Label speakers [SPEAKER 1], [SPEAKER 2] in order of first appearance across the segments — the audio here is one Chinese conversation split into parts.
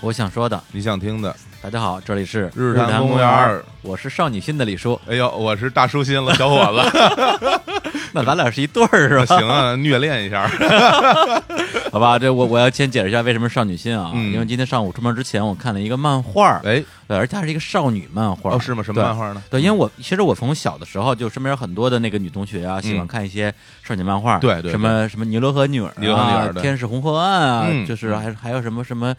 [SPEAKER 1] 我想说的。
[SPEAKER 2] 你想听的。
[SPEAKER 1] 大家好，这里是
[SPEAKER 2] 日坛
[SPEAKER 1] 坛园
[SPEAKER 2] 公园
[SPEAKER 1] 儿，我是少女心的李叔。
[SPEAKER 2] 哎呦，我是大叔心了，小伙子，
[SPEAKER 1] 那咱俩是一对儿 是吧？
[SPEAKER 2] 行啊，虐恋一下。
[SPEAKER 1] 好吧，这我我要先解释一下为什么是少女心啊，
[SPEAKER 2] 嗯
[SPEAKER 1] 因为今天上午出门之前我看了一个漫画儿，
[SPEAKER 2] 哎，
[SPEAKER 1] 对，而且它是一个少女漫画儿，
[SPEAKER 2] 哦，是吗？什么
[SPEAKER 1] 对
[SPEAKER 2] 漫？画呢？
[SPEAKER 1] 对，因为我其实我从小的时候就身边有很多的那个女同学啊，喜欢看一些少女漫画，
[SPEAKER 2] 嗯对对对
[SPEAKER 1] 什么什么尼罗河女儿啊、
[SPEAKER 2] 尼罗河女儿对
[SPEAKER 1] 天使红河岸啊，
[SPEAKER 2] 嗯
[SPEAKER 1] 就是还还有什么什么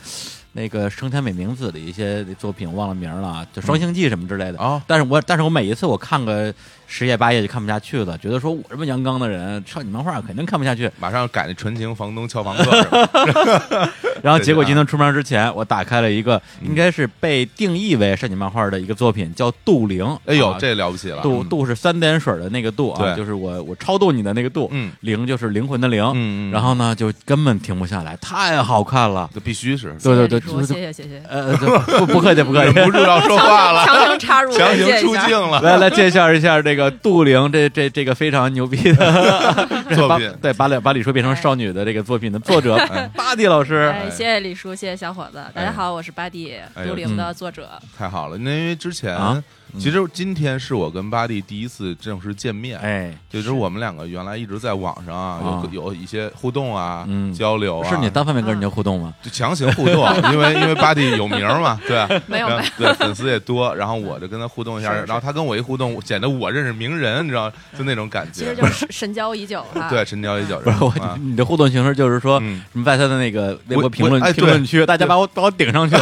[SPEAKER 1] 那个生田美名子的一些作品，忘了名儿了啊，就双星记什么之类的。
[SPEAKER 2] 哦
[SPEAKER 1] 但是我但是我每一次我看个十页八页就看不下去了，觉得说我这么阳刚的人，少女漫画肯定看不下去。
[SPEAKER 2] 马上赶那纯情房东撬房客是 吧，
[SPEAKER 1] 然后结果
[SPEAKER 2] 对对啊嗯
[SPEAKER 1] 今天出门之前，我打开了一个应该是被定义为少女漫画的一个作品，叫《杜陵》。
[SPEAKER 2] 哎呦
[SPEAKER 1] 啊，
[SPEAKER 2] 这了不起了。
[SPEAKER 1] 杜
[SPEAKER 2] 嗯
[SPEAKER 1] 杜是三点水的那个杜啊，
[SPEAKER 2] 对
[SPEAKER 1] 就是我我超度你的那个杜，
[SPEAKER 2] 嗯
[SPEAKER 1] 灵就是灵魂的灵，
[SPEAKER 2] 嗯嗯
[SPEAKER 1] 然后呢就根本停不下来，太好看了，
[SPEAKER 2] 这必须是
[SPEAKER 1] 对对对，
[SPEAKER 3] 说
[SPEAKER 1] 就
[SPEAKER 3] 谢谢谢谢，
[SPEAKER 1] 呃就不不客气不客
[SPEAKER 2] 忍
[SPEAKER 1] 气，
[SPEAKER 2] 不住要说话了，
[SPEAKER 3] 强行插入，
[SPEAKER 2] 强
[SPEAKER 3] 感谢
[SPEAKER 2] 行
[SPEAKER 3] 一
[SPEAKER 2] 出
[SPEAKER 3] 下
[SPEAKER 2] 镜 了。
[SPEAKER 1] 来来介绍一下这个杜陵这这这个非常牛逼的
[SPEAKER 2] 作
[SPEAKER 1] 把
[SPEAKER 2] 品
[SPEAKER 1] 对把李把李叔变成少女的这个作品的作者
[SPEAKER 2] 哎
[SPEAKER 1] 巴迪老师，
[SPEAKER 3] 哎，谢谢李叔，谢谢小伙子，大家好，我是巴蒂，
[SPEAKER 2] 哎
[SPEAKER 3] 《
[SPEAKER 2] 呦嗯
[SPEAKER 3] 都灵》
[SPEAKER 1] 嗯
[SPEAKER 3] 的作者，
[SPEAKER 2] 太好了，那因为之前、
[SPEAKER 1] 啊
[SPEAKER 2] 其实今天是我跟巴蒂第一次正式见面，
[SPEAKER 1] 哎，
[SPEAKER 2] 就是我们两个原来一直在网上啊
[SPEAKER 1] 啊
[SPEAKER 2] 有有一些互动啊、
[SPEAKER 1] 嗯
[SPEAKER 2] 交流啊，
[SPEAKER 1] 是你当饭面跟人家互动吗？
[SPEAKER 2] 就强行互动，因为因为巴蒂有名嘛，对，
[SPEAKER 3] 没有
[SPEAKER 2] 然后
[SPEAKER 3] 没
[SPEAKER 2] 对粉丝也多，然后我就跟他互动一下，
[SPEAKER 3] 是是
[SPEAKER 2] 然后他跟我一互动，显得我认识名人，你知道，就那种感
[SPEAKER 3] 其实
[SPEAKER 2] 觉，
[SPEAKER 3] 就是嗯神交已久了。
[SPEAKER 2] 对，，陈娇一 脚
[SPEAKER 1] 不
[SPEAKER 2] 人
[SPEAKER 1] 是我
[SPEAKER 2] 啊，
[SPEAKER 1] 你的互动形式就是说，
[SPEAKER 2] 嗯
[SPEAKER 1] 什么在他的那个微博
[SPEAKER 2] 我
[SPEAKER 1] 评论
[SPEAKER 2] 我哎
[SPEAKER 1] 评论
[SPEAKER 2] 对
[SPEAKER 1] 区，大家把我把我顶 上去，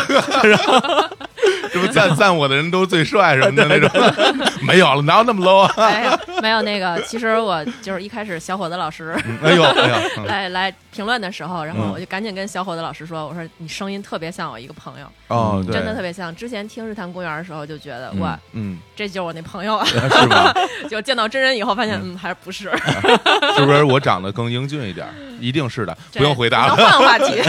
[SPEAKER 2] 这不赞赞我的人都是最帅什么的 那种，没有了，哪有那么 low 啊？
[SPEAKER 3] 没有哎没有那个，其实我就是一开始小伙子老师
[SPEAKER 2] 哎呦哎呦，嗯
[SPEAKER 3] 来来评论的时候，然
[SPEAKER 2] 嗯
[SPEAKER 3] 后我就赶紧跟小伙子老师说，我说你声音特别像我一个朋友，
[SPEAKER 2] 哦，对，
[SPEAKER 3] 真的特别像。之前听日坛公园的时候就觉得
[SPEAKER 1] 嗯
[SPEAKER 3] 哇，
[SPEAKER 2] 嗯，
[SPEAKER 3] 这就是我那朋友啊，
[SPEAKER 2] 是吧？
[SPEAKER 3] 就见到真人以后发现，嗯，还是不是，
[SPEAKER 2] 是不是我长得更英俊一点儿？一定是的，
[SPEAKER 3] 这
[SPEAKER 2] 不用回答
[SPEAKER 3] 能
[SPEAKER 2] 了，
[SPEAKER 3] 换个话题。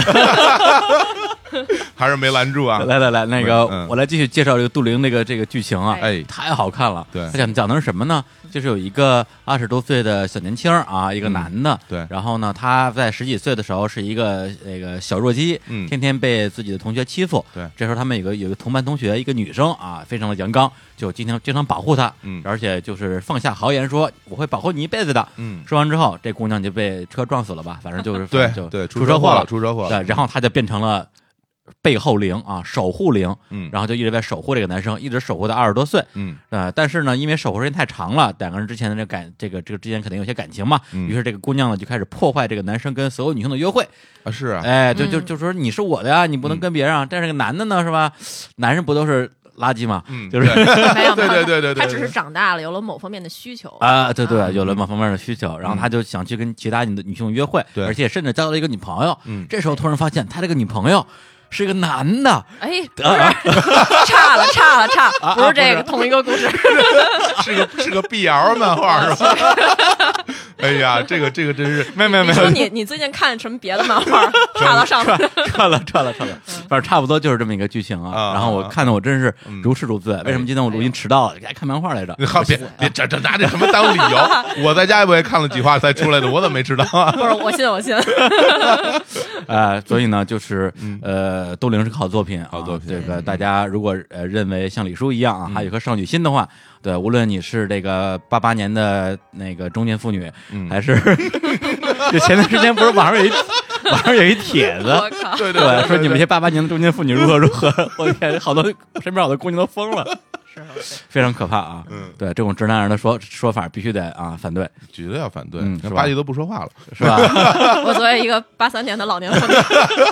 [SPEAKER 2] 还是没拦住啊。
[SPEAKER 1] 来来来，那个、
[SPEAKER 2] 嗯
[SPEAKER 1] 我来继续介绍这个杜陵那个这个剧情啊，
[SPEAKER 2] 哎
[SPEAKER 1] 太好看了。
[SPEAKER 2] 对
[SPEAKER 1] 他讲讲的是什么呢？就是有一个二十多岁的小年轻儿啊，一个
[SPEAKER 2] 嗯
[SPEAKER 1] 男的，
[SPEAKER 2] 对
[SPEAKER 1] 然后呢，他在十几岁的时候是一个那个小弱鸡，
[SPEAKER 2] 嗯
[SPEAKER 1] 天天被自己的同学欺负。
[SPEAKER 2] 对
[SPEAKER 1] 这时候他们有个有个同班同学，一个女生啊，非常的阳刚，就经常经常保护他，
[SPEAKER 2] 嗯
[SPEAKER 1] 而且就是放下豪言说我会保护你一辈子的。
[SPEAKER 2] 嗯，
[SPEAKER 1] 说完之后，这姑娘就被车撞死了吧？反正就是
[SPEAKER 2] 对
[SPEAKER 1] 就
[SPEAKER 2] 对，
[SPEAKER 1] 出
[SPEAKER 2] 车
[SPEAKER 1] 祸
[SPEAKER 2] 了，出车祸了。
[SPEAKER 1] 对，然后他就变成了背后灵啊，守护灵，
[SPEAKER 2] 嗯
[SPEAKER 1] 然后就一直在守护这个男生，一直守护到二十多岁。
[SPEAKER 2] 嗯
[SPEAKER 1] 呃，但是呢，因为守护时间太长了，两个人之前的这感，这个这个之间肯定有些感情嘛。
[SPEAKER 2] 嗯
[SPEAKER 1] 于是这个姑娘呢，就开始破坏这个男生跟所有女生的约会。
[SPEAKER 2] 啊，是啊，
[SPEAKER 1] 哎，就就就说你是我的呀，你不能跟别人啊。但是这个男的呢，是吧？男人不都是垃圾嘛？
[SPEAKER 2] 嗯，
[SPEAKER 1] 就是
[SPEAKER 2] 对
[SPEAKER 3] 没有，没
[SPEAKER 2] 对
[SPEAKER 3] 有
[SPEAKER 2] 对对对对
[SPEAKER 3] 他只是长大了，有了某方面的需求。
[SPEAKER 1] 啊，对对
[SPEAKER 3] 啊，
[SPEAKER 1] 有了某方面的需求，然后他就想去跟其他女的女性约会，
[SPEAKER 2] 对
[SPEAKER 1] 而且甚至交到了一个女朋友。
[SPEAKER 2] 嗯
[SPEAKER 1] 这时候突然发现他这个女朋友是个男的，
[SPEAKER 3] 哎，不是， 差了，差了，差
[SPEAKER 1] 啊，
[SPEAKER 3] 不
[SPEAKER 1] 不是
[SPEAKER 3] 是这个同一个故事。
[SPEAKER 2] 是个是个碧瑶漫画是吧？ 哎呀，这个这个真是没没
[SPEAKER 3] 你说你你最近看什么别的漫画？差到上面，
[SPEAKER 1] 串了串了串了，反正差不多就是这么一个剧情
[SPEAKER 2] 啊
[SPEAKER 1] 啊。嗯然后我看的我真是如痴如醉。为什么今天我录音迟到了？还看漫画 来着。
[SPEAKER 2] 好别别这这拿这什么当理由？我在家也不也看了几话才出来的，我怎么没知道啊？
[SPEAKER 3] 不是，我信，我信。
[SPEAKER 1] 呃，所以呢，就是呃，都灵是个好作品啊，
[SPEAKER 2] 嗯好作品嗯
[SPEAKER 1] 这个大家如果呃认为像李叔一样啊，还有一颗少女心的话，对，无论你是这个八八年的那个中年妇女，
[SPEAKER 2] 嗯
[SPEAKER 1] 还是就前段时间不是网上有一 网上有一帖子，
[SPEAKER 3] 我靠，
[SPEAKER 2] 对
[SPEAKER 1] 对，
[SPEAKER 2] 对，
[SPEAKER 1] 说你们这八八年的中年妇女如何如何，我天，好多身边好多姑娘都疯了。
[SPEAKER 3] 是是
[SPEAKER 1] 非常可怕啊！
[SPEAKER 2] 嗯
[SPEAKER 1] 对这种直男人的说说法必须得啊反对，
[SPEAKER 2] 绝对要反对
[SPEAKER 1] 嗯，是
[SPEAKER 2] 那
[SPEAKER 1] 吧
[SPEAKER 2] 巴蒂都不说话了。
[SPEAKER 1] 是 吧？
[SPEAKER 3] 我作为一个八三年的老年妇女，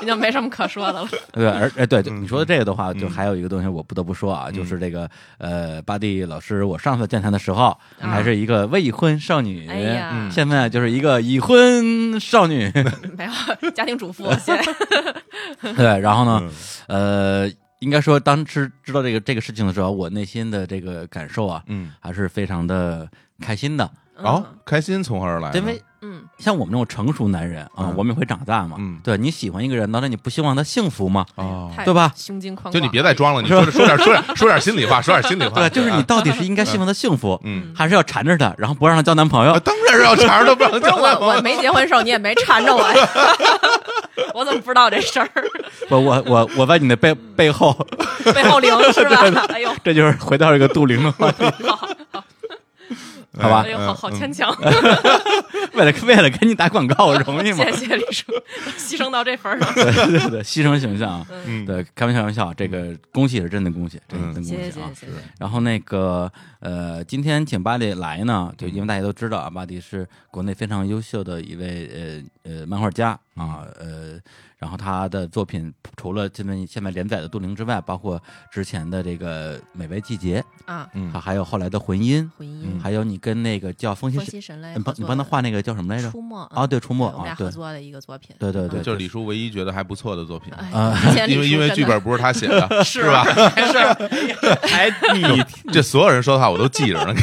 [SPEAKER 3] 已经没什么可说的了。
[SPEAKER 1] 对，而哎对，
[SPEAKER 2] 嗯
[SPEAKER 1] 你说的这个的话，就还有一个东西我不得不说啊，就是这个呃，巴蒂老师，我上次见他的时候
[SPEAKER 3] 嗯
[SPEAKER 1] 还是一个未婚少女，
[SPEAKER 3] 哎呀嗯
[SPEAKER 1] 现在就是一个已婚少 女，
[SPEAKER 3] 没有，家庭主妇，现在
[SPEAKER 1] 对，然后
[SPEAKER 2] 嗯
[SPEAKER 1] 呢，呃，应该说当时知道这个这个事情的时候，我内心的这个感受啊，
[SPEAKER 2] 嗯，
[SPEAKER 1] 还是非常的开心的，
[SPEAKER 2] 哦，开心从何而来呢？
[SPEAKER 1] 因为
[SPEAKER 3] 嗯，
[SPEAKER 1] 像我们这种成熟男人啊，
[SPEAKER 2] 哎嗯
[SPEAKER 1] 我们也会长大嘛。
[SPEAKER 2] 嗯
[SPEAKER 1] 对你喜欢一个人，难道你不希望他幸福吗？
[SPEAKER 2] 哦，
[SPEAKER 3] 太
[SPEAKER 1] 对吧
[SPEAKER 3] 胸襟宽广，
[SPEAKER 2] 就你别再装了， 你说说点说点说点心里话，说点心里话。
[SPEAKER 1] 对，就是你到底是应该希望他幸福，
[SPEAKER 2] 啊嗯
[SPEAKER 1] 还是要缠着他，然后不让他交男朋友
[SPEAKER 2] 啊，？当然是要茬儿的，不然
[SPEAKER 3] 不是我，我没结婚的时候你也没缠着我， 我怎么不知道这事儿？
[SPEAKER 1] 我我我我在你的背背后，
[SPEAKER 3] 背后灵是吧？哎呦，
[SPEAKER 1] 这就是回到这个杜陵的 话题，
[SPEAKER 3] 好，
[SPEAKER 1] 好吧
[SPEAKER 3] 哎呦，好好牵强，
[SPEAKER 1] 为了为了给你打广 告容易吗？
[SPEAKER 3] 谢谢李叔，牺牲到这份儿上。
[SPEAKER 1] 对对对，牺牲形象啊，
[SPEAKER 2] 嗯
[SPEAKER 1] 对，开玩笑，开玩笑，这个恭喜也是真的恭喜，真的真恭喜啊！
[SPEAKER 3] 嗯谢谢，
[SPEAKER 1] 然后那个呃，今天请巴蒂来呢，就因为大家都知道啊，巴蒂是国内非常优秀的一位呃呃漫画家啊，呃，然后他的作品除了现在现在连载的《杜陵》之外，包括之前的这个《美味季节
[SPEAKER 3] 啊，
[SPEAKER 2] 嗯》，
[SPEAKER 1] 还有后来的《魂音
[SPEAKER 3] 婚》，姻，
[SPEAKER 1] 还有你跟那个叫风
[SPEAKER 3] 风
[SPEAKER 1] 信
[SPEAKER 3] 心神来
[SPEAKER 1] 你
[SPEAKER 3] 合
[SPEAKER 1] 帮
[SPEAKER 3] 作的，
[SPEAKER 1] 你帮他画那个叫什么来着？
[SPEAKER 3] 出没
[SPEAKER 1] 啊，对，出没
[SPEAKER 3] 我们
[SPEAKER 1] 啊
[SPEAKER 3] 俩，
[SPEAKER 1] 对
[SPEAKER 3] 合作的一个作品，
[SPEAKER 1] 对
[SPEAKER 3] 嗯
[SPEAKER 1] 对对，
[SPEAKER 2] 就是李叔唯一觉得还不错的作品，
[SPEAKER 3] 哎
[SPEAKER 1] 啊
[SPEAKER 3] 之前李
[SPEAKER 2] 因为
[SPEAKER 3] 叔
[SPEAKER 2] 因为
[SPEAKER 3] 真
[SPEAKER 2] 剧
[SPEAKER 3] 的
[SPEAKER 2] 本不是他写的，是吧？
[SPEAKER 1] 哎，你
[SPEAKER 2] 这所有人说的话我都记着呢，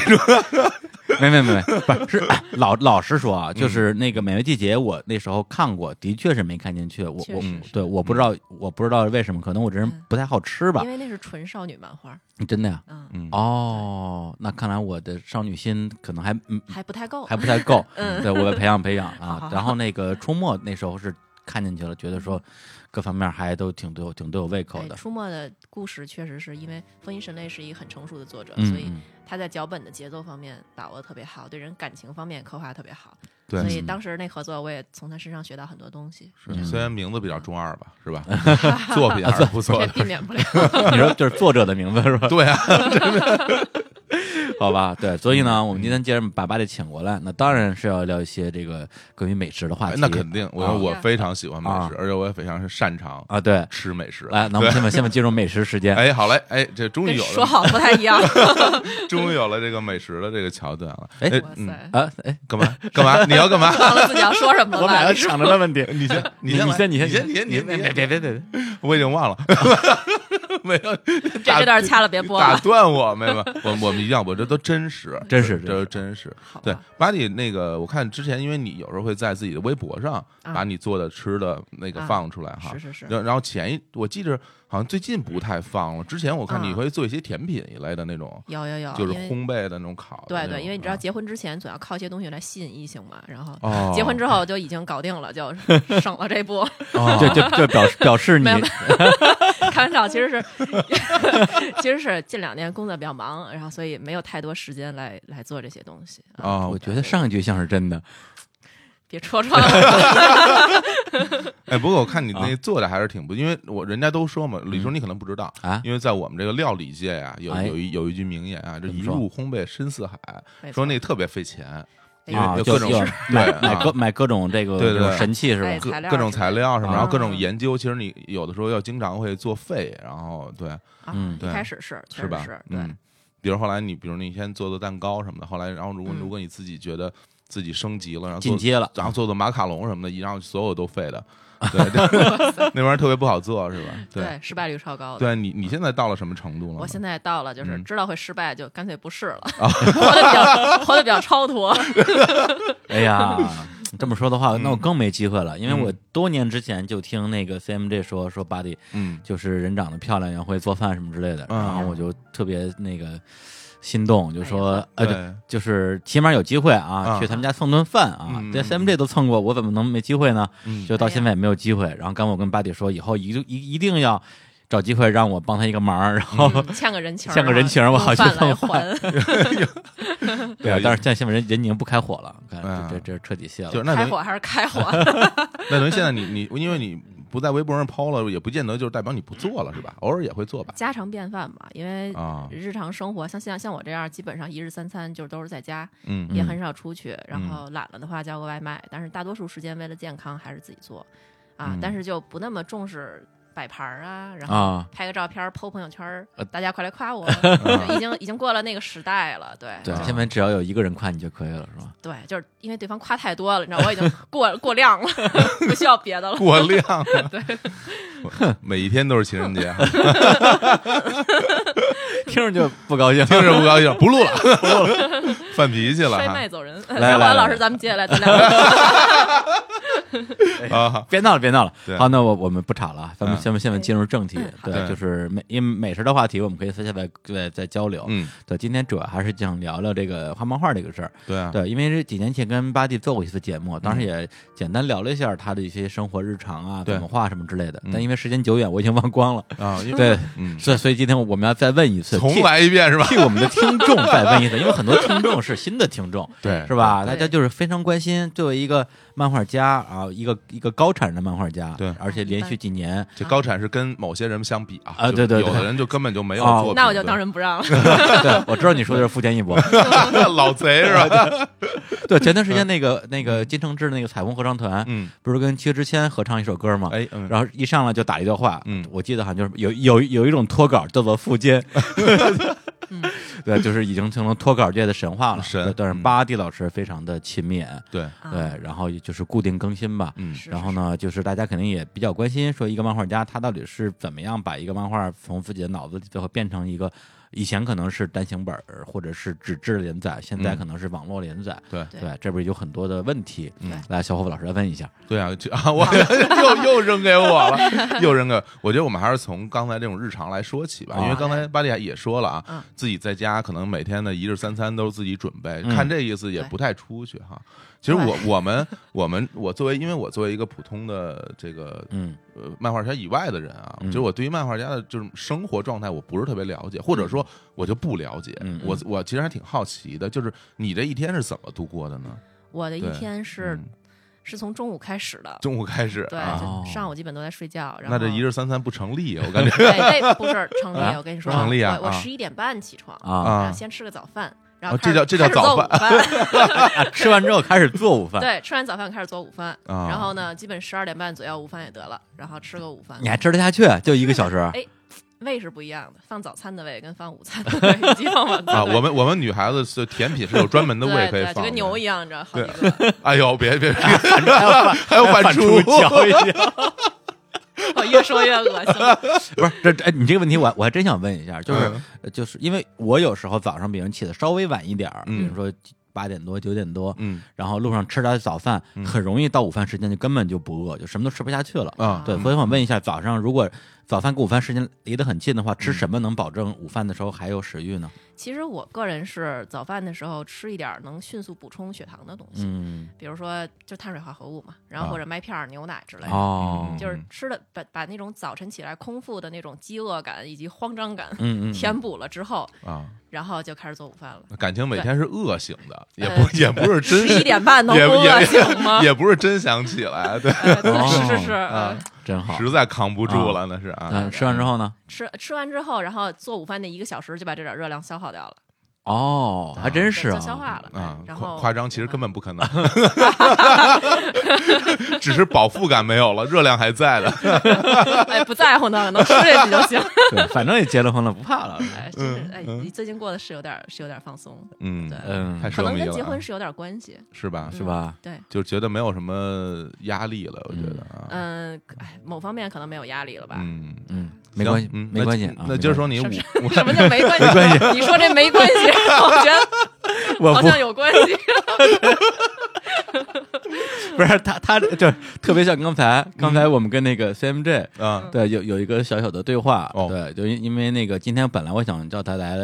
[SPEAKER 1] 没没没， 不是哎老老实说
[SPEAKER 2] 嗯
[SPEAKER 1] 啊，就是那个《美味季节》，我那时候看过，的确是没看进去。我
[SPEAKER 3] 确
[SPEAKER 1] 我嗯
[SPEAKER 3] 实
[SPEAKER 1] 对，我
[SPEAKER 2] 嗯
[SPEAKER 1] 不知道，我不知道为什么，可能我这人
[SPEAKER 3] 嗯
[SPEAKER 1] 不太好吃吧
[SPEAKER 3] 因，为那是纯少女漫画，
[SPEAKER 1] 真的呀。
[SPEAKER 3] 嗯，
[SPEAKER 2] 嗯
[SPEAKER 1] 哦，那看来我的少女心可能还嗯
[SPEAKER 3] 还不太够，
[SPEAKER 1] 还不太够，
[SPEAKER 3] 嗯
[SPEAKER 1] 对我要培养培 养
[SPEAKER 3] 好好
[SPEAKER 1] 啊
[SPEAKER 3] 好。
[SPEAKER 1] 然后那个出没那时候是看进去了，觉得说各方面还都挺对我挺对我胃口
[SPEAKER 3] 哎
[SPEAKER 1] 的。
[SPEAKER 3] 出没的故事确实是因为风音神类是一个很成熟的作者，所以
[SPEAKER 1] 嗯，
[SPEAKER 3] 他在脚本的节奏方面把握得特别好，对人感情方面刻画特别好，
[SPEAKER 2] 对
[SPEAKER 3] 所以当时那合作我也从他身上学到很多东西，
[SPEAKER 1] 嗯
[SPEAKER 2] 虽然名字比较中二吧， 是吧？作品还是不错
[SPEAKER 3] 这
[SPEAKER 2] 的，
[SPEAKER 3] 避免不了。
[SPEAKER 1] 嗯 你说就是作者的名字是吧？
[SPEAKER 2] 对啊，
[SPEAKER 1] 好吧，对，所以呢，我们今天既然把巴里请过来，那当然是要聊一些这个关于美食的话
[SPEAKER 2] 哎
[SPEAKER 1] 题。
[SPEAKER 2] 那肯定，我
[SPEAKER 1] 啊
[SPEAKER 2] 我非常喜欢美
[SPEAKER 1] 啊
[SPEAKER 2] 食，而且我也非常擅长
[SPEAKER 1] 啊，对，
[SPEAKER 2] 吃美食。
[SPEAKER 1] 来，那我们现在现在进入美食时间。
[SPEAKER 2] 哎，好嘞，哎，这终于
[SPEAKER 3] 跟
[SPEAKER 2] 有
[SPEAKER 3] 说
[SPEAKER 2] 了，
[SPEAKER 3] 好不太 一样，
[SPEAKER 2] 终于有了这个美食的这个桥段了。
[SPEAKER 1] 哎
[SPEAKER 2] 哎
[SPEAKER 3] 哇，
[SPEAKER 2] 嗯，
[SPEAKER 3] 塞，
[SPEAKER 1] 啊，哎，
[SPEAKER 2] 干嘛 干嘛？你要干嘛？
[SPEAKER 3] 忘了自己要说什么了吧？
[SPEAKER 1] 抢着的问题，你先，
[SPEAKER 2] 你
[SPEAKER 1] 你
[SPEAKER 2] 先来
[SPEAKER 1] 先，
[SPEAKER 2] 你
[SPEAKER 1] 先，
[SPEAKER 2] 先你先
[SPEAKER 1] 你
[SPEAKER 2] 你
[SPEAKER 1] 别
[SPEAKER 2] 先
[SPEAKER 1] 别别别，
[SPEAKER 2] 我已经忘了， 没有
[SPEAKER 3] 这这段掐了别播
[SPEAKER 2] 打
[SPEAKER 3] 了。
[SPEAKER 2] 断我，没有，没有我我们一样，我这都真实，
[SPEAKER 1] 真实
[SPEAKER 2] 这都真实。
[SPEAKER 3] 好吧
[SPEAKER 2] 对，巴蒂那个，我看之前，因为你有时候会在自己的微博上
[SPEAKER 3] 啊
[SPEAKER 2] 把你做的吃的那个
[SPEAKER 3] 啊
[SPEAKER 2] 放出来哈，
[SPEAKER 3] 是是是，
[SPEAKER 2] 然然后前一我记着好像最近不太放了，之前我看你
[SPEAKER 3] 啊
[SPEAKER 2] 会做一些甜品一类的那种，
[SPEAKER 3] 有有有，
[SPEAKER 2] 就是
[SPEAKER 3] 哦因为
[SPEAKER 2] 烘焙的那种烤的那
[SPEAKER 3] 对
[SPEAKER 2] 种。
[SPEAKER 3] 对，因为你知道
[SPEAKER 2] 啊
[SPEAKER 3] 结婚之前总要靠一些东西来吸引异性嘛，然后
[SPEAKER 2] 哦，
[SPEAKER 3] 结婚之后就已经搞定了，就省了这步。
[SPEAKER 2] 哦
[SPEAKER 1] 啊就就就表示表示你
[SPEAKER 3] 没有没开玩笑，其实是 其实是近两年工作比较忙，然后所以没有太多时间来来做这些东西。啊
[SPEAKER 2] 啊，
[SPEAKER 1] 我觉得上一句像是真的，
[SPEAKER 3] 别戳 穿我，
[SPEAKER 2] 哎，不过我看你那
[SPEAKER 1] 啊
[SPEAKER 2] 做的还是挺不，因为我人家都说嘛，李叔你可能不知道
[SPEAKER 1] 啊
[SPEAKER 2] 因为在我们这个料理界呀，有
[SPEAKER 1] 哎
[SPEAKER 2] 有一有一句名言啊，这
[SPEAKER 1] 怎
[SPEAKER 2] 一
[SPEAKER 1] 么说
[SPEAKER 2] 入烘焙深似海，
[SPEAKER 3] 没错
[SPEAKER 2] 说那特别费钱，因为
[SPEAKER 1] 啊，
[SPEAKER 2] 有
[SPEAKER 1] 就
[SPEAKER 2] 各种
[SPEAKER 1] 就
[SPEAKER 2] 事
[SPEAKER 1] 买
[SPEAKER 2] 对
[SPEAKER 1] 买
[SPEAKER 2] 啊
[SPEAKER 1] 各买各种这个
[SPEAKER 2] 对对
[SPEAKER 1] 这种
[SPEAKER 2] 对
[SPEAKER 1] 神器是吧
[SPEAKER 3] 哎？
[SPEAKER 2] 各
[SPEAKER 3] 材料
[SPEAKER 2] 各种
[SPEAKER 3] 之类的
[SPEAKER 2] 材
[SPEAKER 3] 嗯
[SPEAKER 2] 料什么，
[SPEAKER 1] 啊
[SPEAKER 2] 然后各种研究，其实你有的时候要经常会做废，然后对，
[SPEAKER 3] 啊
[SPEAKER 1] 嗯
[SPEAKER 2] 对
[SPEAKER 3] 一开始是确
[SPEAKER 2] 是
[SPEAKER 3] 实
[SPEAKER 2] 吧？
[SPEAKER 3] 是对。
[SPEAKER 2] 嗯，比如后来你，比如你先做做蛋糕什么的，后来然后如果
[SPEAKER 3] 嗯
[SPEAKER 2] 如果你自己觉得自己升级了，然后
[SPEAKER 1] 进
[SPEAKER 2] 做
[SPEAKER 1] 阶了，
[SPEAKER 2] 然后做做马卡龙什么的，然后所有都废 的，对， 对那玩意儿特别不好做，是吧？对，
[SPEAKER 3] 对，失败率超高的。
[SPEAKER 2] 对啊你你现在到了什么程度了吗？
[SPEAKER 3] 我现在到了，就是
[SPEAKER 2] 嗯啊
[SPEAKER 3] 知道会失败，就干脆不试了，活得比较活得比较超脱。
[SPEAKER 1] 哎 呀，这么说的话，那
[SPEAKER 2] 嗯
[SPEAKER 1] 我更没机会了，因为我多年之前就听那个 CMJ 说说巴蒂
[SPEAKER 2] 嗯
[SPEAKER 1] 就是人长得漂亮，也会做饭什么之类的，
[SPEAKER 2] 嗯
[SPEAKER 1] 然后我就特别那个心动，就说呃，
[SPEAKER 3] 哎
[SPEAKER 2] 对
[SPEAKER 1] 对就是起码有机会啊，
[SPEAKER 2] 啊
[SPEAKER 1] 去他们家蹭顿饭啊
[SPEAKER 2] 嗯，
[SPEAKER 1] 这 CMJ 都蹭过，我怎么能没机会呢？
[SPEAKER 2] 嗯
[SPEAKER 3] 哎
[SPEAKER 1] 就到现在也没有机会。然后刚我跟巴蒂说，以后一一一定要找机会让我帮他一个忙，然后
[SPEAKER 2] 哦
[SPEAKER 3] 嗯欠个人情儿，
[SPEAKER 1] 欠个人情儿我好
[SPEAKER 3] 用
[SPEAKER 1] 去
[SPEAKER 3] 饭来
[SPEAKER 1] 蹭
[SPEAKER 3] 还。
[SPEAKER 1] 对啊，但是现在现在人人已经不开火了，看
[SPEAKER 2] 嗯
[SPEAKER 1] 这这这彻底卸了
[SPEAKER 2] 就。是那
[SPEAKER 3] 开
[SPEAKER 2] 等于
[SPEAKER 3] 火还是开火？
[SPEAKER 2] 那等于现在你你因为你不在微博上抛了，也不见得就是代表你不做了，是吧？偶尔也会做吧。
[SPEAKER 3] 家常便饭吧，
[SPEAKER 1] 哦
[SPEAKER 3] 因为
[SPEAKER 2] 啊，
[SPEAKER 3] 日常生活像像像我这样，基本上一日三餐就都是在家，
[SPEAKER 2] 嗯
[SPEAKER 3] 也
[SPEAKER 1] 嗯
[SPEAKER 3] 很少出去。然后懒了的话叫个外卖，但是大多数时间为了健康还是自己做啊
[SPEAKER 1] 嗯，
[SPEAKER 3] 但是就不那么重视摆盘儿啊，然后
[SPEAKER 1] 啊，
[SPEAKER 3] 拍个照片儿 po 朋友圈儿
[SPEAKER 1] 呃，
[SPEAKER 3] 大家快来 夸我，
[SPEAKER 2] 啊
[SPEAKER 3] 已经已经过了那个时代了，对
[SPEAKER 1] 对
[SPEAKER 2] 啊，
[SPEAKER 1] 现在只要有一个人夸你就可以了，是吧？
[SPEAKER 3] 对，就是因为对方夸太多了，你知道我已经过过量了， 不需要别的了。
[SPEAKER 2] 过量了，我每一天都是情人节，
[SPEAKER 1] 听着就不高 兴。
[SPEAKER 2] 听着不高兴，不录了，不录了， 犯脾气了
[SPEAKER 3] 摔
[SPEAKER 2] 哈
[SPEAKER 3] 麦。走人，
[SPEAKER 1] 来来
[SPEAKER 3] 王
[SPEAKER 1] 来
[SPEAKER 3] 老师，咱们接下来咱俩
[SPEAKER 2] 啊，
[SPEAKER 1] 别闹了，别闹了
[SPEAKER 2] 对。
[SPEAKER 1] 好，那我我们不吵了啊，咱们
[SPEAKER 2] 嗯
[SPEAKER 1] 下面下面进入正题
[SPEAKER 3] 嗯。好
[SPEAKER 1] 对，
[SPEAKER 2] 的
[SPEAKER 1] 就是美，因为美食的话题，我们可以私下再再再交流。
[SPEAKER 2] 嗯，
[SPEAKER 1] 对，今天主要还是想聊聊这个画漫画这个事儿。
[SPEAKER 2] 对啊，
[SPEAKER 1] 对，因为这几年前跟巴蒂做过一次节目，当时也简单聊了一下他的一些生活日常啊、
[SPEAKER 2] 嗯对
[SPEAKER 1] 怎么画什么之类的。
[SPEAKER 2] 嗯
[SPEAKER 1] 但因为时间久远，我已经忘光了。
[SPEAKER 2] 啊，因为
[SPEAKER 1] 对，
[SPEAKER 2] 嗯，
[SPEAKER 1] 所以所以今天我们要再问一次，
[SPEAKER 2] 重
[SPEAKER 1] 替
[SPEAKER 2] 来一遍是吧？
[SPEAKER 1] 替我们的听 众再问一次，因为很多听众是新的听众，
[SPEAKER 2] 对
[SPEAKER 1] 是？吧？
[SPEAKER 3] 对
[SPEAKER 1] 大家就是非常关心，作为一个漫画家啊，一个一个高产的漫画家，
[SPEAKER 2] 对
[SPEAKER 1] 而且连续几年，
[SPEAKER 2] 这高产是跟某些人相比啊，
[SPEAKER 1] 啊
[SPEAKER 2] 就
[SPEAKER 1] 对对对
[SPEAKER 2] 有的人就根本就没有
[SPEAKER 1] 啊
[SPEAKER 2] 作品，
[SPEAKER 3] 那我就
[SPEAKER 2] 对
[SPEAKER 3] 当仁不让了。
[SPEAKER 1] 对我知道你说的是富坚义 博，
[SPEAKER 2] 老贼是吧？
[SPEAKER 1] 对，前段时间那个那个金承志那个彩虹合唱团，
[SPEAKER 2] 嗯，
[SPEAKER 1] 不是跟薛之谦合唱一首歌吗？
[SPEAKER 2] 哎，嗯，
[SPEAKER 1] 然后一上来就打一段话，
[SPEAKER 2] 嗯
[SPEAKER 1] 我记得好像就是有有有一种脱稿叫做富 坚， 对，就是已经成了脱稿界的神话了。
[SPEAKER 2] 嗯神
[SPEAKER 1] 对但是
[SPEAKER 2] 嗯
[SPEAKER 1] 巴蒂老师非常的勤勉，
[SPEAKER 2] 对，
[SPEAKER 3] 啊
[SPEAKER 1] 对，然后就是固定更新吧。
[SPEAKER 2] 嗯
[SPEAKER 3] 是
[SPEAKER 1] 嗯然后呢，就是大家肯定也比较关心，说一个漫画家他到底是怎么样把一个漫画从自己的脑子里最后变成一个，以前可能是单行本儿或者是纸质连载，现在
[SPEAKER 2] 嗯
[SPEAKER 1] 可能是网络连载。
[SPEAKER 2] 对嗯
[SPEAKER 3] 对
[SPEAKER 1] 对，这边有很多的问题，
[SPEAKER 3] 对
[SPEAKER 1] 来，小伙伴老师来问一下。
[SPEAKER 2] 对啊，就啊，我 又又扔给我了，又扔给我。我觉得我们还是从刚才这种日常来说起吧，因为
[SPEAKER 1] 啊
[SPEAKER 2] 刚才巴利亚也说了
[SPEAKER 3] 嗯
[SPEAKER 2] 啊，自己在家可能每天的一日三餐都是自己准备，
[SPEAKER 1] 嗯
[SPEAKER 2] 看这意思也
[SPEAKER 3] 对
[SPEAKER 2] 不太出去哈。其实我我们我们我作为，因为我作为一个普通的这个
[SPEAKER 1] 嗯
[SPEAKER 2] 呃漫画家以外的人啊，
[SPEAKER 1] 嗯
[SPEAKER 2] 就是我对于漫画家的就是生活状态，我不是特别了解，或者说我就不了解
[SPEAKER 1] 嗯嗯。
[SPEAKER 2] 我我其实还挺好奇的，就是你这一天是怎么度过的呢？
[SPEAKER 3] 我的一
[SPEAKER 2] 对
[SPEAKER 3] 天是
[SPEAKER 2] 嗯
[SPEAKER 3] 是从中午开始的，
[SPEAKER 2] 中午开始
[SPEAKER 3] 对，
[SPEAKER 2] 啊，
[SPEAKER 1] 哦
[SPEAKER 3] 就上午基本都在睡觉。然后
[SPEAKER 2] 那这一日三餐不成立，我感 觉。
[SPEAKER 3] 对，那不是成
[SPEAKER 1] 啊
[SPEAKER 3] 立。我跟你说，
[SPEAKER 2] 成立啊
[SPEAKER 3] 我我
[SPEAKER 2] 啊
[SPEAKER 3] 十一点半起床，
[SPEAKER 1] 啊，
[SPEAKER 3] 然
[SPEAKER 2] 啊
[SPEAKER 3] 后，先吃个早饭，然后
[SPEAKER 2] 哦
[SPEAKER 3] 开始
[SPEAKER 2] 这叫这叫
[SPEAKER 3] 开始做
[SPEAKER 2] 早
[SPEAKER 3] 午 饭。
[SPEAKER 1] 吃完之后开始做午饭。
[SPEAKER 3] 对，吃完早饭开始做午饭，
[SPEAKER 2] 啊
[SPEAKER 3] 然后呢，基本十二点半左右午饭也得了，然后吃个 午饭
[SPEAKER 1] 你。还吃得下去？就一个小时？
[SPEAKER 3] 哎胃是不一样的，放早餐的胃跟放午餐的胃以及放晚餐
[SPEAKER 2] 啊，
[SPEAKER 3] 的胃
[SPEAKER 2] 我们我们女孩子是甜品是有专门的胃
[SPEAKER 3] 对
[SPEAKER 2] 可以
[SPEAKER 3] 对，
[SPEAKER 2] 放
[SPEAKER 3] 就
[SPEAKER 2] 的，
[SPEAKER 3] 跟牛一样，你知道好
[SPEAKER 2] 对
[SPEAKER 3] 几个，
[SPEAKER 2] 哎呦，别别别，还
[SPEAKER 1] 还
[SPEAKER 2] 有 反
[SPEAKER 1] 刍嚼一下。
[SPEAKER 3] 我越说越恶心了。
[SPEAKER 1] 不是这哎，你这个问题我我还真想问一下，就是
[SPEAKER 2] 嗯
[SPEAKER 1] 呃就是因为我有时候早上比人起的稍微晚一点儿，
[SPEAKER 2] 嗯
[SPEAKER 1] 比如说八点多九点多，
[SPEAKER 2] 嗯
[SPEAKER 1] 然后路上吃点早饭，很容易到午饭时间就根本就不饿，就什么都吃不下去了。
[SPEAKER 2] 啊，
[SPEAKER 1] 对，所以我想问一下，早上如果早饭跟午饭时间离得很近的话，吃什么能保证午饭的时候还有食欲呢？
[SPEAKER 3] 其实我个人是早饭的时候吃一点儿能迅速补充血糖的东西，
[SPEAKER 1] 嗯，
[SPEAKER 3] 比如说就碳水化合物嘛，然后
[SPEAKER 2] 啊嗯
[SPEAKER 3] 或者麦片儿、牛奶之类的。
[SPEAKER 1] 哦，
[SPEAKER 3] 就是吃的把把那种早晨起来空腹的那种饥饿感以及慌张感
[SPEAKER 1] 嗯嗯，
[SPEAKER 3] 填补了之后，
[SPEAKER 2] 啊，
[SPEAKER 3] 然后就开始做午饭了。
[SPEAKER 2] 感情每天是饿醒的，也
[SPEAKER 3] 呃
[SPEAKER 2] 不也不是 真
[SPEAKER 3] 十一点啊半能
[SPEAKER 2] 也
[SPEAKER 3] 不饿
[SPEAKER 2] 也
[SPEAKER 3] 醒吗？
[SPEAKER 2] 也不是真想起来，对，
[SPEAKER 3] 哎对是是是，
[SPEAKER 2] 啊
[SPEAKER 3] 呃
[SPEAKER 1] 真好。
[SPEAKER 2] 实在扛不住了，那是啊，
[SPEAKER 1] 嗯，吃完之后呢？
[SPEAKER 3] 吃吃完之后，然后做午饭那一个小时就把这点热量消耗掉了，
[SPEAKER 1] 哦，还真是
[SPEAKER 3] 就
[SPEAKER 1] 啊，
[SPEAKER 3] 消化了。
[SPEAKER 2] 啊
[SPEAKER 3] 嗯，然
[SPEAKER 2] 夸
[SPEAKER 3] 后
[SPEAKER 2] 夸张其实根本不可 能，只是饱腹感没有了，热量还在 的，
[SPEAKER 3] 哎不在乎呢，能吃下去就 行。
[SPEAKER 1] 对，反正也结了婚了，不怕了。
[SPEAKER 3] 哎，就是哎，你最近过得是有点儿是有点儿放松，
[SPEAKER 2] 嗯，
[SPEAKER 3] 对
[SPEAKER 1] 嗯，
[SPEAKER 2] 太
[SPEAKER 3] 可
[SPEAKER 2] 奢
[SPEAKER 3] 能
[SPEAKER 2] 靡
[SPEAKER 3] 跟
[SPEAKER 2] 了
[SPEAKER 3] 结婚
[SPEAKER 2] 啊，
[SPEAKER 3] 是有嗯点儿关系。
[SPEAKER 2] 是吧？
[SPEAKER 1] 是吧？
[SPEAKER 3] 对，
[SPEAKER 2] 就觉得没有什么压力了，我觉得啊，
[SPEAKER 3] 嗯，哎，某方面可能没有压力了吧？
[SPEAKER 2] 嗯，
[SPEAKER 1] 嗯，没关系，
[SPEAKER 2] 行嗯
[SPEAKER 1] 没关系
[SPEAKER 2] 那
[SPEAKER 1] 啊。
[SPEAKER 2] 那今儿说
[SPEAKER 1] 你，
[SPEAKER 2] 你
[SPEAKER 3] 是
[SPEAKER 2] 五
[SPEAKER 3] 不是，什么叫没 关系？你说这没关系， 我觉得
[SPEAKER 1] 我
[SPEAKER 3] 好
[SPEAKER 1] 不
[SPEAKER 3] 像有 关系。
[SPEAKER 1] 不是他，他就特别像刚才，刚才我们跟那个 CMJ。
[SPEAKER 2] 啊，
[SPEAKER 1] 对，有有一个小小的对话，
[SPEAKER 2] 哦
[SPEAKER 1] 对，就因因为那个今天本来我想叫他来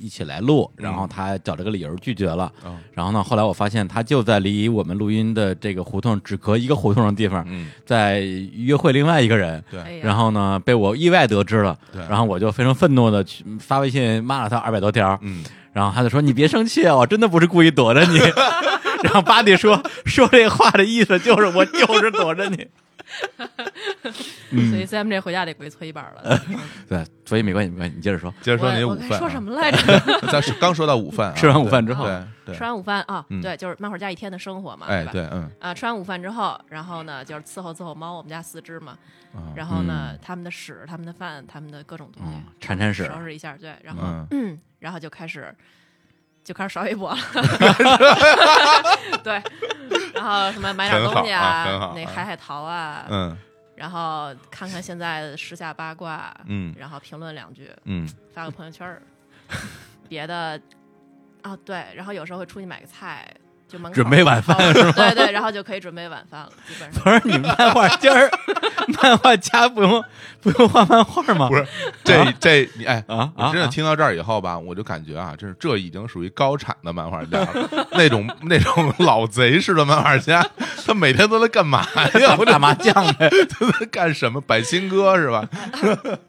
[SPEAKER 1] 一起来录，然后他找了个理由拒绝了，
[SPEAKER 2] 哦
[SPEAKER 1] 然后呢，后来我发现他就在离我们录音的这个胡同只隔一个胡同的地方，
[SPEAKER 2] 嗯，
[SPEAKER 1] 在约会另外一个人，
[SPEAKER 2] 对
[SPEAKER 3] 哎呀
[SPEAKER 1] 然后呢，被我意外得知了，
[SPEAKER 2] 对
[SPEAKER 1] 然后我就非常愤怒的去发微信骂了他二百多条，
[SPEAKER 2] 嗯，
[SPEAKER 1] 然后他就说你别生气啊，我真的不是故意躲着 你。然后巴蒂说说这话的意思就是我就是躲着你，
[SPEAKER 2] 嗯
[SPEAKER 3] 所以 CM 这回家得跪搓衣板了。
[SPEAKER 1] 对，所以没关系没关系，你接着说，
[SPEAKER 2] 接着呃说
[SPEAKER 3] 我
[SPEAKER 2] 你
[SPEAKER 3] 我
[SPEAKER 2] 午
[SPEAKER 3] 该
[SPEAKER 2] 饭啊，
[SPEAKER 3] 说什么 来着？
[SPEAKER 2] 咱是刚说到午饭啊，
[SPEAKER 1] 吃完午饭之后
[SPEAKER 2] 对对
[SPEAKER 3] 吃，完午饭啊
[SPEAKER 2] 嗯，
[SPEAKER 3] 对，就是漫画家一天的生活嘛，
[SPEAKER 2] 哎
[SPEAKER 3] 吧？
[SPEAKER 2] 对，嗯，
[SPEAKER 3] 啊，吃完午饭之后，然后呢，就是伺候伺候猫，我们家四只嘛，
[SPEAKER 2] 啊哦
[SPEAKER 3] 然后呢，他们的屎、他们的饭、他们的各种东
[SPEAKER 1] 嗯
[SPEAKER 3] 西，，
[SPEAKER 1] 铲铲屎，
[SPEAKER 3] 收拾一下，对，然后
[SPEAKER 2] 嗯，
[SPEAKER 3] 嗯，然后就开始就开始刷微 博了，对，然后什么买点东西
[SPEAKER 2] 很好啊很好啊
[SPEAKER 3] 那海海淘啊，
[SPEAKER 2] 嗯
[SPEAKER 3] 然后看看现在的时下八卦，
[SPEAKER 2] 嗯
[SPEAKER 3] 然后评论两句，
[SPEAKER 2] 嗯
[SPEAKER 3] 发 个朋友圈儿，别的啊对，然后有时候会出去买个菜，就门口
[SPEAKER 1] 准备晚饭
[SPEAKER 3] 是吗？对对，然后就可以准备晚饭了，基本上。
[SPEAKER 1] 不是你们漫画家儿，漫画家不用不用画漫画吗？
[SPEAKER 2] 不是这这你哎
[SPEAKER 1] 啊
[SPEAKER 2] 我真的
[SPEAKER 1] 啊
[SPEAKER 2] 听到这儿以后吧，我就感觉啊，这是这已经属于高产的漫画家了，那种 那种老贼似的漫画家，他每天都在干嘛呀？我
[SPEAKER 1] 打
[SPEAKER 2] 这
[SPEAKER 1] 麻将呗。
[SPEAKER 2] 都在干什么？摆新歌是吧？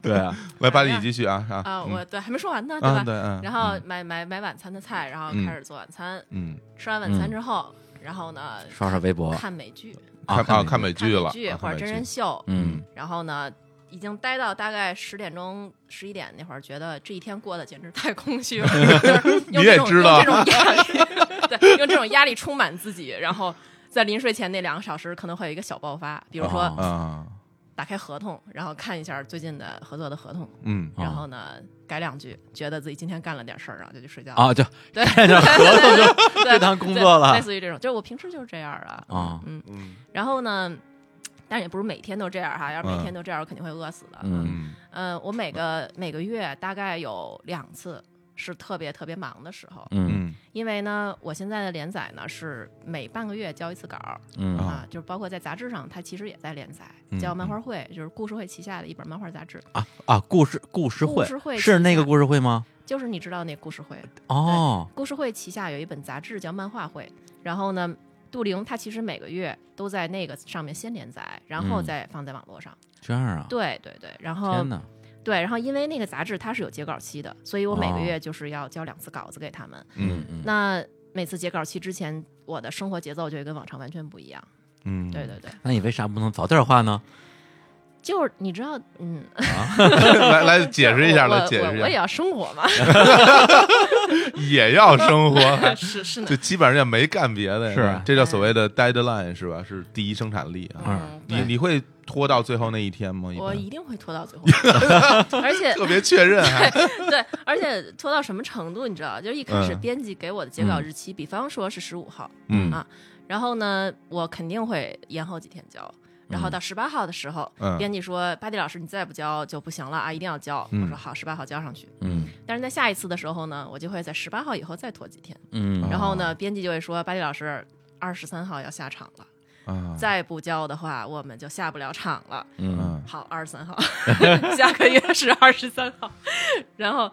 [SPEAKER 1] 对啊，
[SPEAKER 2] 来，巴黎，你继续啊啊
[SPEAKER 3] 啊，
[SPEAKER 2] 嗯
[SPEAKER 3] 我对还没说完呢，
[SPEAKER 2] 啊
[SPEAKER 3] 吧？
[SPEAKER 2] 对嗯
[SPEAKER 3] 然后买买买晚餐的菜，然后
[SPEAKER 2] 嗯
[SPEAKER 3] 开始做晚餐。
[SPEAKER 2] 嗯，
[SPEAKER 3] 吃完晚餐之后，然后呢，
[SPEAKER 1] 刷刷微博
[SPEAKER 3] 看美剧，
[SPEAKER 2] 看啊看
[SPEAKER 1] 美
[SPEAKER 2] 美
[SPEAKER 3] 看
[SPEAKER 2] 剧
[SPEAKER 3] 美
[SPEAKER 2] 了，
[SPEAKER 3] 剧
[SPEAKER 2] 啊
[SPEAKER 3] 或者真人，秀，
[SPEAKER 1] 嗯
[SPEAKER 3] 然后呢，已经待到大概十点钟、十一点那会儿，觉得这一天过得简直太空虚了。就是用
[SPEAKER 2] 你也
[SPEAKER 3] 这种
[SPEAKER 2] 知道
[SPEAKER 3] 用这种压力， 对，用这种压力充满自己，然后在临睡前那两个小时可能会有一个小爆发，比如
[SPEAKER 1] 哦
[SPEAKER 3] 说
[SPEAKER 2] 看美剧啊
[SPEAKER 3] 打开合同，然后看一下最近的合作的合同，
[SPEAKER 2] 嗯
[SPEAKER 1] 哦
[SPEAKER 3] 然后呢改两句，觉得自己今天干了点事儿，然后就去睡觉了。
[SPEAKER 1] 啊，就
[SPEAKER 3] 对，
[SPEAKER 1] 看着合同就
[SPEAKER 3] 对
[SPEAKER 1] 就当工作了
[SPEAKER 3] 对类似于这种，就是我平时就是这样啊。
[SPEAKER 1] 啊，
[SPEAKER 3] 嗯，
[SPEAKER 2] 嗯
[SPEAKER 3] 然后呢，但也不是每天都这样哈，要是每
[SPEAKER 2] 嗯
[SPEAKER 3] 天都这样，我肯定会饿死的。
[SPEAKER 1] 嗯
[SPEAKER 2] 嗯
[SPEAKER 3] 呃，我每个每个月大概有两次是特别特别忙的时候，
[SPEAKER 1] 嗯
[SPEAKER 2] 嗯
[SPEAKER 3] 因为呢，我现在的连载呢是每半个月交一次稿儿
[SPEAKER 1] 嗯
[SPEAKER 2] 啊
[SPEAKER 3] 啊，就是包括在杂志上，它其实也在连载
[SPEAKER 2] 嗯，
[SPEAKER 3] 叫《漫画会》，就是故事会旗下的一本漫画杂志，
[SPEAKER 1] 啊啊，故事故事
[SPEAKER 3] 故事
[SPEAKER 1] 会
[SPEAKER 3] 会
[SPEAKER 1] 是那个故事会吗？
[SPEAKER 3] 就是你知道那故事会，
[SPEAKER 1] 哦，
[SPEAKER 3] 故事会旗下有一本杂志叫《漫画会》，然后呢，杜玲她其实每个月都在那个上面先连载，然
[SPEAKER 1] 嗯
[SPEAKER 3] 后再放在网络上。
[SPEAKER 1] 这样啊，
[SPEAKER 3] 对对对，然后
[SPEAKER 1] 天哪，
[SPEAKER 3] 对，然后因为那个杂志它是有截稿期的，所以我每
[SPEAKER 1] 哦
[SPEAKER 3] 个月就是要交两次稿子给他们。
[SPEAKER 1] 嗯
[SPEAKER 2] 嗯
[SPEAKER 1] 嗯，
[SPEAKER 3] 那每次截稿期之前，我的生活节奏就会跟往常完全不一样。
[SPEAKER 2] 嗯，
[SPEAKER 3] 对对对，
[SPEAKER 1] 那你为啥不能早点画呢？
[SPEAKER 3] 就是你知道，嗯，呃
[SPEAKER 2] 来来解释一下，
[SPEAKER 3] 我
[SPEAKER 2] 来解
[SPEAKER 3] 我
[SPEAKER 2] 释一
[SPEAKER 3] 我也
[SPEAKER 2] 下，
[SPEAKER 3] 要生活 嘛，
[SPEAKER 2] 也要生活， 还
[SPEAKER 3] 是是呢
[SPEAKER 2] 就，基本上也没干别的，
[SPEAKER 1] 是啊
[SPEAKER 2] 这叫所谓的 deadline 是吧？是第一生产力啊。
[SPEAKER 3] 嗯，
[SPEAKER 2] 你
[SPEAKER 3] 对
[SPEAKER 2] 你会拖到最后那一天吗？一
[SPEAKER 3] 我
[SPEAKER 2] 般
[SPEAKER 3] 一定会拖 到最后，而且
[SPEAKER 2] 特别确认啊还，
[SPEAKER 3] 对，而且拖到什么程度，你知道？就是一开始
[SPEAKER 2] 嗯
[SPEAKER 3] 编辑给我的截稿日期，比方说是十五号，
[SPEAKER 2] 嗯
[SPEAKER 3] 啊，然后呢，我肯定会延后几天交。然后到十八号的时候，
[SPEAKER 2] 嗯
[SPEAKER 3] 编辑说：“巴蒂老师，你再不交就不行了啊，一定要交。
[SPEAKER 2] 嗯
[SPEAKER 3] 我说：“好，十八号交上去。
[SPEAKER 1] 嗯”
[SPEAKER 3] 但是在下一次的时候呢，我就会在十八号以后再拖几天。
[SPEAKER 2] 哦
[SPEAKER 1] 嗯
[SPEAKER 3] 然后呢，编辑就会说：“巴蒂老师，二十三号要下场了，
[SPEAKER 2] 啊，
[SPEAKER 3] 再不交的话，我们就下不了场了。”
[SPEAKER 1] 嗯
[SPEAKER 2] 嗯
[SPEAKER 3] 好，二十三号， 下个月是二十三号，然后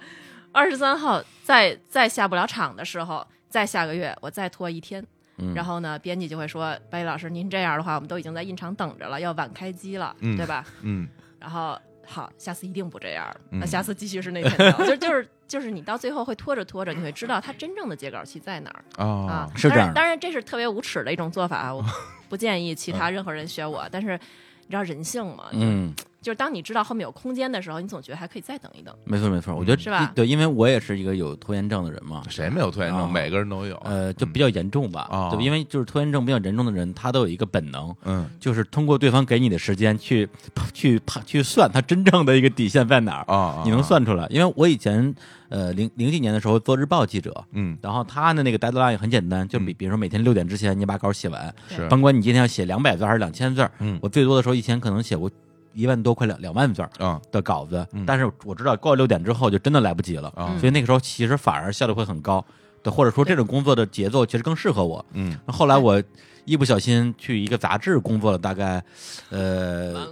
[SPEAKER 3] 二十三号再再下不了场的时候，再下个月我再拖一天，
[SPEAKER 1] 嗯，
[SPEAKER 3] 然后呢，编辑就会说：“白宇老师，您这样的话，我们都已经在印厂等着了，要晚开机了，
[SPEAKER 2] 嗯
[SPEAKER 3] 对吧
[SPEAKER 2] 嗯，？”
[SPEAKER 3] 然后好，下次一定不这样了，
[SPEAKER 2] 嗯
[SPEAKER 3] 那下次继续是那天到，就 就是就是你到最后会拖着拖着，你会知道它真正的截稿期在哪儿。啊
[SPEAKER 2] 哦，，
[SPEAKER 1] 是这
[SPEAKER 3] 当
[SPEAKER 1] 样的
[SPEAKER 3] 然，当然这是特别无耻的一种做法啊，我不建议其他任何人学我。但是你知道人性嘛？就是
[SPEAKER 1] 嗯，
[SPEAKER 3] 就是当你知道后面有空间的时候，你总觉得还可以再等一等。
[SPEAKER 1] 没错没错，我觉得
[SPEAKER 3] 是吧
[SPEAKER 1] 对，因为我也是一个有拖延症的人嘛，
[SPEAKER 2] 谁没有拖延
[SPEAKER 1] 啊
[SPEAKER 2] 症？每个人都有。
[SPEAKER 1] 呃，就比较严重吧，
[SPEAKER 2] 哦
[SPEAKER 1] 对吧，因为就是拖延症比较严重的人，他都有一个本能，
[SPEAKER 2] 嗯
[SPEAKER 1] 就是通过对方给你的时间去 去去算他真正的一个底线在哪儿，
[SPEAKER 2] 啊，
[SPEAKER 1] 你能
[SPEAKER 2] 啊？
[SPEAKER 1] 算出来。因为我以前呃零零几年的时候做日报记者，
[SPEAKER 2] 嗯，
[SPEAKER 1] 然后他的那个 deadline 也很简单，就比比如说每天六点之前你把稿写完，
[SPEAKER 3] 对
[SPEAKER 2] 是
[SPEAKER 1] 甭管你今天要写两百字还是两千字，
[SPEAKER 2] 嗯
[SPEAKER 1] 我最多的时候以前可能写过一万多快两两万字
[SPEAKER 2] 啊
[SPEAKER 1] 的稿子，
[SPEAKER 2] 嗯
[SPEAKER 1] 但是我知道过了六点之后就真的来不及了，
[SPEAKER 2] 啊，
[SPEAKER 1] 所以那个时候其实反而效率会很高，对，或者说这种工作的节奏其实更适合我。
[SPEAKER 2] 嗯
[SPEAKER 1] 那后来我一不小心去一个杂志工作了大概呃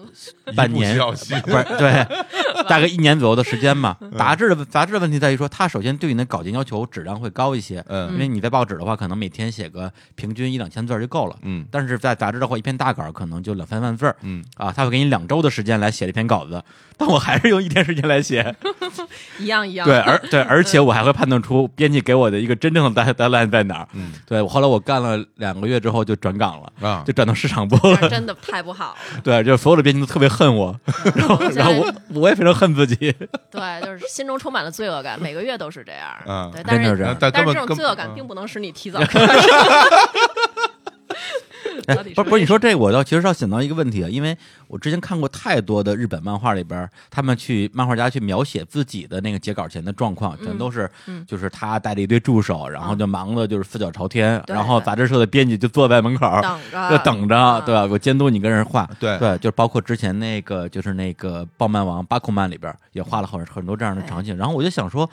[SPEAKER 1] 半
[SPEAKER 2] 嗯一
[SPEAKER 1] 年
[SPEAKER 2] 不，小心
[SPEAKER 1] 不是对，大概一年左右的时间嘛。杂志的杂志的问题在于说，它首先对你的稿件要求质量会高一些，
[SPEAKER 2] 嗯
[SPEAKER 1] 因为你在报纸的话，可能每天写个平均一两千字儿就够了。
[SPEAKER 2] 嗯
[SPEAKER 1] 但是在杂志的话，一篇大稿可能就两三万字儿
[SPEAKER 2] 嗯，
[SPEAKER 1] 啊，他会给你两周的时间来写这篇稿子，但我还是用一天时间来写，
[SPEAKER 3] 一样一样。
[SPEAKER 1] 对，而对，而 且我还会判断出编辑给我的一个真正的 deadline 在哪儿。
[SPEAKER 2] 嗯，
[SPEAKER 1] 对我后来我干了两个月之后就转岗了，
[SPEAKER 2] 啊
[SPEAKER 1] 就转到市场部
[SPEAKER 3] 但
[SPEAKER 1] 了。
[SPEAKER 3] 是真的太 不好了。
[SPEAKER 1] 对，就所有的编辑都特别恨我，然
[SPEAKER 3] 哦
[SPEAKER 1] 后 然后我我也非常恨自己。
[SPEAKER 3] 对，就是心中充满了罪恶感，每个月都是这样。
[SPEAKER 1] 啊
[SPEAKER 2] 嗯
[SPEAKER 3] 对，但
[SPEAKER 1] 真的是
[SPEAKER 3] 是
[SPEAKER 1] 这样
[SPEAKER 2] 但
[SPEAKER 3] 但
[SPEAKER 2] 根
[SPEAKER 3] 是
[SPEAKER 2] 本
[SPEAKER 3] 这种
[SPEAKER 2] 根
[SPEAKER 3] 罪恶感
[SPEAKER 2] 嗯
[SPEAKER 3] 并不能使你 提早开始。
[SPEAKER 1] 哎
[SPEAKER 3] 到底，
[SPEAKER 1] 不是
[SPEAKER 3] 是
[SPEAKER 1] 不是，你
[SPEAKER 3] 为
[SPEAKER 1] 说这我倒其实要想到一个问题啊，因为我之前看过太多的日本漫画里边儿，他们去漫画家去描写自己的那个截稿前的状况，全都是、
[SPEAKER 3] 嗯
[SPEAKER 1] 就是他带着一堆助手，然后就忙的就是四脚朝天，
[SPEAKER 3] 对
[SPEAKER 1] 然后
[SPEAKER 3] 对
[SPEAKER 1] 杂志社的编辑就坐在门口儿。
[SPEAKER 3] 等着，
[SPEAKER 1] 就等着，
[SPEAKER 3] 啊
[SPEAKER 1] 对吧？我监督你跟人画，
[SPEAKER 2] 对
[SPEAKER 1] 对，就包括之前那个，就是那个《暴漫王》巴库曼里边儿也画了很很多这样的场景。然后我就想说，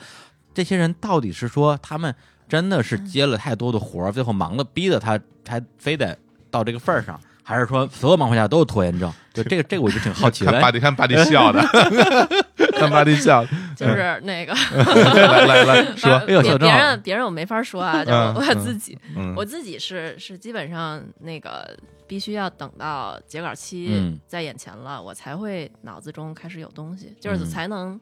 [SPEAKER 1] 这些人到底是说他们真的是
[SPEAKER 3] 嗯
[SPEAKER 1] 接了太多的活儿，最后忙的逼得他还非得到这个份儿上，还是说所有漫画家都有拖延症？就这个这个我就挺好奇
[SPEAKER 2] 看巴
[SPEAKER 1] 的。
[SPEAKER 2] 蒂，看巴蒂笑 的， 看巴蒂笑的，
[SPEAKER 3] 就是那个
[SPEAKER 2] 来来
[SPEAKER 3] 啊
[SPEAKER 2] 来说，
[SPEAKER 1] 哎呦
[SPEAKER 3] 别
[SPEAKER 1] 说得
[SPEAKER 3] 别
[SPEAKER 1] 正好
[SPEAKER 3] 人别人我没法说啊，就是我
[SPEAKER 2] 嗯
[SPEAKER 3] 我
[SPEAKER 2] 嗯
[SPEAKER 3] 自己
[SPEAKER 2] 嗯
[SPEAKER 3] 我自己是是基本上那个必须要等到截稿期
[SPEAKER 1] 嗯
[SPEAKER 3] 在眼前了，我才会脑子中开始有东西，就
[SPEAKER 1] 嗯
[SPEAKER 3] 是才能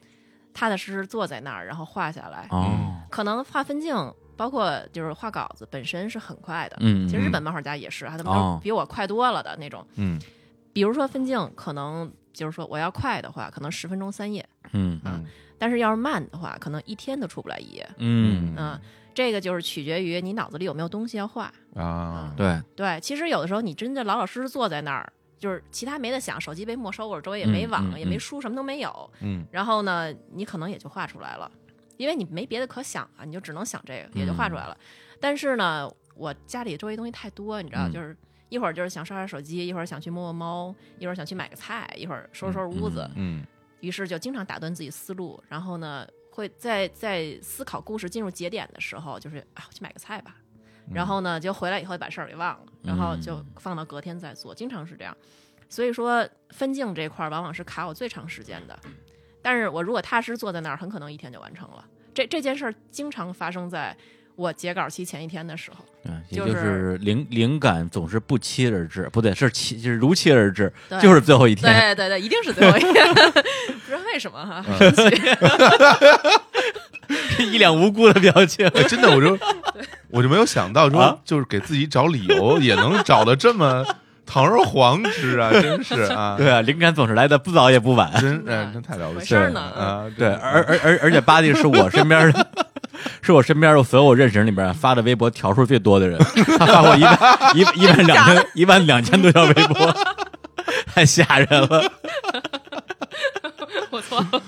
[SPEAKER 3] 踏踏实实坐在那儿，然后画下来。
[SPEAKER 1] 哦，
[SPEAKER 3] 可能画分镜，包括就是画稿子本身是很快的。
[SPEAKER 1] 嗯，
[SPEAKER 3] 其实日
[SPEAKER 1] 嗯
[SPEAKER 3] 本漫画家也是啊，他们
[SPEAKER 1] 哦
[SPEAKER 3] 都比我快多了的那种。
[SPEAKER 2] 嗯
[SPEAKER 3] 比如说分镜，可能就是说我要快的话，可能十分钟三页；
[SPEAKER 1] 嗯
[SPEAKER 3] 啊
[SPEAKER 2] 嗯
[SPEAKER 3] 但是要是慢的话，可能一天都出不来一页。
[SPEAKER 1] 嗯
[SPEAKER 3] 嗯、这个就是取决于你脑子里有没有东西要画。
[SPEAKER 2] 啊，
[SPEAKER 1] 对，
[SPEAKER 3] 对，其实有的时候你真的老老实实坐在那儿，就是其他没得想，手机被没收了，周围也没
[SPEAKER 1] 嗯
[SPEAKER 3] 网，
[SPEAKER 1] 嗯
[SPEAKER 3] 也没
[SPEAKER 1] 嗯
[SPEAKER 3] 书，什么都没有。
[SPEAKER 2] 嗯
[SPEAKER 3] 然后呢，你可能也就画出来了，因为你没别的可想啊，你就只能想这个，也就画出来了。
[SPEAKER 2] 嗯
[SPEAKER 3] 但是呢，我家里周围东西太多，你知道，
[SPEAKER 1] 嗯
[SPEAKER 3] 就是一会儿就是想刷刷手机，一会儿想去摸摸猫，一会儿想去买个菜，一会儿收拾收拾屋子，
[SPEAKER 2] 嗯
[SPEAKER 3] 于是就经常打断自己思路，然后呢，会在在思考故事进入节点的时候，就是啊，我去买个菜吧。然后呢，就回来以后把事儿给忘了，然后就放到隔天再做，经常是这样。所以说分镜这块儿往往是卡我最长时间的，但是我如果踏实坐在那儿，很可能一天就完成了。这这件事儿经常发生在我截稿期前一天的时候，
[SPEAKER 1] 嗯，也
[SPEAKER 3] 就
[SPEAKER 1] 就是
[SPEAKER 3] 是
[SPEAKER 1] 灵灵感总是不期而至，不对，是期就是如期而至，
[SPEAKER 3] 对
[SPEAKER 1] 就是最后一天。
[SPEAKER 3] 对对对，一定是最后一天， 不知道为什么哈， 神奇。
[SPEAKER 1] 一脸无辜的表情。
[SPEAKER 2] 哎，真的，我就我就没有想到
[SPEAKER 1] 啊
[SPEAKER 2] 说，就是给自己找理由也能找的这么堂而皇之啊，真是啊，
[SPEAKER 1] 对啊，灵感总是来的不早也不晚。
[SPEAKER 2] 真
[SPEAKER 3] 真的
[SPEAKER 2] 哎真太了不
[SPEAKER 3] 回
[SPEAKER 2] 起
[SPEAKER 3] 事儿
[SPEAKER 2] 了
[SPEAKER 3] 呢
[SPEAKER 2] 啊！
[SPEAKER 1] 对，
[SPEAKER 2] 真的
[SPEAKER 1] 而而而而且巴蒂是我身边的， 是我身边的所有我认识人里边发的微博条数最多的人，他发过一万一一万两千一万两千多条微博， 太吓人了。
[SPEAKER 3] 我错了，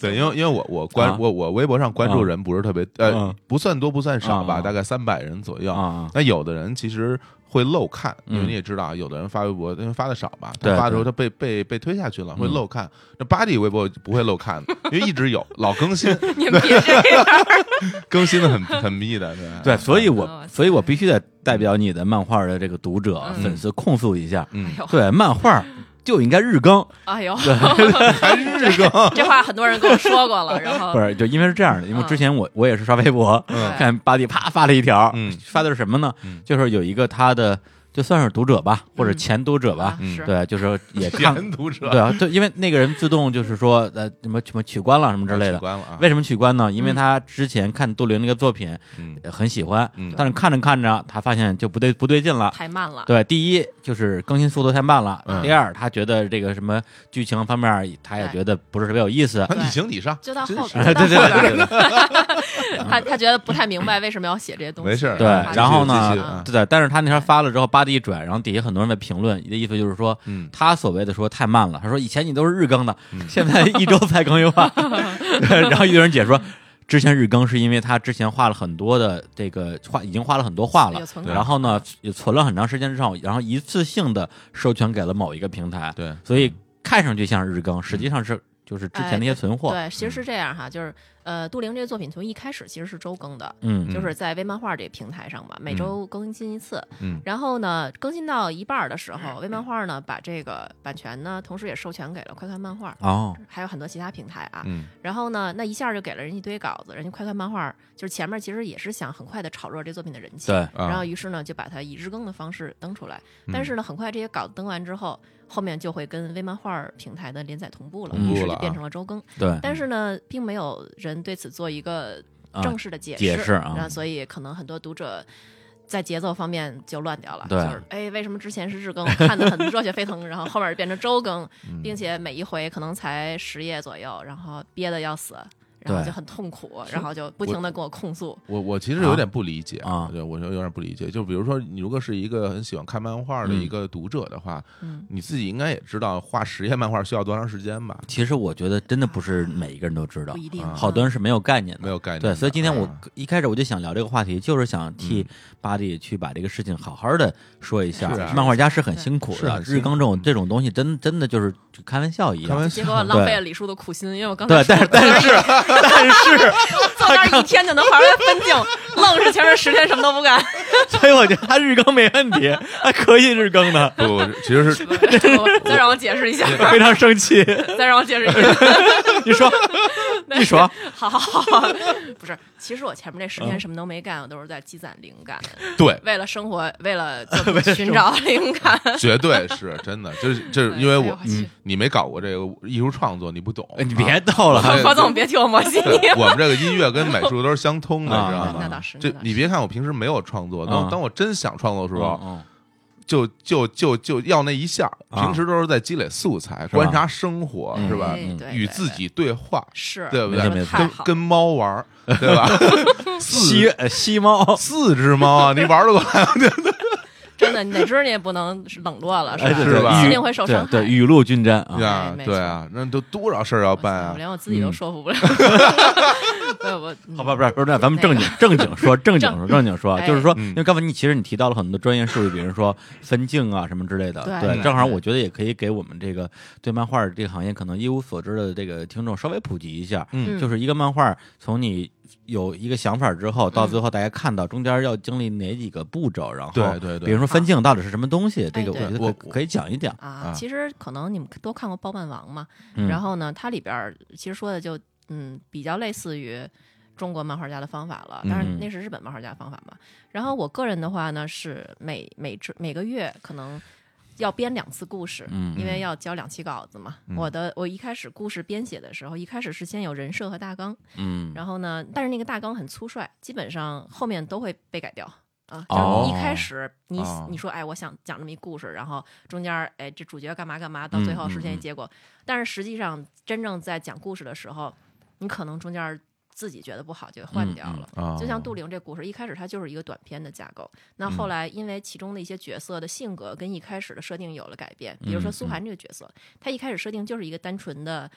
[SPEAKER 2] 对，因为因为我我关
[SPEAKER 1] 啊
[SPEAKER 2] 我我微博上关注
[SPEAKER 1] 啊
[SPEAKER 2] 人不是特别
[SPEAKER 1] 嗯
[SPEAKER 2] 呃，不算多不算少
[SPEAKER 1] 啊啊
[SPEAKER 2] 吧，大概三百人左右
[SPEAKER 1] 啊啊。
[SPEAKER 2] 那有的人其实会漏看，因为
[SPEAKER 1] 嗯
[SPEAKER 2] 你也知道，啊，有的人发微博因为发的少吧，
[SPEAKER 1] 对
[SPEAKER 2] 他发的时
[SPEAKER 1] 对
[SPEAKER 2] 候他被被被推下去了，会
[SPEAKER 1] 嗯
[SPEAKER 2] 漏看。那巴蒂微博不会漏看，因为一直有老更新，
[SPEAKER 3] 你们别这样。
[SPEAKER 2] 更新的很很密的，
[SPEAKER 1] 对，所以我
[SPEAKER 3] 哦
[SPEAKER 1] 所以我必须得代表你的漫画的这个读者
[SPEAKER 3] 嗯
[SPEAKER 1] 粉丝控诉一下，
[SPEAKER 2] 嗯
[SPEAKER 3] 哎呦，
[SPEAKER 1] 对，漫画就应该日更，
[SPEAKER 3] 哎呦，
[SPEAKER 2] 还日更，
[SPEAKER 3] 这话很多人跟我说过了，然后
[SPEAKER 1] 不是，就因为是这样的，因为之前我、我也是刷微博，
[SPEAKER 3] 嗯
[SPEAKER 1] 看巴蒂啪发了一条，
[SPEAKER 2] 嗯
[SPEAKER 1] 发的是什么呢？
[SPEAKER 2] 嗯
[SPEAKER 1] 就是有一个他的就算是读者吧，或者前读者吧
[SPEAKER 3] 啊，
[SPEAKER 2] 嗯
[SPEAKER 3] 是
[SPEAKER 1] 对， 就是也看，
[SPEAKER 2] 前读者
[SPEAKER 1] 对啊，对，因为那个人自动就是说呃什么什么取关了什么之类
[SPEAKER 2] 取
[SPEAKER 1] 的。
[SPEAKER 2] 关了啊，
[SPEAKER 1] 为什么取关呢？因
[SPEAKER 3] 嗯
[SPEAKER 1] 为他之前看杜林那个作品
[SPEAKER 2] 嗯
[SPEAKER 1] 呃很喜欢，
[SPEAKER 2] 嗯
[SPEAKER 1] 但是看着看着他发现就不对不对劲了。
[SPEAKER 3] 太慢了。
[SPEAKER 1] 对，第一就是更新速度太慢了，
[SPEAKER 2] 嗯
[SPEAKER 1] 第二他觉得这个什么剧情方面他也
[SPEAKER 3] 对
[SPEAKER 1] 觉得不是特别有意思，
[SPEAKER 2] 啊你行你上，
[SPEAKER 3] 就到
[SPEAKER 2] 真
[SPEAKER 3] 后
[SPEAKER 2] 是
[SPEAKER 3] 边，就到
[SPEAKER 1] 对对
[SPEAKER 3] 后
[SPEAKER 1] 对
[SPEAKER 3] 边
[SPEAKER 1] 对对。
[SPEAKER 3] 他他觉得不太明白为什么要写这些东西。
[SPEAKER 2] 没事儿
[SPEAKER 1] 对
[SPEAKER 2] 啊继续
[SPEAKER 1] 然后呢
[SPEAKER 2] 继
[SPEAKER 3] 嗯
[SPEAKER 2] 续啊
[SPEAKER 1] 对的，但是他那条发了之后，八弟一转，然后底下很多人在评论，的意思就是说，
[SPEAKER 2] 嗯
[SPEAKER 1] 他所谓的说太慢了，他说以前你都是日更的，
[SPEAKER 2] 嗯
[SPEAKER 1] 现在一周才更一 话，对， 然后一堆人解说。之前日更是因为他之前画了很多的这个画，已经画了很多画了
[SPEAKER 3] 有存，
[SPEAKER 2] 款
[SPEAKER 1] 然后呢也存了很长时间之后，然后一次性的授权给了某一个平台，
[SPEAKER 2] 对，
[SPEAKER 1] 所以看上去像是日
[SPEAKER 3] 嗯
[SPEAKER 1] 更，实际上是就是之前那些存货，
[SPEAKER 3] 对，其实是这样哈，就是呃，杜陵这个作品从一开始其实是周更的，
[SPEAKER 1] 嗯
[SPEAKER 3] 就是在微漫画这个平台上嘛，每周更新一次。
[SPEAKER 2] 嗯
[SPEAKER 3] 然后呢，更新到一半儿的时候，微漫画呢把这个版权呢，同时也授权给了快看漫画，
[SPEAKER 1] 哦，
[SPEAKER 3] 还有很多其他平台啊。
[SPEAKER 2] 嗯
[SPEAKER 3] 然后呢，那一下就给了人一堆稿子，人家快看漫画就是前面其实也是想很快的炒热这作品的人气。
[SPEAKER 1] 对，
[SPEAKER 2] 啊嗯
[SPEAKER 3] 然后于是呢就把它以日更的方式登出来。但是呢，很快这些稿子登完之后，后面就会跟微漫画平台的连载同步了，
[SPEAKER 1] 同步嗯
[SPEAKER 3] 于是
[SPEAKER 2] 了
[SPEAKER 3] 就
[SPEAKER 2] 啊
[SPEAKER 3] 变成了周更。
[SPEAKER 1] 对，
[SPEAKER 3] 但是呢，并没有人对此做一个
[SPEAKER 1] 啊
[SPEAKER 3] 正式的解释，
[SPEAKER 1] 解释啊
[SPEAKER 3] 那所以可能很多读者。在节奏方面就乱掉了，
[SPEAKER 1] 对
[SPEAKER 3] 就是哎，为什么之前是日更，看得很热血沸腾，然后后面变成周更，
[SPEAKER 1] 嗯
[SPEAKER 3] 并且每一回可能才十页左右，然后憋得要死，然后
[SPEAKER 1] 对
[SPEAKER 3] 就很痛苦，然后就不停的跟我控诉，
[SPEAKER 2] 我我其实
[SPEAKER 1] 啊
[SPEAKER 2] 有点不理解
[SPEAKER 1] 啊
[SPEAKER 2] 对，我就有点不理解。就比如说，你如果是一个很喜欢看漫画的
[SPEAKER 1] 嗯
[SPEAKER 2] 一个读者的话，
[SPEAKER 3] 嗯
[SPEAKER 2] 你自己应该也知道画实验漫画需要多长时间吧？
[SPEAKER 1] 其实我觉得真的不是每一个人都知道
[SPEAKER 3] 不，一定，
[SPEAKER 2] 啊
[SPEAKER 1] 好多人是没有概念的，
[SPEAKER 2] 没有概念的。
[SPEAKER 1] 对，所以今天我
[SPEAKER 2] 啊
[SPEAKER 1] 一开始我就想聊这个话题，就是想替
[SPEAKER 2] 嗯
[SPEAKER 1] 巴蒂去把这个事情好好的说一下
[SPEAKER 2] 是。啊
[SPEAKER 1] 漫画家是很辛苦
[SPEAKER 2] 是
[SPEAKER 1] 的，
[SPEAKER 2] 很辛
[SPEAKER 1] 日
[SPEAKER 2] 苦
[SPEAKER 1] 更这种
[SPEAKER 2] 嗯
[SPEAKER 1] 这种东西真真的就是就开玩笑一
[SPEAKER 2] 开
[SPEAKER 1] 样。
[SPEAKER 2] 玩
[SPEAKER 3] 结
[SPEAKER 2] 笑，
[SPEAKER 3] 果浪费了李叔的苦心，因为我刚才
[SPEAKER 1] 对，但是但是但是，
[SPEAKER 3] 坐那儿一天就能玩来分镜，愣是前面十天什么都不干。
[SPEAKER 1] 所以我觉得他日更没问题，他可以日更的。
[SPEAKER 2] 不，不其实 是
[SPEAKER 3] 再让我解释一下，
[SPEAKER 1] 非常生气，
[SPEAKER 3] 再让我解释一下。
[SPEAKER 1] 你说，你说，
[SPEAKER 3] 好好好，不是，其实我前面那十天什么都没干，我都是在积攒灵感，
[SPEAKER 2] 对，
[SPEAKER 3] 为了生活，为了就寻找灵感。
[SPEAKER 2] 绝对是真的，就是就是因为我
[SPEAKER 3] 哎呦我去
[SPEAKER 2] 你没搞过这个艺术创哎作，你不懂。
[SPEAKER 1] 哎你 别逗了。
[SPEAKER 2] 对
[SPEAKER 3] 何总，别替我磨叽你
[SPEAKER 2] 对，。我们这个音乐跟美术都是相通的，
[SPEAKER 1] 啊
[SPEAKER 2] 你知道
[SPEAKER 3] 那
[SPEAKER 2] 吗？
[SPEAKER 3] 倒是，那
[SPEAKER 2] 这
[SPEAKER 3] 倒
[SPEAKER 2] 你
[SPEAKER 3] 是
[SPEAKER 2] 别看我平时没有创作，
[SPEAKER 1] 啊
[SPEAKER 2] 当当我真想创作的时候，
[SPEAKER 1] 嗯
[SPEAKER 2] 就就就就要那一下儿。
[SPEAKER 1] 啊
[SPEAKER 2] 平时都是在积累素材，
[SPEAKER 1] 吧
[SPEAKER 2] 观察生活，
[SPEAKER 1] 嗯
[SPEAKER 2] 是吧
[SPEAKER 3] 哎？
[SPEAKER 1] 嗯
[SPEAKER 3] 对
[SPEAKER 2] 与
[SPEAKER 3] 对
[SPEAKER 2] 自
[SPEAKER 3] 对
[SPEAKER 2] 己对话，
[SPEAKER 3] 是，
[SPEAKER 2] 对不
[SPEAKER 3] 说
[SPEAKER 2] 对
[SPEAKER 3] 得
[SPEAKER 1] 没错
[SPEAKER 3] 太
[SPEAKER 2] 跟
[SPEAKER 3] 好
[SPEAKER 2] 跟
[SPEAKER 3] 了
[SPEAKER 2] 猫玩儿，对吧？
[SPEAKER 1] 吸
[SPEAKER 2] 四
[SPEAKER 1] 呃吸猫，
[SPEAKER 2] 四只猫啊，你玩得过来？
[SPEAKER 3] 真的哪只你也不能是冷落了，是
[SPEAKER 1] 哎，
[SPEAKER 3] 吧？
[SPEAKER 1] 对
[SPEAKER 2] 是吧
[SPEAKER 1] 对，
[SPEAKER 3] 一
[SPEAKER 1] 雨
[SPEAKER 3] 定会受伤害
[SPEAKER 1] 对对，雨露均沾啊。
[SPEAKER 2] 对啊
[SPEAKER 3] 没，错
[SPEAKER 2] 对啊，那都多少事儿要办
[SPEAKER 3] 我
[SPEAKER 2] 啊！
[SPEAKER 3] 连我自己都说服不了。对，我
[SPEAKER 1] 好哦吧，不是不是，那咱们正经正经说，正经说，正经说，啊
[SPEAKER 3] 哎
[SPEAKER 1] 就是说，
[SPEAKER 2] 嗯
[SPEAKER 1] 因为刚才你其实你提到了很多专业术语，比如说分镜啊什么之类的，
[SPEAKER 3] 对
[SPEAKER 1] 对，
[SPEAKER 3] 嗯
[SPEAKER 1] 正好我觉得也可以给我们这个对漫画这个行业可能一无所知的这个听众稍微普及一下，
[SPEAKER 2] 嗯
[SPEAKER 3] 啊
[SPEAKER 1] 就是一个漫画从你有一个想法之后，到最后大家看到中间要经历哪几个步骤，然后
[SPEAKER 2] 对对对
[SPEAKER 1] 比如说分镜到底是什么东西，这个我
[SPEAKER 3] 哎对
[SPEAKER 1] 觉得
[SPEAKER 2] 我
[SPEAKER 1] 可可以讲一讲，
[SPEAKER 2] 啊
[SPEAKER 3] 啊，其实可能你们都看过《包办王》嘛，
[SPEAKER 1] 嗯
[SPEAKER 3] 然后呢，它里边儿其实说的就嗯比较类似于中国漫画家的方法了，当
[SPEAKER 1] 嗯
[SPEAKER 3] 然那是日本漫画家的方法嘛。然后我个人的话呢，是每每周每个月可能要编两次故事，
[SPEAKER 1] 嗯
[SPEAKER 3] 因为要交两期稿子嘛。
[SPEAKER 2] 嗯
[SPEAKER 3] 我的我一开始故事编写的时候，一开始是先有人设和大纲，
[SPEAKER 1] 嗯
[SPEAKER 3] 然后呢，但是那个大纲很粗率，基本上后面都会被改掉。啊，
[SPEAKER 1] 哦
[SPEAKER 3] 就是一开始你、
[SPEAKER 2] 哦
[SPEAKER 3] 你说哎，我想讲这么一故事，然后中间哎这主角干嘛干嘛，到最后实现一结果。但是实际上真正在讲故事的时候，你可能中间自己觉得不好就换掉了。
[SPEAKER 2] 啊
[SPEAKER 3] 就像杜陵这故事，一开始它就是一个短篇的架构，那后来因为其中的一些角色的性格跟一开始的设定有了改变，比如说苏涵这个角色，她一开始设定就是一个单纯的，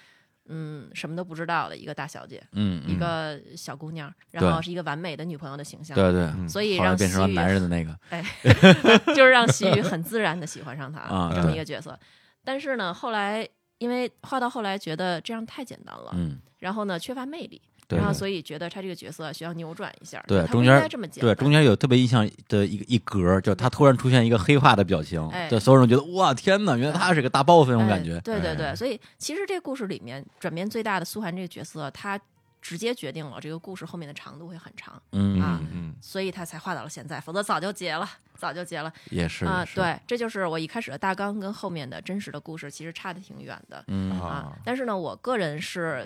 [SPEAKER 3] 嗯，什么都不知道的一个大小姐，
[SPEAKER 1] 嗯，
[SPEAKER 3] 一
[SPEAKER 1] 嗯
[SPEAKER 3] 个小姑娘，
[SPEAKER 1] 对
[SPEAKER 3] 然后是一个完美的女朋友的形象，
[SPEAKER 1] 对对，
[SPEAKER 3] 所以
[SPEAKER 1] 后来
[SPEAKER 3] 让
[SPEAKER 1] 变
[SPEAKER 3] 西
[SPEAKER 1] 成了
[SPEAKER 3] 域
[SPEAKER 1] 男人的那个
[SPEAKER 3] 就是让西域很自然的喜欢上她
[SPEAKER 1] 啊
[SPEAKER 3] 这么一
[SPEAKER 1] 对
[SPEAKER 3] 个角色。但是呢，后来因为画到后来觉得这样太简单了，
[SPEAKER 1] 嗯。
[SPEAKER 3] 然后呢缺乏魅力，
[SPEAKER 1] 对
[SPEAKER 3] 然后
[SPEAKER 1] 对
[SPEAKER 3] 所以觉得他这个角色需要扭转一下，
[SPEAKER 1] 对
[SPEAKER 3] 他不
[SPEAKER 1] 中
[SPEAKER 3] 应
[SPEAKER 1] 间
[SPEAKER 3] 该这么简
[SPEAKER 1] 对，
[SPEAKER 3] 单，
[SPEAKER 1] 中间有特别印象的一个一格，就他突然出现一个黑化的表情，
[SPEAKER 3] 嗯哎
[SPEAKER 1] 就所有人觉得哇天哪，原来他是个大 boss 那种
[SPEAKER 3] 哎
[SPEAKER 1] 感觉。
[SPEAKER 3] 对对对，
[SPEAKER 1] 哎
[SPEAKER 3] 所以其实这故事里面转变最大的苏涵这个角色，她直接决定了这个故事后面的长度会很长，
[SPEAKER 1] 嗯，
[SPEAKER 3] 啊
[SPEAKER 1] 嗯
[SPEAKER 2] 嗯
[SPEAKER 3] 所以她才画到了现在，否则早就结了，早就结了
[SPEAKER 1] 也是
[SPEAKER 3] 啊、
[SPEAKER 1] 也是
[SPEAKER 3] 对，这就是我一开始的大纲跟后面的真实的故事其实差的挺远的
[SPEAKER 1] 嗯
[SPEAKER 3] 啊、但是呢，我个人是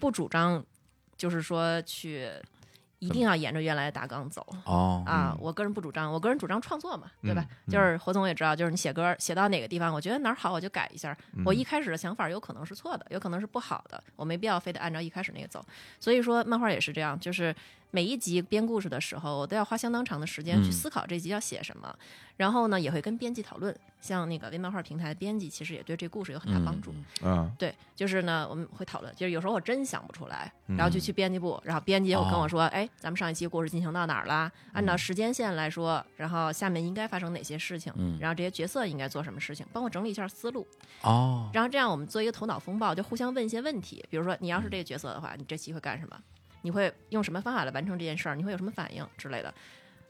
[SPEAKER 3] 不主张，就是说去
[SPEAKER 1] 嗯
[SPEAKER 3] 一定要沿着原来的大纲走。
[SPEAKER 1] 哦
[SPEAKER 3] 啊，我个人不主张，我个人主张创作嘛，对吧？
[SPEAKER 2] 嗯
[SPEAKER 3] 就是何总也知道，就是你写歌写到哪个地方，我觉得哪儿好我就改一下。
[SPEAKER 1] 嗯
[SPEAKER 3] 我一开始的想法有可能是错的，有可能是不好的，我没必要非得按照一开始那个走。所以说，漫画也是这样，就是每一集编故事的时候，我都要花相当长的时间去
[SPEAKER 1] 嗯
[SPEAKER 3] 思考这集要写什么，然后呢，也会跟编辑讨论。像那个微漫画平台的编辑，其实也对这故事有很大帮助。
[SPEAKER 1] 嗯
[SPEAKER 2] 啊，
[SPEAKER 3] 对，就是呢，我们会讨论，就是有时候我真想不出来，然后就
[SPEAKER 1] 嗯
[SPEAKER 3] 去编辑部，然后编辑又
[SPEAKER 1] 哦
[SPEAKER 3] 跟我说，哎，咱们上一期故事进行到哪儿啦？按
[SPEAKER 1] 嗯
[SPEAKER 3] 照时间线来说，然后下面应该发生哪些事情，
[SPEAKER 1] 嗯
[SPEAKER 3] 然后这些角色应该做什么事情，帮我整理一下思路，
[SPEAKER 1] 哦，
[SPEAKER 3] 然后这样我们做一个头脑风暴，就互相问一些问题，比如说你要是这个角色的话，你这期会干什么？你会用什么方法来完成这件事儿？你会有什么反应之类的？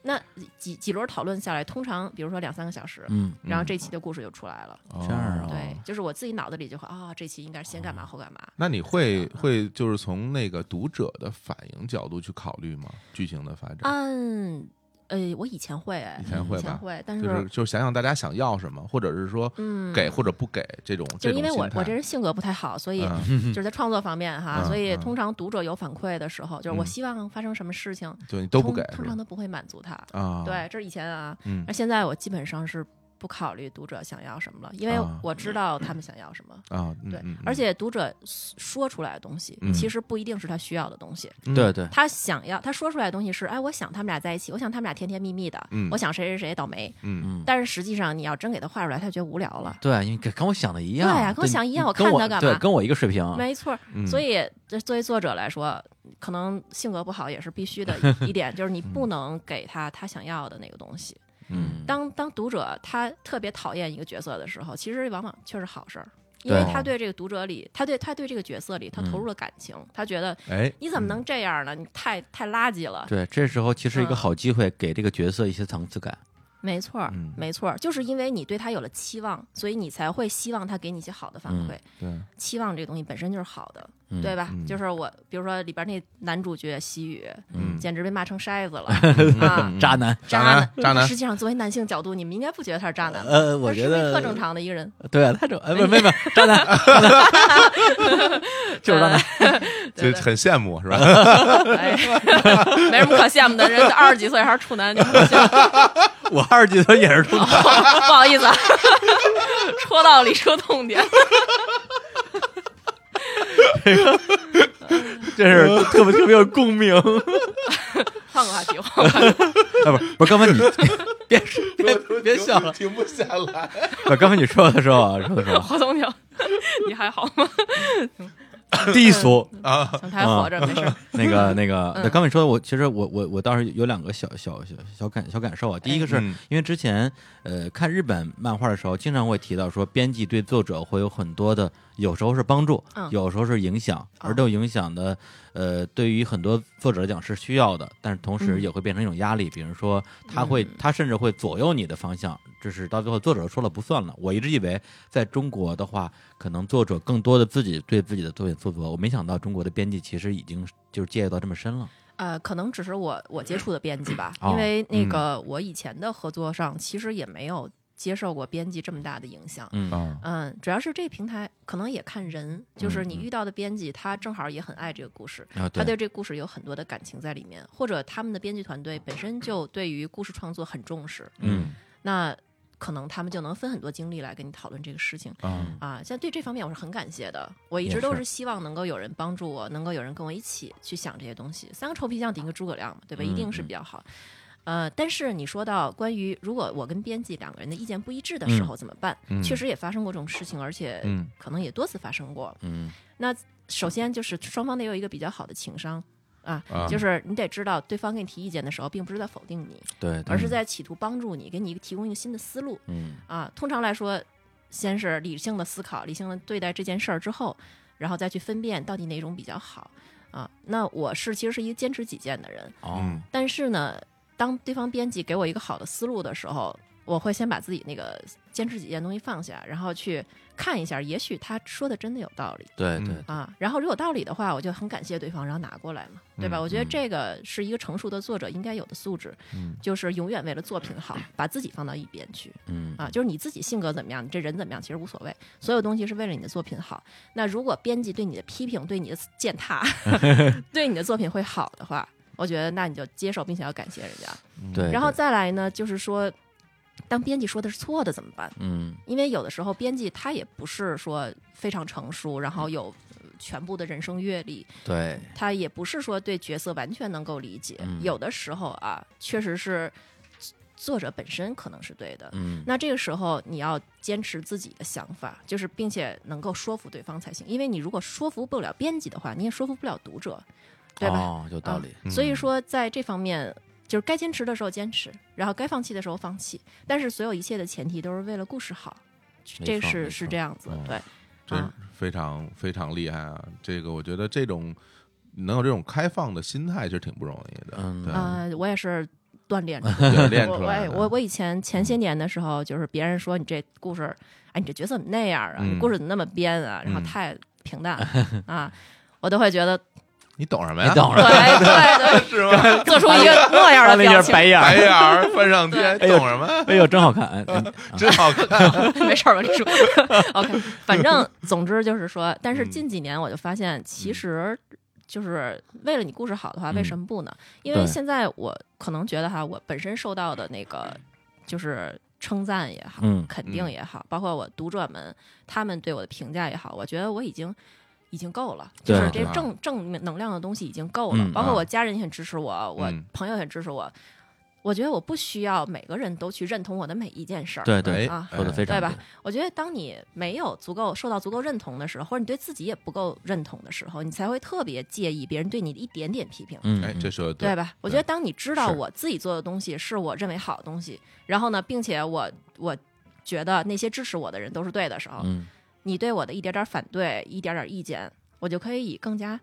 [SPEAKER 3] 那几几轮讨论下来，通常比如说两三个小时，
[SPEAKER 1] 嗯，
[SPEAKER 3] 然后这期的故事就出来了。
[SPEAKER 2] 哦
[SPEAKER 1] 这样啊
[SPEAKER 3] 对，就是我自己脑子里就会啊、这期应该是先
[SPEAKER 1] 哦
[SPEAKER 3] 干嘛后干嘛。
[SPEAKER 2] 那你会会就是从那个读者的反应角度去考虑吗？剧情的发展，
[SPEAKER 3] 按呃，我以前会哎
[SPEAKER 2] 以，前
[SPEAKER 3] 啊以
[SPEAKER 2] 会
[SPEAKER 3] 前
[SPEAKER 2] 吧？
[SPEAKER 3] 会，但
[SPEAKER 2] 就是是就是想想大家想要什么，或者是说
[SPEAKER 3] 嗯，
[SPEAKER 2] 给或者不给这种这
[SPEAKER 3] 就是因
[SPEAKER 2] 种
[SPEAKER 3] 为我
[SPEAKER 2] 心态
[SPEAKER 3] 我这人性格不太好，所以
[SPEAKER 2] 嗯
[SPEAKER 3] 就是在创作方面哈，
[SPEAKER 2] 嗯
[SPEAKER 3] 所以
[SPEAKER 2] 嗯
[SPEAKER 3] 通常读者有反馈的时候，就是
[SPEAKER 2] 嗯
[SPEAKER 3] 我希望发生什么事情
[SPEAKER 2] 对你都不
[SPEAKER 3] 通
[SPEAKER 2] 给
[SPEAKER 3] 通
[SPEAKER 2] 是
[SPEAKER 3] 常
[SPEAKER 2] 吧
[SPEAKER 3] 都不会满足他。
[SPEAKER 2] 啊，
[SPEAKER 3] 对，这是以前啊，
[SPEAKER 2] 嗯
[SPEAKER 3] 那现在我基本上是不考虑读者想要什么了，因为
[SPEAKER 2] 啊
[SPEAKER 3] 我知道他们想要什么。
[SPEAKER 2] 啊，嗯
[SPEAKER 3] 对
[SPEAKER 2] 嗯，
[SPEAKER 3] 而且读者说出来的东西
[SPEAKER 2] 嗯，
[SPEAKER 3] 其实不一定是他需要的东西。
[SPEAKER 2] 嗯
[SPEAKER 1] 对对，
[SPEAKER 3] 他想要他说出来的东西是，哎，我想他们俩在一起，我想他们俩甜甜蜜蜜的，
[SPEAKER 2] 嗯
[SPEAKER 3] 我想谁谁谁倒霉。
[SPEAKER 2] 嗯
[SPEAKER 3] 但是实际上，你要真给他画出来，他就觉得无聊了。
[SPEAKER 1] 对，你跟跟我想的一样，
[SPEAKER 3] 对啊呀跟我想一样我
[SPEAKER 1] 跟
[SPEAKER 3] 看
[SPEAKER 1] 我
[SPEAKER 3] 他干
[SPEAKER 1] 对，
[SPEAKER 3] 嘛
[SPEAKER 1] 跟我一个水平，
[SPEAKER 3] 没错儿，
[SPEAKER 2] 嗯
[SPEAKER 3] 所以这作为作者来说，可能性格不好也是 必须的一点，就是你不能给他他想要的那个东西。
[SPEAKER 1] 嗯，
[SPEAKER 3] 当当读者他特别讨厌一个角色的时候，其实往往却是好事儿。因为
[SPEAKER 1] 对哦嗯
[SPEAKER 3] 他对这个读者里，他对他对这个角色里，他投入了感情，他觉得
[SPEAKER 2] 哎，
[SPEAKER 3] 你怎么能这样呢？你太太垃圾了。
[SPEAKER 1] 对，嗯这时候其实一个
[SPEAKER 3] 嗯
[SPEAKER 1] 好机会给这个角色一些层次感。
[SPEAKER 3] 没错儿
[SPEAKER 1] 嗯，
[SPEAKER 3] 没错儿，就是因为你对他有了期望，所以你才会希望他给你一些好的反馈。
[SPEAKER 2] 对，
[SPEAKER 3] 期望这个东西本身就是好的，
[SPEAKER 1] 嗯
[SPEAKER 3] 对吧？
[SPEAKER 2] 嗯
[SPEAKER 3] 就是我，比如说里边那男主角西雨，
[SPEAKER 2] 嗯
[SPEAKER 3] 简直被骂成筛子了啊！
[SPEAKER 2] 嗯
[SPEAKER 1] 渣男，
[SPEAKER 2] 渣
[SPEAKER 3] 男，
[SPEAKER 2] 男渣男
[SPEAKER 3] 实际上，作为男性角度，你们应该不觉得他是渣男吧。
[SPEAKER 1] 呃，我
[SPEAKER 3] 他是
[SPEAKER 1] 觉
[SPEAKER 3] 不是
[SPEAKER 1] 得
[SPEAKER 3] 特正常的一个人，
[SPEAKER 1] 对啊，他这 哎，不是没有没有渣男， 就是渣男，
[SPEAKER 3] 呃
[SPEAKER 2] 就
[SPEAKER 3] 对
[SPEAKER 2] 很羡慕是 吧？
[SPEAKER 3] 哎，没什么可羡慕的，人家二十几岁还是处男，你们不羡慕
[SPEAKER 1] 我二十几岁也 是处男，
[SPEAKER 3] 不好意思啊，戳到理说痛点。
[SPEAKER 1] 这是特别特别有共鸣。嗯啊，
[SPEAKER 3] 换个话题，换个话题，
[SPEAKER 1] 不是不是，刚 才你别别别笑了，
[SPEAKER 2] 停不下来。
[SPEAKER 1] 不是刚才你说的时候啊，说的时 候
[SPEAKER 3] 华总你好，你还好吗？
[SPEAKER 1] 低俗，
[SPEAKER 3] 他还
[SPEAKER 2] 啊
[SPEAKER 3] 活着，没事儿。
[SPEAKER 1] 那个那个，那刚才你说的我其实我我我倒是有两个小小小小感小感受啊。第一个是
[SPEAKER 2] 嗯
[SPEAKER 1] 因为之前呃看日本漫画的时候，经常会提到说编辑对作者会有很多的，有时候是帮助
[SPEAKER 3] 嗯，
[SPEAKER 1] 有时候是影响，而这种影响呢，呃，对于很多作者来讲是需要的，但是同
[SPEAKER 3] 嗯
[SPEAKER 1] 时也会变成一种压力。比如说他会他甚至会左右你的方向，就是到最后作者说了不算了。我一直以为在中国的话，可能作者更多的自己对自己的作品负责，我没想到中国的编辑其实已经就是介入到这么深了。
[SPEAKER 3] 呃，可能只是我我接触的编辑吧，
[SPEAKER 1] 哦
[SPEAKER 3] 因为那个我以前的合作上其实也没有接受过编辑这么大的影响。
[SPEAKER 1] 嗯
[SPEAKER 2] 啊，
[SPEAKER 3] 嗯，主要是这平台可能也看人，就是你
[SPEAKER 1] 嗯
[SPEAKER 3] 遇到的编辑，他正好也很爱这个故事，
[SPEAKER 1] 啊，
[SPEAKER 3] 他对这故事有很多的感情在里面，或者他们的编辑团队本身就对于故事创作很重视，
[SPEAKER 1] 嗯
[SPEAKER 3] 那可能他们就能分很多精力来跟你讨论这个事情。
[SPEAKER 2] 啊，
[SPEAKER 1] 嗯
[SPEAKER 3] 啊，像对这方面我是很感谢的。我一
[SPEAKER 1] 也
[SPEAKER 3] 直都
[SPEAKER 1] 是
[SPEAKER 3] 是希望能够有人帮助我，能够有人跟我一起去想这些东西。三个臭皮匠顶一个诸葛亮嘛，对吧？一定是
[SPEAKER 1] 嗯
[SPEAKER 3] 比较好。呃，但是你说到关于如果我跟编辑两个人的意见不一致的时候怎么办？
[SPEAKER 2] 嗯
[SPEAKER 3] 确实也发生过这种事情，而且
[SPEAKER 2] 嗯
[SPEAKER 3] 可能也多次发生过。
[SPEAKER 1] 嗯
[SPEAKER 3] 首先就是双方得有一个比较好的情商啊，
[SPEAKER 2] 啊
[SPEAKER 3] 就是你得知道对方给你提意见的时候，并不是在否定你，
[SPEAKER 1] 对，
[SPEAKER 3] 而是在企图帮助你，给你提供一个新的思路。
[SPEAKER 1] 嗯
[SPEAKER 3] 啊，通常来说，先是理性的思考，理性的对待这件事儿之后，然后再去分辨到底哪种比较好啊。那我是其实是一个坚持己见的人，
[SPEAKER 1] 哦
[SPEAKER 2] 嗯
[SPEAKER 3] 但是呢，当对方编辑给我一个好的思路的时候，我会先把自己那个坚持己见的东西放下，然后去看一下，也许他说的真的有道理。
[SPEAKER 1] 对
[SPEAKER 2] 嗯
[SPEAKER 1] 对
[SPEAKER 3] 啊，然后如果有道理的话，我就很感谢对方，然后拿过来嘛，对吧？
[SPEAKER 2] 嗯
[SPEAKER 3] 我觉得
[SPEAKER 1] 嗯
[SPEAKER 3] 这个是一个成熟的作者应该有的素质，
[SPEAKER 2] 嗯
[SPEAKER 3] 就是永远为了作品好，把自己放到一边去。
[SPEAKER 1] 嗯
[SPEAKER 3] 啊，就是你自己性格怎么样，你这人怎么样，其实无所谓，所有东西是为了你的作品好。那如果编辑对你的批评、对你的践 踏，对你的作品会好的话，我觉得那你就接受并且要感谢人家。
[SPEAKER 1] 对，
[SPEAKER 3] 然后
[SPEAKER 1] 对
[SPEAKER 3] 再来呢，就是说，当编辑说的是错的怎么办？
[SPEAKER 1] 嗯
[SPEAKER 3] 因为有的时候编辑他也不是说非常成熟，然后有呃全部的人生阅历，
[SPEAKER 1] 对
[SPEAKER 3] 他也不是说对角色完全能够理解。
[SPEAKER 1] 嗯
[SPEAKER 3] 有的时候啊，确实是作者本身可能是对的，
[SPEAKER 1] 嗯
[SPEAKER 3] 那这个时候你要坚持自己的想法，就是并且能够说服对方才行。因为你如果说服不了编辑的话，你也说服不了读者，对吧？嗯
[SPEAKER 1] 哦，有道理。
[SPEAKER 2] 嗯
[SPEAKER 3] 所以说，在这方面，就是该坚持的时候坚持，然后该放弃的时候放弃。但是所有一切的前提都是为了故事好，
[SPEAKER 1] 没
[SPEAKER 3] 这
[SPEAKER 1] 错
[SPEAKER 3] 是
[SPEAKER 1] 没
[SPEAKER 3] 是
[SPEAKER 1] 错
[SPEAKER 3] 这样子
[SPEAKER 2] 哦。
[SPEAKER 3] 对，
[SPEAKER 2] 真
[SPEAKER 3] 啊
[SPEAKER 2] 非常非常厉害啊！这个我觉得这种能有这种开放的心态，其实挺不容易的。
[SPEAKER 1] 嗯
[SPEAKER 2] 对，
[SPEAKER 3] 呃，我也是锻炼出来的
[SPEAKER 2] 也 练出
[SPEAKER 3] 我
[SPEAKER 2] 来
[SPEAKER 3] 哎
[SPEAKER 2] 的嗯
[SPEAKER 3] 我我以前前些年的时候，就是别人说你这故事，哎，你这角色怎么那样啊？
[SPEAKER 2] 嗯
[SPEAKER 3] 你故事怎么那么编啊？然后
[SPEAKER 2] 嗯
[SPEAKER 3] 太平淡啊，我都会觉得
[SPEAKER 2] 你懂什么
[SPEAKER 1] 你
[SPEAKER 2] 呀？
[SPEAKER 1] 懂
[SPEAKER 3] 对
[SPEAKER 1] 了，
[SPEAKER 3] 对
[SPEAKER 2] 是吗？
[SPEAKER 3] 对，做出一个那样的表情，
[SPEAKER 1] 眼
[SPEAKER 2] 白眼儿翻上天，
[SPEAKER 1] 哎呦
[SPEAKER 2] 懂什么呀？
[SPEAKER 1] 哎呦，真好看！哎嗯
[SPEAKER 2] 真好看。
[SPEAKER 3] 没事儿吧？你说 ，OK，反正总之就是说，
[SPEAKER 1] 嗯
[SPEAKER 3] 但是近几年我就发现，其实就是为了你故事好的话，
[SPEAKER 1] 嗯
[SPEAKER 3] 为什么不呢？因为
[SPEAKER 1] 对
[SPEAKER 3] 现在我可能觉得哈，我本身受到的那个就是称赞也好，
[SPEAKER 1] 嗯
[SPEAKER 3] 肯定也好，包括我读者们他们对我的评价也好，我觉得我已经。已经够了，就
[SPEAKER 1] 对啊
[SPEAKER 3] 是这
[SPEAKER 2] 对
[SPEAKER 3] 正正能量的东西已经够了
[SPEAKER 1] 嗯。
[SPEAKER 3] 包
[SPEAKER 2] 啊
[SPEAKER 3] 括我家人也很支持我，我
[SPEAKER 2] 嗯
[SPEAKER 3] 朋友也很支持我。我觉得我不需要每个人都去认同我的每一件事儿。
[SPEAKER 1] 对对，
[SPEAKER 2] 哎
[SPEAKER 3] 啊
[SPEAKER 1] 说的非常
[SPEAKER 3] 对吧？我觉得当你没有足够受到足够认同的时候，或者你对自己也不够认同的时候，你才会特别介意别人对你的一点点批评，
[SPEAKER 1] 嗯，
[SPEAKER 2] 哎，
[SPEAKER 1] 嗯
[SPEAKER 2] 这说的
[SPEAKER 3] 对，吧？我觉得当你知道
[SPEAKER 2] 是
[SPEAKER 3] 我自己做的东西是我认为好的东西，然后呢，并且我我觉得那些支持我的人都是对的时候，
[SPEAKER 1] 嗯
[SPEAKER 3] 你对我的一点点反对、一点点意见，我就可以以更加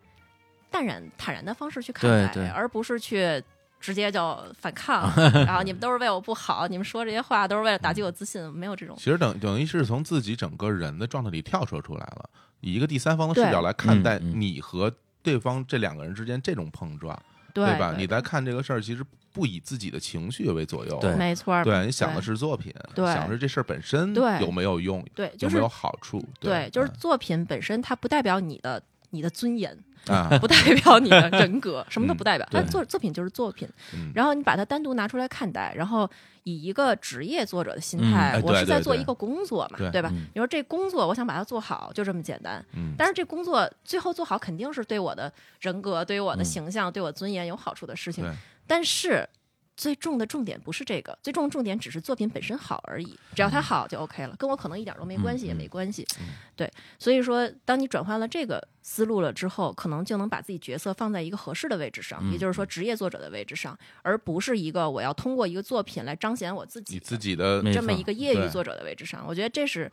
[SPEAKER 3] 淡然、坦然的方式去看
[SPEAKER 1] 对
[SPEAKER 3] 待，
[SPEAKER 1] 对
[SPEAKER 3] 而不是去直接就反抗。然后你们都是为我不好，你们说这些话都是为了打击我自信，没有这种。
[SPEAKER 2] 其实等等于是从自己整个人的状态里跳脱出来了，以一个第三方的视角来看待
[SPEAKER 1] 嗯嗯
[SPEAKER 2] 你和对方这两个人之间这种碰撞，
[SPEAKER 3] 对
[SPEAKER 2] 吧？你在看这个事儿，其实不以自己的情绪为左右，
[SPEAKER 1] 对
[SPEAKER 3] 没错儿，
[SPEAKER 2] 对，你想的是作品，
[SPEAKER 3] 对
[SPEAKER 2] 想的是这事儿本身
[SPEAKER 3] 对
[SPEAKER 2] 有没有用，
[SPEAKER 3] 对，就
[SPEAKER 2] 有没
[SPEAKER 3] 是
[SPEAKER 2] 有好处，
[SPEAKER 3] 对，就是
[SPEAKER 2] 嗯
[SPEAKER 3] 作品本身，它不代表你的你的尊严，
[SPEAKER 2] 啊，
[SPEAKER 3] 不代表你的人格，什么都不代表。
[SPEAKER 2] 嗯对
[SPEAKER 3] 但作作品就是作品，
[SPEAKER 2] 嗯
[SPEAKER 3] 然后你把它单独拿出来看待，然后以一个职业作者的心
[SPEAKER 1] 嗯
[SPEAKER 3] 态，
[SPEAKER 2] 哎
[SPEAKER 3] 我
[SPEAKER 2] 对
[SPEAKER 3] 是
[SPEAKER 2] 对
[SPEAKER 3] 在做
[SPEAKER 2] 对
[SPEAKER 3] 一个工作嘛，
[SPEAKER 2] 对
[SPEAKER 3] 对吧？
[SPEAKER 1] 嗯
[SPEAKER 3] 你说这工作我想把它做好，就这么简单。
[SPEAKER 2] 嗯，
[SPEAKER 3] 但是这工作最后做好，肯定是对我的人格、对于我的
[SPEAKER 1] 嗯
[SPEAKER 3] 形象、对我尊严有好处的事情
[SPEAKER 2] 对。
[SPEAKER 3] 但是最重的重点不是这个，最重的重点只是作品本身好而已，只要它好就 OK 了，跟我可能一点都没关系，
[SPEAKER 1] 嗯
[SPEAKER 3] 也没关系。
[SPEAKER 2] 嗯
[SPEAKER 3] 对，所以说，当你转换了这个思路了之后，可能就能把自己角色放在一个合适的位置上，
[SPEAKER 1] 嗯
[SPEAKER 3] 也就是说职业作者的位置上，而不是一个我要通过一个作品来彰显我自己
[SPEAKER 2] 你
[SPEAKER 3] 的
[SPEAKER 2] 自己的
[SPEAKER 1] 没
[SPEAKER 3] 这么
[SPEAKER 1] 错
[SPEAKER 3] 一个业余
[SPEAKER 2] 对
[SPEAKER 3] 作者的位置上。我觉得这是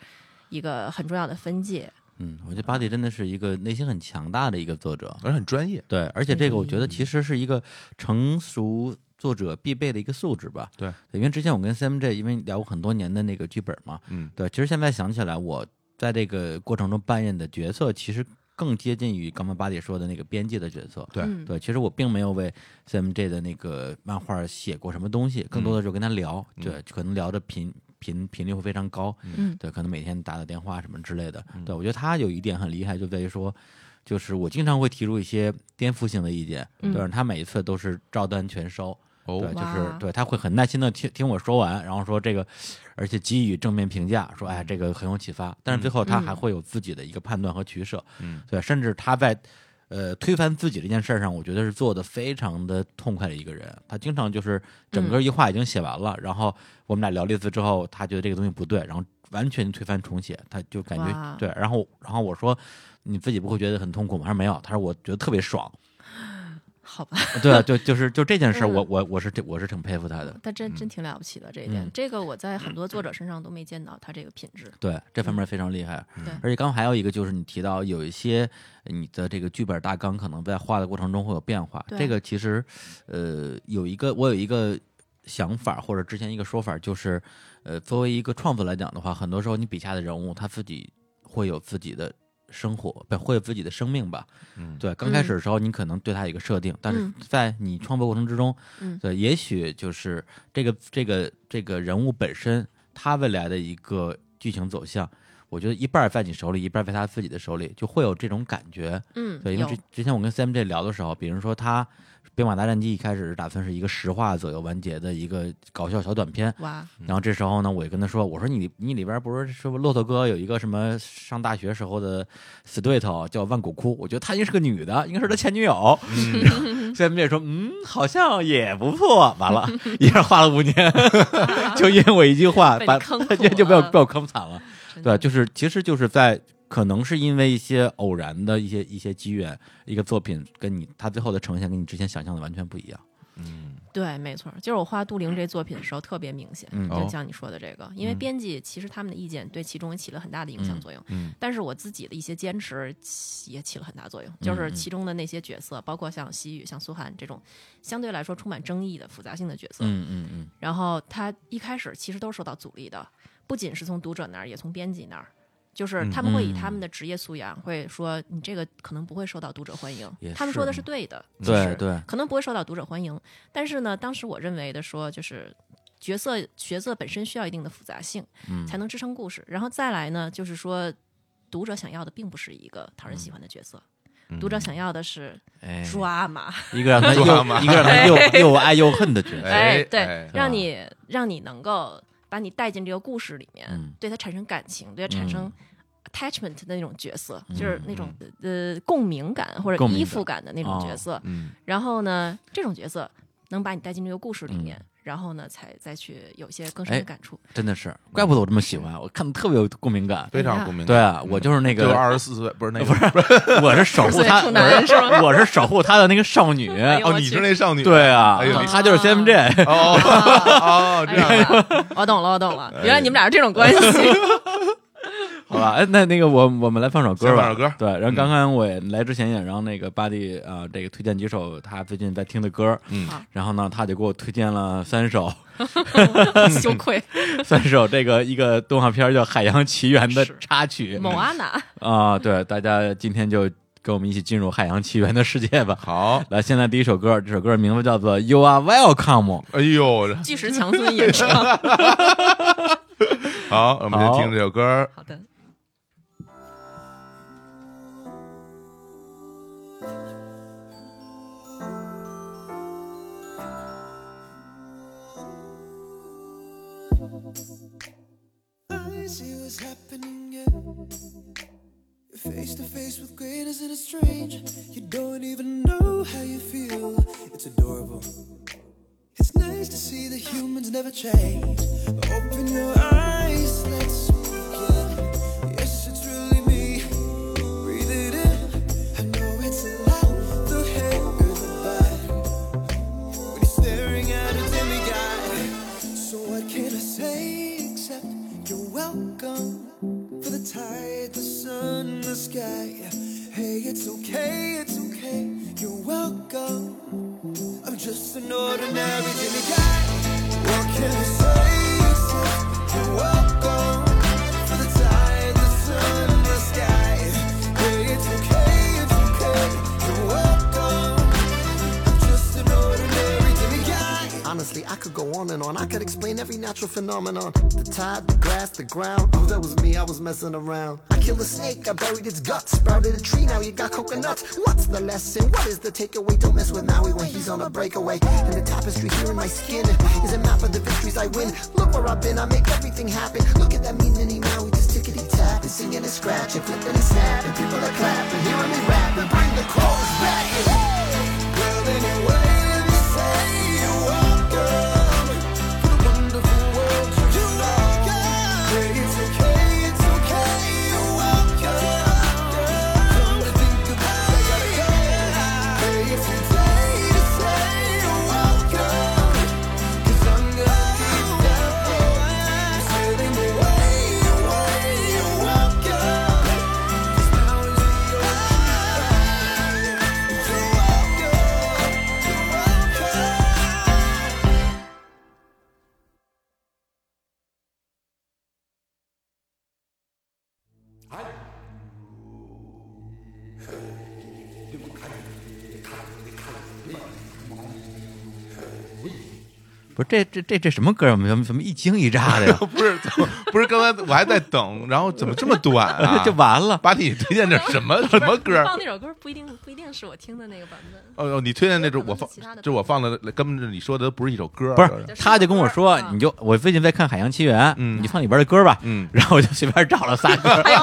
[SPEAKER 3] 一个很重要的分界。
[SPEAKER 1] 嗯，我觉得巴蒂真的是一个内心很强大的一个作者，
[SPEAKER 2] 而且很专业，
[SPEAKER 1] 对，而且这个我觉得
[SPEAKER 3] 嗯
[SPEAKER 1] 其实是一个成熟作者必备的一个素质吧。
[SPEAKER 2] 对，
[SPEAKER 1] 因为之前我跟 CMJ 因为聊过很多年的那个剧本嘛，
[SPEAKER 2] 嗯，
[SPEAKER 1] 对，其实现在想起来，我在这个过程中扮演的角色其实更接近于刚才巴蒂说的那个编辑的角色。
[SPEAKER 2] 对
[SPEAKER 3] 嗯，
[SPEAKER 1] 对，其实我并没有为 CMJ 的那个漫画写过什么东西，更多的就跟他聊，
[SPEAKER 2] 嗯
[SPEAKER 1] 对，可能聊的频频频率会非常高，
[SPEAKER 3] 嗯
[SPEAKER 1] 对，可能每天打打电话什么之类的。
[SPEAKER 2] 嗯
[SPEAKER 1] 对我觉得他有一点很厉害，就在于说，就是我经常会提出一些颠覆性的意见，
[SPEAKER 3] 嗯
[SPEAKER 1] 但是他每一次都是照单全收，
[SPEAKER 2] 哦
[SPEAKER 1] 对，，就是
[SPEAKER 3] 哇
[SPEAKER 1] 对他会很耐心的听听我说完，然后说这个，而且给予正面评价，说哎这个很有启发，但是最后他还
[SPEAKER 3] 嗯
[SPEAKER 1] 会有自己的一个判断和取舍，
[SPEAKER 2] 嗯，
[SPEAKER 1] 对，甚至他在。呃，推翻自己这件事儿上，我觉得是做的非常的痛快的一个人。他经常就是整
[SPEAKER 3] 嗯
[SPEAKER 1] 个一话已经写完了，然后我们俩聊了一次之后，他觉得这个东西不对，然后完全推翻重写，他就感觉
[SPEAKER 3] 哇
[SPEAKER 1] 对。然后，然后我说你自己不会觉得很痛苦吗？他说没有，他说我觉得特别爽。
[SPEAKER 3] 好吧。
[SPEAKER 1] 对，就就是就这件事儿，
[SPEAKER 3] 嗯
[SPEAKER 1] 我我我是挺我是挺佩服他的。
[SPEAKER 3] 但真
[SPEAKER 2] 嗯
[SPEAKER 3] 真挺了不起的这一点，
[SPEAKER 1] 嗯
[SPEAKER 3] 这个我在很多作者身上都没见到他这个品质。
[SPEAKER 1] 对，这方面非常厉害。
[SPEAKER 3] 嗯对
[SPEAKER 1] 而且刚刚还有一个就是你提到有一些你的这个剧本大纲可能在画的过程中会有变化，
[SPEAKER 3] 对
[SPEAKER 1] 这个其实呃有一个我有一个。想法或者之前一个说法就是，呃，作为一个创作来讲的话，很多时候你笔下的人物他自己会有自己的生活，不会有自己的生命吧？
[SPEAKER 2] 嗯，
[SPEAKER 1] 对，刚开始的时候你可能对他有一个设定，但是
[SPEAKER 3] 嗯
[SPEAKER 1] 在你创作过程之中，
[SPEAKER 3] 嗯
[SPEAKER 1] 对，也许就是这个这个这个人物本身他未来的一个剧情走向，我觉得一半儿在你手里，一半儿在他自己的手里，就会有这种感觉。
[SPEAKER 3] 嗯，
[SPEAKER 1] 对，因
[SPEAKER 3] 有
[SPEAKER 1] 为之之前我跟 CMJ 聊的时候，比如说他《编码大战机》一开始打算是一个十话左右完结的一个搞笑小短片，
[SPEAKER 3] 哇，
[SPEAKER 1] 然后这时候呢，我就跟他说：“我说你你里边不是说骆驼哥有一个什么上大学时候的死对头叫万古枯，我觉得她应该是个女的，应该是他前女友。 所以 m 说：“嗯，好像也不错。”完了， 一下花了五年， 就因为我一句话
[SPEAKER 3] 被你
[SPEAKER 1] 把
[SPEAKER 3] 坑
[SPEAKER 1] 就
[SPEAKER 3] 苦
[SPEAKER 1] 就被我
[SPEAKER 3] 了嗯
[SPEAKER 1] 被我坑惨了。
[SPEAKER 3] 真
[SPEAKER 1] 对，
[SPEAKER 3] 的
[SPEAKER 1] 就是其实就是在可能是因为一些偶然的一些一些机缘，一个作品跟你它最后的呈现跟你之前想象的完全不一样。
[SPEAKER 2] 嗯，
[SPEAKER 3] 对，没错，就是我画杜陵这作品的时候特别明显，
[SPEAKER 1] 嗯
[SPEAKER 2] 哦
[SPEAKER 3] 就像你说的这个，因为编辑其实他们的意见对其中也起了很大的影响作用，
[SPEAKER 2] 嗯嗯
[SPEAKER 3] 但是我自己的一些坚持起也起了很大作用，
[SPEAKER 1] 嗯
[SPEAKER 3] 就是其中的那些角色，包括像西域、像苏寒这种相对来说充满争议的复杂性的角色，
[SPEAKER 1] 嗯嗯嗯，
[SPEAKER 3] 然后他一开始其实都是受到阻力的，不仅是从读者那儿，也从编辑那儿。
[SPEAKER 1] 嗯
[SPEAKER 3] 就是他们会以他们的职业素养，会说你这个可能不会受到读者欢迎
[SPEAKER 1] 也。
[SPEAKER 3] 他们
[SPEAKER 1] 是嗯
[SPEAKER 3] 说的是对的，其
[SPEAKER 1] 对
[SPEAKER 3] 实
[SPEAKER 1] 对
[SPEAKER 3] 可能不会受到读者欢迎。但是呢，当时我认为的说，就是角色角色本身需要一定的复杂性，
[SPEAKER 1] 嗯
[SPEAKER 3] 才能支撑故事。然后再来呢，就是说读者想要的并不是一个讨人喜欢的角色，
[SPEAKER 2] 嗯
[SPEAKER 3] 读者想要的是
[SPEAKER 1] 嗯哎，
[SPEAKER 3] 抓马，
[SPEAKER 1] 一个让他又
[SPEAKER 2] 抓嘛
[SPEAKER 1] 一个让他又又爱又恨的角色。
[SPEAKER 2] 哎哎
[SPEAKER 3] 对，让你让你能够把你带进这个故事里面，
[SPEAKER 1] 嗯
[SPEAKER 3] 对它产生感情，对它产生 attachment 的那种角色，就是那种、呃共鸣感或者
[SPEAKER 1] 嗯共鸣
[SPEAKER 3] 依
[SPEAKER 1] 感哦
[SPEAKER 3] 附感的那种角色。
[SPEAKER 2] 嗯
[SPEAKER 3] 然后呢，这种角色能把你带进这个故事里面，
[SPEAKER 2] 嗯
[SPEAKER 3] 然后呢，才再去有一些更深
[SPEAKER 1] 哎
[SPEAKER 3] 的感触。
[SPEAKER 1] 真的是，怪不得我这么喜欢，我看的特别有共鸣感。
[SPEAKER 2] 非常共鸣，
[SPEAKER 1] 对啊，我就是那
[SPEAKER 2] 嗯就
[SPEAKER 1] 个，
[SPEAKER 2] 二十四岁，不是那个，不哦 是
[SPEAKER 1] 我是守护他，
[SPEAKER 3] 处男是 吗
[SPEAKER 1] 我是守护他的那个少女。
[SPEAKER 3] 哎呦
[SPEAKER 2] 哦，你是那少女，
[SPEAKER 1] 对啊
[SPEAKER 2] 哎呦，
[SPEAKER 1] 他就是 CMJ。
[SPEAKER 2] 哦
[SPEAKER 3] 啊
[SPEAKER 2] 哦，这样哎
[SPEAKER 3] 哎哎呀我懂了，我懂了，原来你们俩是这种关系。
[SPEAKER 1] 好吧，哎，那那个我我们来放首歌
[SPEAKER 2] 先
[SPEAKER 1] 吧，
[SPEAKER 2] 放首歌嗯
[SPEAKER 1] 对，然后刚刚我也来之前也让那个巴蒂啊，这个推荐几首他最近在听的歌，
[SPEAKER 2] 嗯
[SPEAKER 3] 好
[SPEAKER 1] 然后呢，他就给我推荐了三首，
[SPEAKER 3] 羞 愧。
[SPEAKER 1] 三首这个一个动画片叫《海洋奇缘》的
[SPEAKER 3] 是
[SPEAKER 1] 插曲
[SPEAKER 3] 某安娜，
[SPEAKER 1] 啊，对，大家今天就跟我们一起进入海洋奇缘的世界吧。
[SPEAKER 2] 好，
[SPEAKER 1] 来，现在第一首歌，这首歌名字叫做《You Are Welcome》。
[SPEAKER 2] 哎呦，这
[SPEAKER 3] 巨石强森演 唱。
[SPEAKER 2] 好，我们
[SPEAKER 1] 好
[SPEAKER 2] 先听这首歌儿，
[SPEAKER 3] 好的，
[SPEAKER 4] I see what's happening, yeah. You're face to face with greatness and it's strange. You don't even know how you feel. It's adorable. It's nice to see that humans never change. Open your eyes, let's begin. Yes, it's really me. Breathe it in. I know it's a lot. The hair, the body when you're staring at a demigod. So what can I say except you're welcome for the tide, the sun, the sky? Hey, it's okay, it's okay, you're welcome. I'm just an ordinary demigod. What can I say except you're welcome for the tide, the sun, the sky? Hey, it's okay, it's okay, you're welcome. I'm just an ordinary demigod.
[SPEAKER 5] Honestly, I could go on and on. I could explain every natural phenomenon. The tide, the grass, the ground. Oh, that was me. I was messing around. I killed a snake. I buried its guts. Sprouted a tree. Now you got coconuts. What's the lesson? What is the takeaway? Don't mess with Maui when he's on a breakaway. And the tapestry here in my skin is a map of the victories I win. Look where I've been. I make everything happen. Look at that mean mini Maui just tickety tapping, singing and scratching, flipping and snapping. People are clapping, hearing me rap and bring the chorus back.
[SPEAKER 4] Well, anyway, let me say you're welcome to the wonderful world you belong. Hey, it's okay, it's okay, you're welcome. Come to think about it, hey, it's your day to say you're welcome. 'Cause I'm gonna keep that going. Say anyway, anyway, you're welcome. 'Cause now is the time.
[SPEAKER 1] 不是这这这这什么歌？我啊们怎么怎么一惊一乍的呀？
[SPEAKER 2] 不是怎么不是，刚才我还在等，然后怎么这么短 啊？
[SPEAKER 1] 就完了。
[SPEAKER 2] 巴蒂，你推荐点 什么什么歌儿？
[SPEAKER 3] 放那首歌不一定不一定是我听的那个版 本，
[SPEAKER 2] 哦哦，你推荐那种我
[SPEAKER 3] 可能
[SPEAKER 2] 放
[SPEAKER 3] 是其他的，
[SPEAKER 2] 就我放的，跟着你说的不是一首歌儿，
[SPEAKER 1] 不，
[SPEAKER 2] 就是
[SPEAKER 1] 他就跟我说
[SPEAKER 3] 啊，
[SPEAKER 1] 你就我最近在看《海洋奇缘》，
[SPEAKER 2] 嗯
[SPEAKER 1] 你放里边的歌吧，
[SPEAKER 2] 嗯
[SPEAKER 1] 然后我就随便找了仨歌，
[SPEAKER 2] 哎
[SPEAKER 3] 还有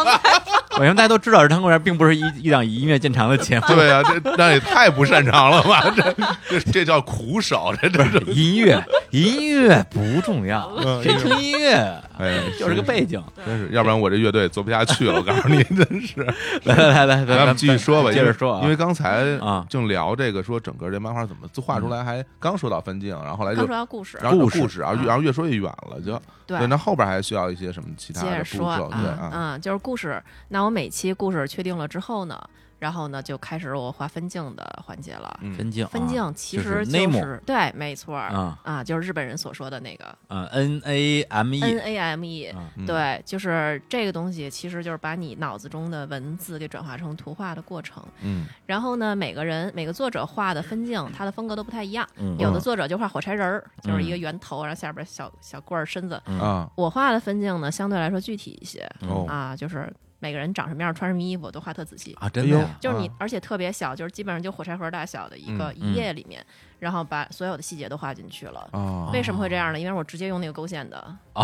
[SPEAKER 1] 我因为大家都知道，儿童公园并不是一一档以音乐见长的节目，
[SPEAKER 2] 对啊，这那也太不擅长了吧？ 这这这叫苦手， 这这这，
[SPEAKER 1] 音乐音乐不重要，
[SPEAKER 2] 嗯
[SPEAKER 1] 谁听音乐
[SPEAKER 2] 哎，
[SPEAKER 1] 就是个背景。
[SPEAKER 2] 真是，要不然我这乐队做不下去了。我告诉 你，真是。
[SPEAKER 1] 来来来来，
[SPEAKER 2] 咱们继续说吧，
[SPEAKER 1] 接
[SPEAKER 2] 因为
[SPEAKER 1] 着说啊，
[SPEAKER 2] 因为刚才
[SPEAKER 1] 啊嗯
[SPEAKER 2] 正聊这个，说整个这漫画怎么画出来，还刚说到分镜，然后后来
[SPEAKER 3] 刚
[SPEAKER 2] 就
[SPEAKER 3] 说。到故事，啊
[SPEAKER 2] 然后有
[SPEAKER 1] 故事
[SPEAKER 2] 故事，然后越然后越说越远了，就
[SPEAKER 3] 对
[SPEAKER 2] 那后边还需要一些什么其他
[SPEAKER 3] 接
[SPEAKER 2] 的
[SPEAKER 3] 着
[SPEAKER 2] 步
[SPEAKER 3] 说
[SPEAKER 2] 骤，对
[SPEAKER 3] 啊，嗯，就是故事。那我每期故事确定了之后呢，然后呢就开始我画分镜的环节了。
[SPEAKER 2] 嗯
[SPEAKER 1] 分镜啊
[SPEAKER 3] 分镜其
[SPEAKER 1] 就
[SPEAKER 3] 实
[SPEAKER 1] 是
[SPEAKER 3] 就
[SPEAKER 1] Name
[SPEAKER 3] 是对，没错儿
[SPEAKER 1] 啊
[SPEAKER 3] 啊，就是日本人所说的那个
[SPEAKER 1] 啊，N A M
[SPEAKER 3] N
[SPEAKER 1] E
[SPEAKER 3] A M E
[SPEAKER 1] 啊。
[SPEAKER 2] 嗯
[SPEAKER 3] 对，就是这个东西，其实就是把你脑子中的文字给转化成图画的过程。
[SPEAKER 2] 嗯
[SPEAKER 3] 然后呢，每个人每个作者画的分镜，他的风格都不太一样。
[SPEAKER 1] 嗯
[SPEAKER 3] 有的作者就画火柴人儿，就是一个圆头，然后下边小小棍儿身子。
[SPEAKER 1] 嗯
[SPEAKER 2] 啊
[SPEAKER 3] 我画的分镜呢，相对来说具体一些、
[SPEAKER 2] 哦
[SPEAKER 3] 啊，就是每个人长什么样，穿什么衣服，都画特仔细。
[SPEAKER 1] 啊，真的呀
[SPEAKER 2] 哎呦
[SPEAKER 3] 就是你
[SPEAKER 2] 啊，
[SPEAKER 3] 而且特别小，就是基本上就火柴盒大小的一个
[SPEAKER 2] 嗯
[SPEAKER 1] 嗯
[SPEAKER 3] 一页里面，然后把所有的细节都画进去了。
[SPEAKER 2] 啊
[SPEAKER 3] 为什么会这样呢？因为我直接用那个勾线的，
[SPEAKER 1] 哦，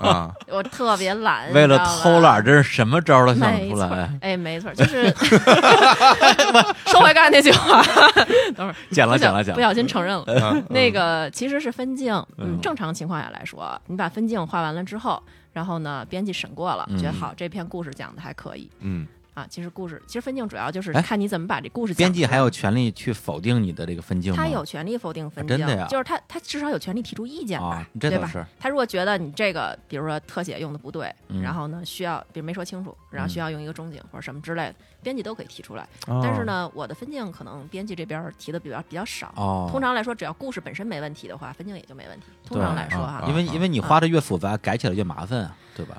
[SPEAKER 2] 啊！
[SPEAKER 3] 我特别懒，
[SPEAKER 1] 为
[SPEAKER 3] 你知
[SPEAKER 1] 了
[SPEAKER 3] 道吧
[SPEAKER 1] 偷懒，真是什么招儿都想不
[SPEAKER 3] 没
[SPEAKER 1] 出
[SPEAKER 3] 错
[SPEAKER 1] 来
[SPEAKER 3] 儿。，哎，没错儿，就是 收回刚才那句话，等会儿
[SPEAKER 1] 剪了
[SPEAKER 3] 不小
[SPEAKER 1] 剪了剪了
[SPEAKER 3] 不小心承认了。
[SPEAKER 2] 啊
[SPEAKER 3] 那个其实是分镜，嗯
[SPEAKER 1] 嗯，
[SPEAKER 3] 正常情况下来说，你把分镜画完了之后，然后呢，编辑审过了，觉得
[SPEAKER 1] 嗯
[SPEAKER 3] 好，这篇故事讲的还可以
[SPEAKER 2] 嗯
[SPEAKER 3] 啊，其实故事其实分镜主要就是
[SPEAKER 1] 哎
[SPEAKER 3] 看你怎么把这故事讲出来。
[SPEAKER 1] 编辑还有权利去否定你的这个分镜吗？
[SPEAKER 3] 他有权利否定分
[SPEAKER 1] 啊
[SPEAKER 3] 镜，
[SPEAKER 1] 真的呀
[SPEAKER 3] 就是他他至少有权利提出意见吧，
[SPEAKER 1] 啊，这
[SPEAKER 3] 对
[SPEAKER 1] 倒
[SPEAKER 3] 吧？
[SPEAKER 1] 是，
[SPEAKER 3] 他如果觉得你这个，比如说特写用的不对，
[SPEAKER 1] 嗯
[SPEAKER 3] 然后呢需要，比如没说清楚，然后需要用一个中景或者什么之类的，编辑都可以提出来。
[SPEAKER 1] 哦
[SPEAKER 3] 但是呢，我的分镜可能编辑这边提的比较比较少。
[SPEAKER 1] 哦，
[SPEAKER 3] 通常来说，只要故事本身没问题的话，分镜也就没问题。通
[SPEAKER 1] 对
[SPEAKER 3] 常来说哈，
[SPEAKER 2] 啊
[SPEAKER 1] 因为因为你画的越复杂，改起来越麻烦啊，对吧？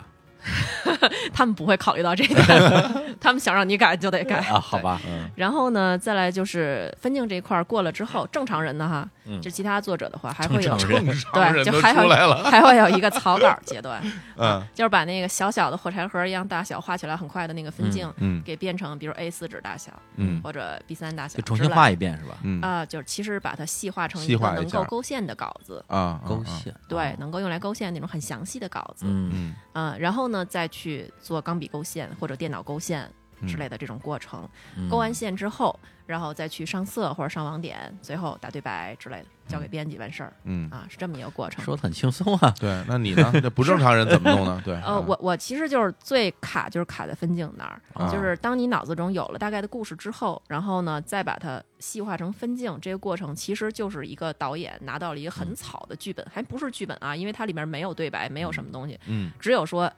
[SPEAKER 3] 他们不会考虑到 这个，他们想让你改就得改
[SPEAKER 1] 啊，好。
[SPEAKER 3] 对
[SPEAKER 1] 吧，嗯
[SPEAKER 3] 然后呢，再来就是分镜这一块儿过了之后，正常人的哈，
[SPEAKER 1] 嗯
[SPEAKER 3] 就其他作者的话还会有
[SPEAKER 1] 正常人
[SPEAKER 2] 正常
[SPEAKER 3] 对，
[SPEAKER 2] 人
[SPEAKER 3] 就
[SPEAKER 2] 都
[SPEAKER 3] 还
[SPEAKER 2] 出
[SPEAKER 3] 有
[SPEAKER 2] 来了，
[SPEAKER 3] 还会有一个 草稿阶段，
[SPEAKER 2] 嗯
[SPEAKER 1] 啊
[SPEAKER 3] 就是把那个小小的火柴盒一样大小画起来很快的那个分镜，
[SPEAKER 2] 嗯
[SPEAKER 3] 给变成比如 A 四纸大小，
[SPEAKER 2] 嗯
[SPEAKER 3] 或者 B 三大小之
[SPEAKER 1] 就
[SPEAKER 3] 类的，
[SPEAKER 1] 重新画一遍是吧？
[SPEAKER 2] 嗯
[SPEAKER 3] 啊、就是其实把它细化成
[SPEAKER 2] 细
[SPEAKER 3] 一个
[SPEAKER 2] 化一
[SPEAKER 3] 能
[SPEAKER 2] 下
[SPEAKER 3] 够勾线的稿子，
[SPEAKER 2] 啊，
[SPEAKER 1] 勾
[SPEAKER 2] 啊，
[SPEAKER 1] 线，
[SPEAKER 3] 对，能够用来勾线那种很详细的稿子，嗯、
[SPEAKER 1] 嗯哦嗯
[SPEAKER 2] 嗯
[SPEAKER 3] 然后呢再去做钢笔勾线或者电脑勾线之类的这种过程，
[SPEAKER 1] 嗯，
[SPEAKER 3] 勾完线之后，然后再去上色或者上网点，最后打对白之类的，交给编辑完事儿、
[SPEAKER 2] 嗯，
[SPEAKER 3] 啊，是这么一个过程。
[SPEAKER 1] 说的很轻松啊，
[SPEAKER 2] 对，那你呢？这不正常人怎么弄呢？对，
[SPEAKER 3] 呃，我我其实就是最卡，就是卡在分镜那儿，
[SPEAKER 2] 啊
[SPEAKER 3] 就是当你脑子中有了大概的故事之后，然后呢，再把它细化成分镜，这个过程其实就是一个导演拿到了一
[SPEAKER 2] 嗯
[SPEAKER 3] 个很草的剧本，还不是剧本啊，因为它里面没有对白，没有什么东西，
[SPEAKER 2] 嗯
[SPEAKER 3] 只有说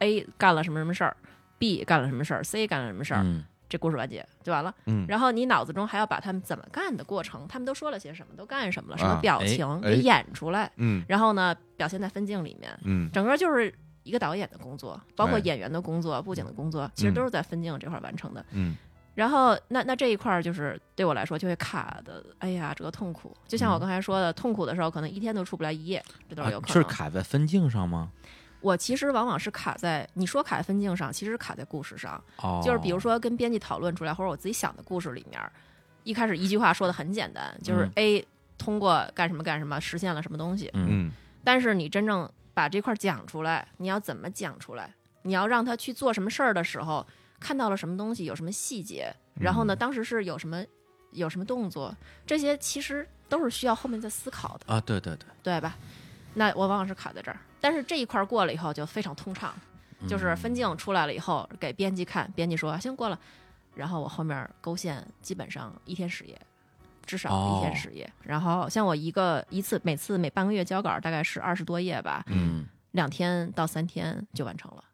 [SPEAKER 3] A 干了什么什么事儿，B 干了什么事儿，C 干了什么事儿，
[SPEAKER 1] 嗯
[SPEAKER 3] 这故事完结就完了。
[SPEAKER 2] 嗯，
[SPEAKER 3] 然后你脑子中还要把他们怎么干的过程，他们都说了些什么，都干什么了，什么
[SPEAKER 2] 啊
[SPEAKER 3] 表
[SPEAKER 1] 哎
[SPEAKER 3] 情
[SPEAKER 2] 哎
[SPEAKER 3] 给演出来，
[SPEAKER 2] 嗯
[SPEAKER 3] 然后呢，表现在分镜里面。
[SPEAKER 2] 嗯
[SPEAKER 3] 整个就是一个导演的工作，包括
[SPEAKER 2] 哎
[SPEAKER 3] 演员的工作、布景
[SPEAKER 1] 嗯
[SPEAKER 3] 的工作，其实都是在分镜这块儿完成的。
[SPEAKER 2] 嗯
[SPEAKER 3] 然后，那那这一块儿就是对我来说就会卡的，哎呀，这个痛苦。就像我刚才说的，痛苦的时候可能一天都出不来一页，这都
[SPEAKER 1] 嗯啊
[SPEAKER 3] 是有可
[SPEAKER 1] 是
[SPEAKER 3] 能。
[SPEAKER 1] 卡在分镜上吗？
[SPEAKER 3] 我其实往往是卡在你说卡在分镜上，其实是卡在故事上，
[SPEAKER 1] 哦，
[SPEAKER 3] 就是比如说跟编辑讨论出来，或者我自己想的故事里面儿，一开始一句话说的很简单，就是
[SPEAKER 1] 嗯
[SPEAKER 3] A 通过干什么干什么实现了什么东西，
[SPEAKER 1] 嗯，
[SPEAKER 2] 嗯
[SPEAKER 3] 但是你真正把这块儿讲出来，你要怎么讲出来？你要让他去做什么事儿的时候，看到了什么东西，有什么细节，然后呢，当时是有什么有什么动作，这些其实都是需要后面再思考的，
[SPEAKER 1] 啊，对对对，
[SPEAKER 3] 对吧？那我往往是卡在这儿，但是这一块儿过了以后就非常通畅，
[SPEAKER 1] 嗯
[SPEAKER 3] 就是分镜出来了以后给编辑看，编辑说啊行过了，然后我后面勾线基本上一天十页，至少一
[SPEAKER 1] 哦
[SPEAKER 3] 天十页。然后像我一个一次每次每半个月交稿大概是二十多页吧，
[SPEAKER 1] 嗯，
[SPEAKER 3] 两天到三天就完成了。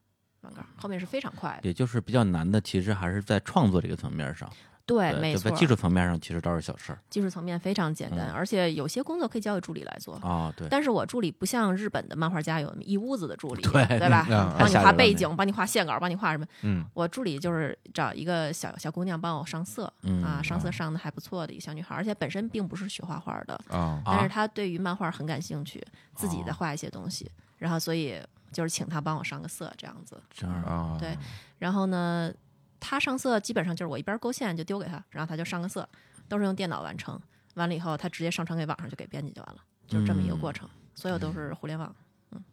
[SPEAKER 3] 完稿后面是非常快的，
[SPEAKER 1] 也就是比较难的，其实还是在创作这个层面上，
[SPEAKER 3] 对，
[SPEAKER 1] 对，
[SPEAKER 3] 哎没
[SPEAKER 1] 就
[SPEAKER 3] 错
[SPEAKER 1] 在，技术层面上其实倒是小事儿
[SPEAKER 3] 技术层面非常简单，而且有些工作可以交给助理来做。
[SPEAKER 1] 啊，对，
[SPEAKER 3] 但是我助理不像日本的漫画家有一屋子的助理，
[SPEAKER 1] 对
[SPEAKER 3] 吧
[SPEAKER 2] 嗯啊？
[SPEAKER 3] 帮
[SPEAKER 1] 太
[SPEAKER 3] 你
[SPEAKER 1] 吓
[SPEAKER 3] 画
[SPEAKER 1] 人了
[SPEAKER 3] 背景，帮你画线稿，帮你画什么？
[SPEAKER 2] 嗯
[SPEAKER 3] 我助理就是找一个小小姑娘帮我上色、
[SPEAKER 1] 嗯
[SPEAKER 3] 啊，上色上的还不错的一个小女孩，而且本身并不是学画画的，
[SPEAKER 2] 啊
[SPEAKER 1] 啊
[SPEAKER 3] 但是她对于漫画很感兴趣，自己在画一些东西，然后所以就是请她帮我上个色这样子。
[SPEAKER 1] 这样
[SPEAKER 2] 啊，
[SPEAKER 3] 对，然后呢，她上色基本上就是我一边勾线就丢给她，然后她就上个色，都是用电脑完成，完了以后她直接上传给网上就给编辑就完了，就是这么一
[SPEAKER 1] 嗯
[SPEAKER 3] 个过程，所有都是互联网。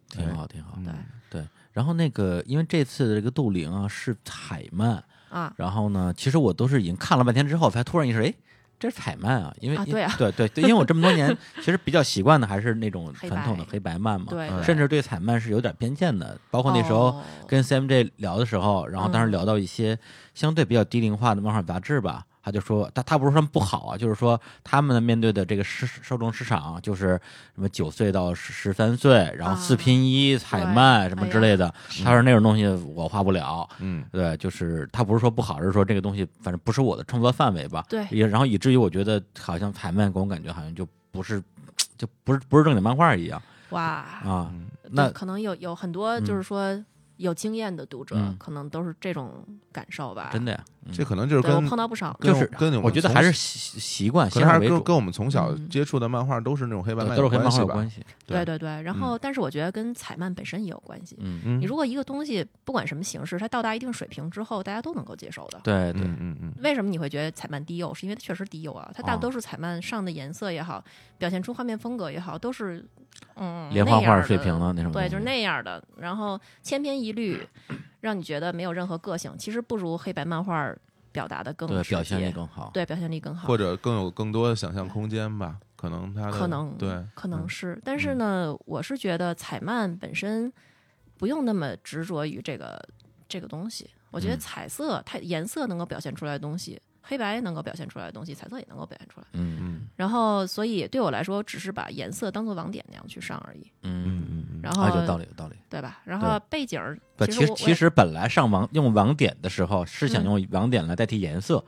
[SPEAKER 1] 挺好，挺好。
[SPEAKER 2] 嗯
[SPEAKER 3] 对嗯
[SPEAKER 1] 对，然后那个，因为这次的这个杜陵啊是彩漫，
[SPEAKER 3] 啊，
[SPEAKER 1] 然后呢，其实我都是已经看了半天之后，才突然意识，哎，这是彩漫啊，因为、
[SPEAKER 3] 啊对啊
[SPEAKER 1] 对对对因为我这么多 年其实比较习惯的还是那种
[SPEAKER 3] 黑白
[SPEAKER 1] 传统的黑白漫嘛，
[SPEAKER 3] 对，
[SPEAKER 1] 甚至对彩漫嗯是有点偏见的，包括那时候
[SPEAKER 3] 哦
[SPEAKER 1] 跟 CMJ 聊的时候，然后当时
[SPEAKER 3] 嗯
[SPEAKER 1] 聊到一些相对比较低龄化的漫画杂志吧，他就说他他不是说他们不好啊，就是说他们面对的这个市受众市场啊就是什么九岁到十三岁，然后
[SPEAKER 3] 啊哎
[SPEAKER 1] 四拼一、彩漫什么之类的，
[SPEAKER 3] 嗯
[SPEAKER 1] 他说那种东西我画不了。
[SPEAKER 2] 嗯
[SPEAKER 1] 对，就是他不是说不好，而是说这个东西反正不是我的创作范围吧。
[SPEAKER 3] 对
[SPEAKER 1] 也然后以至于我觉得好像彩漫给我感觉好像就不是，就不是不是正经漫画一样
[SPEAKER 3] 哇，
[SPEAKER 1] 啊。
[SPEAKER 2] 嗯
[SPEAKER 1] 那
[SPEAKER 3] 对可能有有很多就是说有经验的读者，
[SPEAKER 1] 嗯
[SPEAKER 3] 可能都是这种感受吧。
[SPEAKER 1] 真的呀，嗯
[SPEAKER 2] 这可能就是
[SPEAKER 3] 对我
[SPEAKER 2] 跟
[SPEAKER 3] 碰到不少，
[SPEAKER 2] 跟
[SPEAKER 1] 就是
[SPEAKER 2] 跟
[SPEAKER 1] 我觉得还
[SPEAKER 2] 是。
[SPEAKER 1] 是习习惯，
[SPEAKER 2] 可
[SPEAKER 1] 先
[SPEAKER 2] 能还是
[SPEAKER 1] 为
[SPEAKER 2] 跟
[SPEAKER 1] 主，
[SPEAKER 2] 跟我们从小
[SPEAKER 3] 嗯
[SPEAKER 2] 接触的漫画都是那种黑白
[SPEAKER 1] 对都
[SPEAKER 2] 漫
[SPEAKER 1] 是
[SPEAKER 2] 有
[SPEAKER 1] 跟漫
[SPEAKER 2] 关
[SPEAKER 1] 画
[SPEAKER 2] 系
[SPEAKER 1] 有
[SPEAKER 2] 吧
[SPEAKER 1] 关？系。
[SPEAKER 2] 对
[SPEAKER 3] 对对对。然后，但是我觉得跟彩漫本身也有关系。
[SPEAKER 1] 嗯，
[SPEAKER 2] 嗯
[SPEAKER 3] 你如果一个东西不管什么形式，它到达一定水平之后，大家都能够接受的。
[SPEAKER 1] 对对，
[SPEAKER 2] 嗯嗯嗯，
[SPEAKER 3] 为什么你会觉得彩漫低幼？是因为它确实低幼啊，它大
[SPEAKER 1] 啊
[SPEAKER 3] 多数彩漫上的颜色也好，表现出画面风格也好，都是嗯
[SPEAKER 1] 连环
[SPEAKER 3] 那
[SPEAKER 1] 画
[SPEAKER 3] 样
[SPEAKER 1] 水平的那种东西
[SPEAKER 3] 对，就是那样的。然后千篇一律，让你觉得没有任何个性，其实不如黑白漫画表达的更
[SPEAKER 1] 对
[SPEAKER 3] 直
[SPEAKER 1] 表现
[SPEAKER 3] 接
[SPEAKER 1] 力更好。
[SPEAKER 3] 对表现力更好，
[SPEAKER 2] 或者更有更多的想象空间吧，可能它的
[SPEAKER 3] 可能
[SPEAKER 2] 对，
[SPEAKER 1] 嗯
[SPEAKER 3] 可能是，但是呢，我是觉得彩漫本身不用那么执着于这个这个东西。我
[SPEAKER 1] 嗯
[SPEAKER 3] 觉得彩色它颜色能够表现出来的东西，黑白能够表现出来的东西，彩色也能够表现出来。
[SPEAKER 1] 嗯
[SPEAKER 3] 然后，所以对我来说，只是把颜色当做网点那样去上而已，
[SPEAKER 1] 嗯嗯嗯，
[SPEAKER 3] 然
[SPEAKER 1] 啊，
[SPEAKER 3] 后
[SPEAKER 1] 有道理，有道理。
[SPEAKER 3] 对吧？然后背景儿，
[SPEAKER 1] 不，其
[SPEAKER 3] 实
[SPEAKER 1] 实
[SPEAKER 3] 我
[SPEAKER 1] 其实本来上网用网点的时候是想
[SPEAKER 3] 嗯
[SPEAKER 1] 用网点来代替颜色，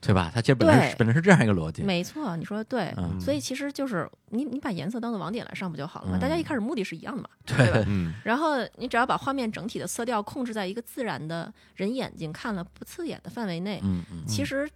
[SPEAKER 1] 对吧？它其实本来是
[SPEAKER 3] 对
[SPEAKER 1] 本来是这样一个逻辑。
[SPEAKER 3] 没错，你说的对。
[SPEAKER 1] 嗯
[SPEAKER 3] 所以其实就是你你把颜色当做网点来上不就好了嘛？
[SPEAKER 1] 嗯
[SPEAKER 3] 大家一开始目的是一样的嘛，
[SPEAKER 1] 对
[SPEAKER 3] 对吧？
[SPEAKER 2] 嗯
[SPEAKER 3] 然后你只要把画面整体的色调控制在一个自然的人眼睛看了不刺眼的范围内，
[SPEAKER 1] 嗯嗯，
[SPEAKER 3] 其实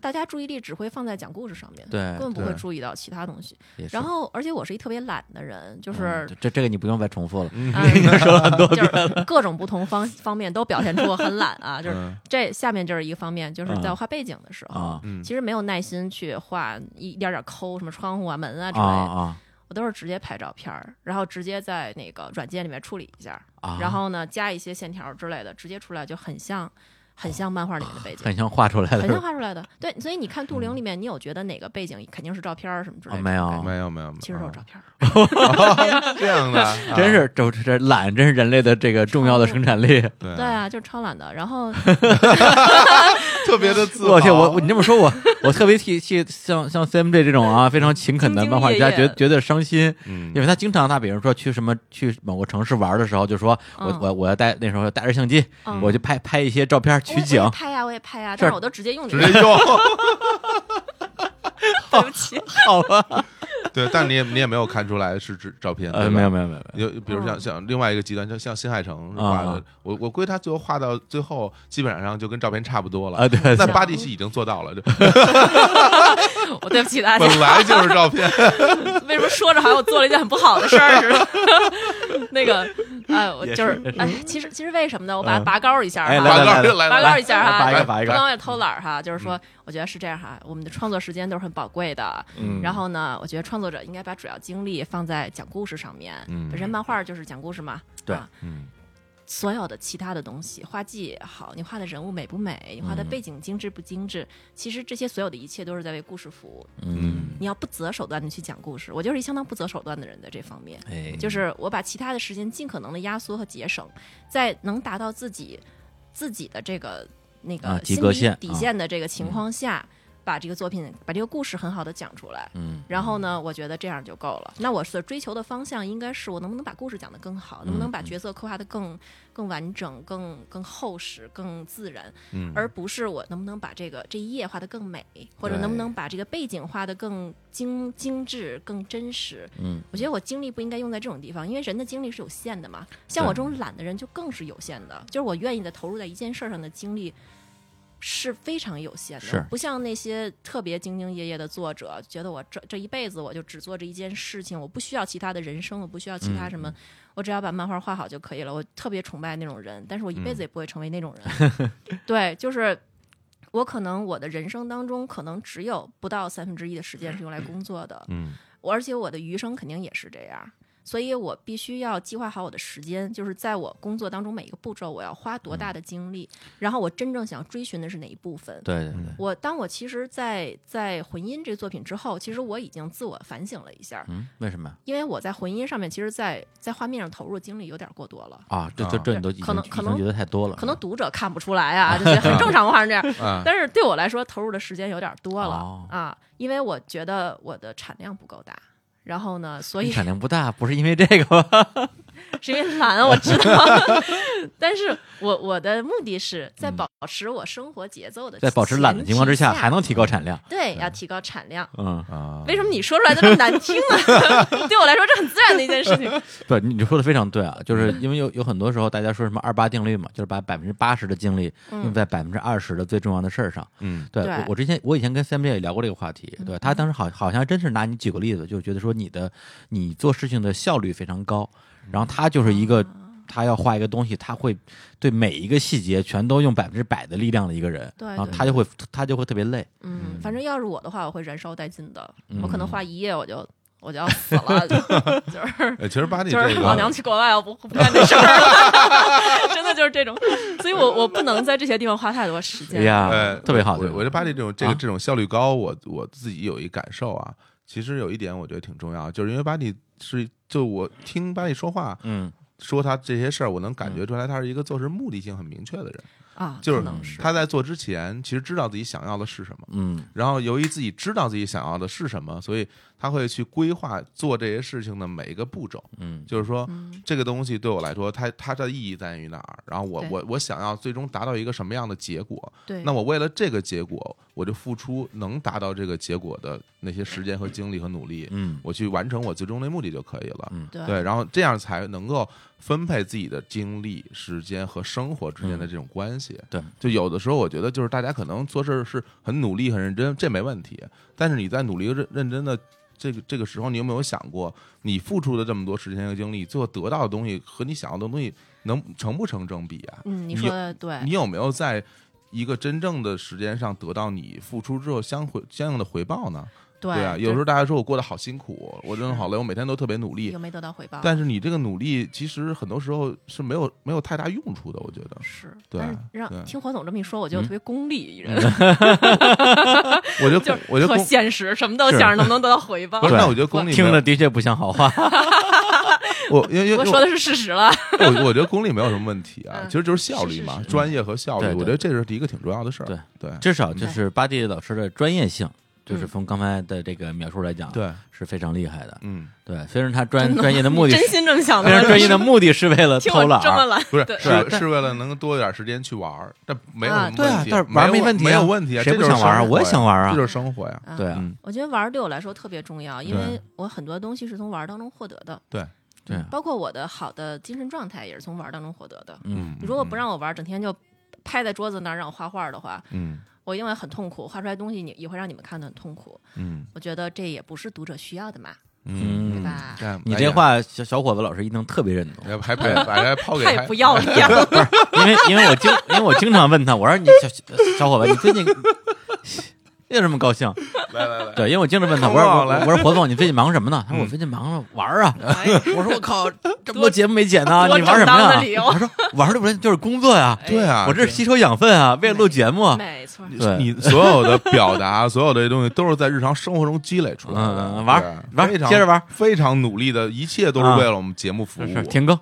[SPEAKER 3] 大家注意力只会放在讲故事上面，
[SPEAKER 1] 对
[SPEAKER 3] 根本不会
[SPEAKER 2] 对
[SPEAKER 3] 注意到其他东西。
[SPEAKER 1] 也是
[SPEAKER 3] 然后，而且我是一特别懒的人，就
[SPEAKER 1] 嗯
[SPEAKER 3] 是
[SPEAKER 1] 这这这个你不用再重复了。
[SPEAKER 3] 啊，
[SPEAKER 1] 嗯说了很多遍
[SPEAKER 3] 就是各种不同方方面都表现出我很懒 啊，就是
[SPEAKER 2] 嗯
[SPEAKER 3] 这下面就是一个方面，就是在
[SPEAKER 1] 嗯
[SPEAKER 3] 我画背景的时候，
[SPEAKER 1] 啊
[SPEAKER 2] 嗯
[SPEAKER 3] 其实没有耐心去画一点点抠什么窗户啊、门啊之
[SPEAKER 1] 啊
[SPEAKER 3] 类的，
[SPEAKER 1] 啊
[SPEAKER 3] 我都是直接拍照片儿，然后直接在那个软件里面处理一下，
[SPEAKER 1] 啊！
[SPEAKER 3] 然后呢加一些线条之类的，直接出来就很像很像漫画里面的背景。
[SPEAKER 1] 很像画出来的
[SPEAKER 3] 很
[SPEAKER 1] 是
[SPEAKER 3] 像
[SPEAKER 1] 吧，
[SPEAKER 3] 画出来的，对，所以你看《杜陵》里面，你有觉得哪个背景肯定是照片儿什么之类
[SPEAKER 1] 啊
[SPEAKER 3] 的？
[SPEAKER 1] 没有
[SPEAKER 3] 对
[SPEAKER 2] 没有没有，没有
[SPEAKER 3] 其实都是照片儿。
[SPEAKER 2] 啊 这样的，啊
[SPEAKER 1] 真是这这懒，真是人类的这个重要的生产力。
[SPEAKER 2] 对
[SPEAKER 3] 对啊，就是超懒的。然后
[SPEAKER 2] 特别的自豪。
[SPEAKER 1] 我去，我我你这么说，我我特别替替像像 CMJ 这种啊非常勤恳的
[SPEAKER 3] 兢兢
[SPEAKER 1] 漫画
[SPEAKER 3] 业
[SPEAKER 1] 家
[SPEAKER 3] 业
[SPEAKER 1] 觉觉得伤心，
[SPEAKER 2] 嗯
[SPEAKER 1] 因为他经常他比如说去什么去某个城市玩的时候，就说我、
[SPEAKER 3] 嗯
[SPEAKER 1] 我我要带那时候带着相机，
[SPEAKER 3] 嗯
[SPEAKER 1] 我就拍拍一些照片
[SPEAKER 3] 我
[SPEAKER 1] 取
[SPEAKER 3] 也
[SPEAKER 1] 景
[SPEAKER 3] 我也。拍呀，我也拍呀，
[SPEAKER 1] 这
[SPEAKER 3] 但是我都直接用你
[SPEAKER 2] 直
[SPEAKER 3] 的，
[SPEAKER 2] 接用
[SPEAKER 3] 对不起。
[SPEAKER 2] 对，但是你也你也没有看出来是指照片，
[SPEAKER 1] 呃，
[SPEAKER 2] 对吧
[SPEAKER 1] 没有没有没有，没有
[SPEAKER 2] 有，比如像像另外一个极端，像像新海诚
[SPEAKER 1] 啊
[SPEAKER 2] 画的
[SPEAKER 1] 啊，
[SPEAKER 2] 我我估计他最后画到最后，基本上就跟照片差不多了
[SPEAKER 1] 啊对对
[SPEAKER 2] 那巴蒂西已经做到了，这
[SPEAKER 3] 我对不起
[SPEAKER 1] 啊
[SPEAKER 3] 大家，
[SPEAKER 2] 本来就是照片。
[SPEAKER 3] 为什么说着好像我做了一件很不好的事儿似的？ 那个，哎，我就是，哎，其实其实为什么呢？我把它拔高一下
[SPEAKER 1] 哎，
[SPEAKER 2] 拔
[SPEAKER 1] 来
[SPEAKER 3] 哈，
[SPEAKER 2] 高
[SPEAKER 1] 来来
[SPEAKER 2] 来
[SPEAKER 3] 拔高一下哈，
[SPEAKER 1] 拔一个
[SPEAKER 2] 来
[SPEAKER 1] 拔一
[SPEAKER 3] 不
[SPEAKER 1] 个，
[SPEAKER 3] 能也偷懒儿哈，就是说，我觉得是这样哈，我们的创作时间都是很宝贵的。
[SPEAKER 1] 嗯
[SPEAKER 3] 然后呢，我觉得创作者应该把主要精力放在讲故事上面。
[SPEAKER 2] 嗯
[SPEAKER 3] 本身漫画就是讲故事嘛。
[SPEAKER 1] 对
[SPEAKER 3] 啊
[SPEAKER 2] 嗯
[SPEAKER 3] 所有的其他的东西，画技也好，你画的人物美不美，你画
[SPEAKER 1] 嗯
[SPEAKER 3] 的背景精致不精致，其实这些所有的一切都是在为故事服务。
[SPEAKER 1] 嗯，
[SPEAKER 3] 你要不择手段的去讲故事，我就是一相当不择手段的人，在这方面，
[SPEAKER 1] 哎，
[SPEAKER 3] 就是我把其他的时间尽可能的压缩和节省，在能达到自己自己的这个那
[SPEAKER 1] 啊
[SPEAKER 3] 个
[SPEAKER 1] 及
[SPEAKER 3] 心
[SPEAKER 1] 格
[SPEAKER 3] 理
[SPEAKER 1] 线
[SPEAKER 3] 底
[SPEAKER 1] 啊
[SPEAKER 3] 线的这个情况下，把这个作品、把这个故事很好的讲出来。
[SPEAKER 1] 嗯，
[SPEAKER 3] 然后呢，我觉得这样就够了。那我所追求的方向应该是我能不能把故事讲得更
[SPEAKER 1] 嗯
[SPEAKER 3] 好，能不能把角色刻画得更更完整、更更厚实、更自然，
[SPEAKER 2] 嗯
[SPEAKER 3] 而不是我能不能把这个这一页画得更美，或者能不能把这个背景画得更精精致、更真实。
[SPEAKER 1] 嗯，
[SPEAKER 3] 我觉得我精力不应该用在这种地方，因为人的精力是有限的嘛。像我
[SPEAKER 1] 对
[SPEAKER 3] 这种懒的人就更是有限的，就是我愿意的投入在一件事儿上的精力是非常有限的，
[SPEAKER 1] 是
[SPEAKER 3] 不像那些特别兢兢业业的作者，觉得我这这一辈子我就只做这一件事情，我不需要其他的人生，我不需要其他什么，我只要把漫画画好就可以了。我特别崇拜那种人，但是我一辈子也不会成为那种人。对，就是我可能我的人生当中可能只有不到三分之一的时间是用来工作的，
[SPEAKER 2] 嗯
[SPEAKER 3] 我而且我的余生肯定也是这样。所以我必须要计划好我的时间，就是在我工作当中每一个步骤，我要花多大的精力，然后我真正想追寻的是哪一部分。
[SPEAKER 1] 嗯对对对，
[SPEAKER 3] 我当我其实在，在魂音》这作品之后，其实我已经自我反省了一下，
[SPEAKER 1] 嗯，为什么
[SPEAKER 3] 因为我在魂音上面，其实在，在画面上投入精力有点过多了。
[SPEAKER 1] 啊？这这这你都已
[SPEAKER 3] 可
[SPEAKER 1] 经
[SPEAKER 3] 能
[SPEAKER 1] 已
[SPEAKER 3] 可
[SPEAKER 1] 经
[SPEAKER 3] 能
[SPEAKER 1] 觉得太多了，嗯
[SPEAKER 3] 可能读者看不出来啊，就是很正常，我画成这 样。
[SPEAKER 2] 啊，
[SPEAKER 3] 但是对我来说，投入的时间有点多了、
[SPEAKER 1] 哦
[SPEAKER 3] 啊，因为我觉得我的产量不够大。然后呢，所
[SPEAKER 1] 你
[SPEAKER 3] 以
[SPEAKER 1] 产量不大，不是因为这个吧？
[SPEAKER 3] 是因为懒，我知道。 但是我我的目的是在保持我生活节奏的，
[SPEAKER 1] 嗯在保持懒的情况之下，
[SPEAKER 3] 下，
[SPEAKER 1] 还能提高产量。
[SPEAKER 3] 对要提高产量。
[SPEAKER 1] 嗯，
[SPEAKER 2] 啊
[SPEAKER 3] 为什么你说出来就这么难听啊？ 对我来说，这很自然的一件事情。 嗯
[SPEAKER 1] 对，你你说的非常对啊，就是因为有有很多时候大家说什么二八定律嘛，就是把百分之八十的精力用在百分之二十的最重要的事儿上。
[SPEAKER 2] 嗯
[SPEAKER 1] 对
[SPEAKER 3] 嗯对嗯
[SPEAKER 1] 我我之前我以前跟 Sam 姐也聊过这个话题，对他当时好好像真是拿你举个例子，就觉得说你的你做事情的效率非常高，
[SPEAKER 3] 嗯
[SPEAKER 1] 然后他就是一个。
[SPEAKER 3] 啊
[SPEAKER 1] 他要画一个东西，他会对每一个细节全都用百分之百的力量的一个人，
[SPEAKER 3] 对
[SPEAKER 1] 然后
[SPEAKER 3] 对
[SPEAKER 1] 他就会他就会特别累，
[SPEAKER 3] 嗯，反正要是我的话，我会燃烧殆尽的。
[SPEAKER 1] 嗯
[SPEAKER 3] 我可能画一夜，我就我就要死了， 就就是
[SPEAKER 2] 呃其实巴蒂
[SPEAKER 3] 就是
[SPEAKER 2] 这
[SPEAKER 3] 老娘
[SPEAKER 2] 个，
[SPEAKER 3] 去国外，我不 不干这事儿了， 真的就是这种，所以我我不能在这些地方花太多时间。
[SPEAKER 1] 哎呀，
[SPEAKER 2] 呃，
[SPEAKER 1] 特别好，
[SPEAKER 2] 我
[SPEAKER 1] 特别好
[SPEAKER 2] 我觉得巴蒂这种这个
[SPEAKER 1] 啊
[SPEAKER 2] 这种效率高，我我自己有一感受啊。其实有一点我觉得挺重要，就是因为巴蒂是就我听巴蒂说话，
[SPEAKER 1] 嗯，
[SPEAKER 2] 说他这些事儿，我能感觉出来他是一个做事目的性很明确的人。
[SPEAKER 3] 啊，
[SPEAKER 2] 就是
[SPEAKER 3] 可能是
[SPEAKER 2] 他在做之前，其实知道自己想要的是什么，
[SPEAKER 1] 嗯
[SPEAKER 2] 然后由于自己知道自己想要的是什么，所以他会去规划做这些事情的每一个步骤。
[SPEAKER 1] 嗯
[SPEAKER 2] 就是说，这个东西对我来说，它它的意义在于哪儿？然后我
[SPEAKER 3] 对
[SPEAKER 2] 我我想要最终达到一个什么样的结果？
[SPEAKER 3] 对，
[SPEAKER 2] 那我为了这个结果，我就付出能达到这个结果的那些时间和精力和努力，
[SPEAKER 1] 嗯
[SPEAKER 2] 我去完成我最终的目的就可以了。
[SPEAKER 3] 对
[SPEAKER 2] 对，然后这样才能够分配自己的精力、时间和生活之间的这种关系。
[SPEAKER 1] 嗯对，
[SPEAKER 2] 就有的时候我觉得，就是大家可能做事儿是很努力、很认真，这没问题。但是你在努力、认认真的这个这个时候，你有没有想过，你付出的这么多时间和精力，最后得到的东西和你想要的东西能成不成正比啊？
[SPEAKER 3] 嗯，你
[SPEAKER 2] 你
[SPEAKER 3] 说的对，
[SPEAKER 2] 你有没有在一个真正的时间上得到你付出之后相回相应的回报呢？
[SPEAKER 3] 对
[SPEAKER 2] 啊，
[SPEAKER 3] 就
[SPEAKER 2] 有时候大家说我过得好辛苦，我真的好累，我每天都特别努力
[SPEAKER 3] 又，没得到回报，
[SPEAKER 2] 但是你这个努力其实很多时候是没有没有太大用处的，我觉得。
[SPEAKER 3] 是，
[SPEAKER 2] 对
[SPEAKER 3] 但是
[SPEAKER 2] 对嗯
[SPEAKER 3] 让听黄总这么一说，我就特别功利一人，
[SPEAKER 2] 我就
[SPEAKER 3] 就
[SPEAKER 2] 得我就是
[SPEAKER 3] 特
[SPEAKER 2] 公
[SPEAKER 3] 现实，什么都想着能不能得到回报
[SPEAKER 2] 不。是，
[SPEAKER 1] 对
[SPEAKER 2] 那我觉得功利
[SPEAKER 1] 听
[SPEAKER 2] 没
[SPEAKER 1] 着
[SPEAKER 2] 有
[SPEAKER 1] 的确不像好话，
[SPEAKER 2] 我因为因为
[SPEAKER 3] 我说的是事实了，
[SPEAKER 2] 我我觉得功利没有什么问题啊，
[SPEAKER 3] 嗯
[SPEAKER 2] 其实就是效率嘛，
[SPEAKER 3] 是是是
[SPEAKER 2] 专业和效率，
[SPEAKER 1] 对对
[SPEAKER 2] 我觉得这是一个挺重要的事儿。
[SPEAKER 1] 对
[SPEAKER 2] 对
[SPEAKER 1] 至少就是巴蒂老师的专业性，就是
[SPEAKER 3] 嗯
[SPEAKER 1] 从刚才的这个描述来讲，
[SPEAKER 2] 对，
[SPEAKER 1] 是非常厉害的。
[SPEAKER 2] 嗯，
[SPEAKER 1] 对，虽然他专专业的目的
[SPEAKER 3] 真
[SPEAKER 1] 是，
[SPEAKER 3] 心这么想
[SPEAKER 1] 虽然
[SPEAKER 3] 的，
[SPEAKER 1] 专业的目的是为了
[SPEAKER 3] 听
[SPEAKER 1] 偷
[SPEAKER 3] 我
[SPEAKER 1] 懒
[SPEAKER 3] 这么
[SPEAKER 1] 儿，
[SPEAKER 3] 懒，
[SPEAKER 2] 啊不是
[SPEAKER 3] 对
[SPEAKER 2] 是是为了能多一点时间去玩儿，但没有什
[SPEAKER 3] 啊
[SPEAKER 2] 么
[SPEAKER 1] 对啊
[SPEAKER 2] 问题，
[SPEAKER 1] 但是玩儿
[SPEAKER 2] 没
[SPEAKER 1] 没问题啊
[SPEAKER 2] 没有问题啊，
[SPEAKER 1] 谁
[SPEAKER 2] 这
[SPEAKER 1] 不
[SPEAKER 2] 就是
[SPEAKER 1] 想玩儿啊
[SPEAKER 2] 生活
[SPEAKER 1] 我也
[SPEAKER 2] 呀
[SPEAKER 1] 想玩儿啊
[SPEAKER 2] 这就是生活呀。
[SPEAKER 3] 啊
[SPEAKER 1] 对啊，
[SPEAKER 2] 嗯
[SPEAKER 3] 我觉得玩儿对我来说特别重要，因
[SPEAKER 2] 对
[SPEAKER 3] 为我很多东西是从玩儿当中获得的，嗯
[SPEAKER 2] 对，
[SPEAKER 1] 对啊，
[SPEAKER 3] 包括我的好的精神状态也是从玩儿当中获得的。
[SPEAKER 1] 嗯
[SPEAKER 3] 如果不让我玩儿，整天就拍在桌子那儿让我画画的话，
[SPEAKER 2] 嗯
[SPEAKER 3] 我因为很痛苦，画出来东西你也会让你们看得很痛苦。
[SPEAKER 2] 嗯
[SPEAKER 3] 我觉得这也不是读者需要的嘛，
[SPEAKER 2] 嗯，
[SPEAKER 3] 对
[SPEAKER 1] 嗯，
[SPEAKER 3] 吧？
[SPEAKER 2] 哎
[SPEAKER 1] 你这
[SPEAKER 2] 呀哎
[SPEAKER 1] 话小小伙子老师一定特别认同，
[SPEAKER 2] 还还还还抛 给
[SPEAKER 3] 太不要啊脸了，
[SPEAKER 1] 因为因为我经因为我经常问他，我说你小小伙子，你最近 为什么高兴？
[SPEAKER 2] 来来来，
[SPEAKER 1] 对，因为我经常问他，我说我我我说火总，你最近忙什么呢？他说
[SPEAKER 2] 嗯
[SPEAKER 1] 我最近忙着玩儿啊。
[SPEAKER 3] 哎
[SPEAKER 1] 我说我 靠，这么多节目没剪呢，
[SPEAKER 3] 多
[SPEAKER 1] 你玩什么
[SPEAKER 3] 正当的理
[SPEAKER 1] 呀？
[SPEAKER 3] 由哎
[SPEAKER 1] 他说玩的不是就是工作呀，
[SPEAKER 2] 对啊，
[SPEAKER 1] 我这是吸收养分啊，为了录节目啊。
[SPEAKER 3] 没错儿，
[SPEAKER 1] 对，
[SPEAKER 2] 你所有的表达，所有的东西都是在日常生活中积累出来的。
[SPEAKER 1] 嗯玩
[SPEAKER 2] 对啊
[SPEAKER 1] 玩
[SPEAKER 2] 非常
[SPEAKER 1] 接着玩啊
[SPEAKER 2] 非常努力的，一切都是为了我们节目服务。
[SPEAKER 1] 是停更，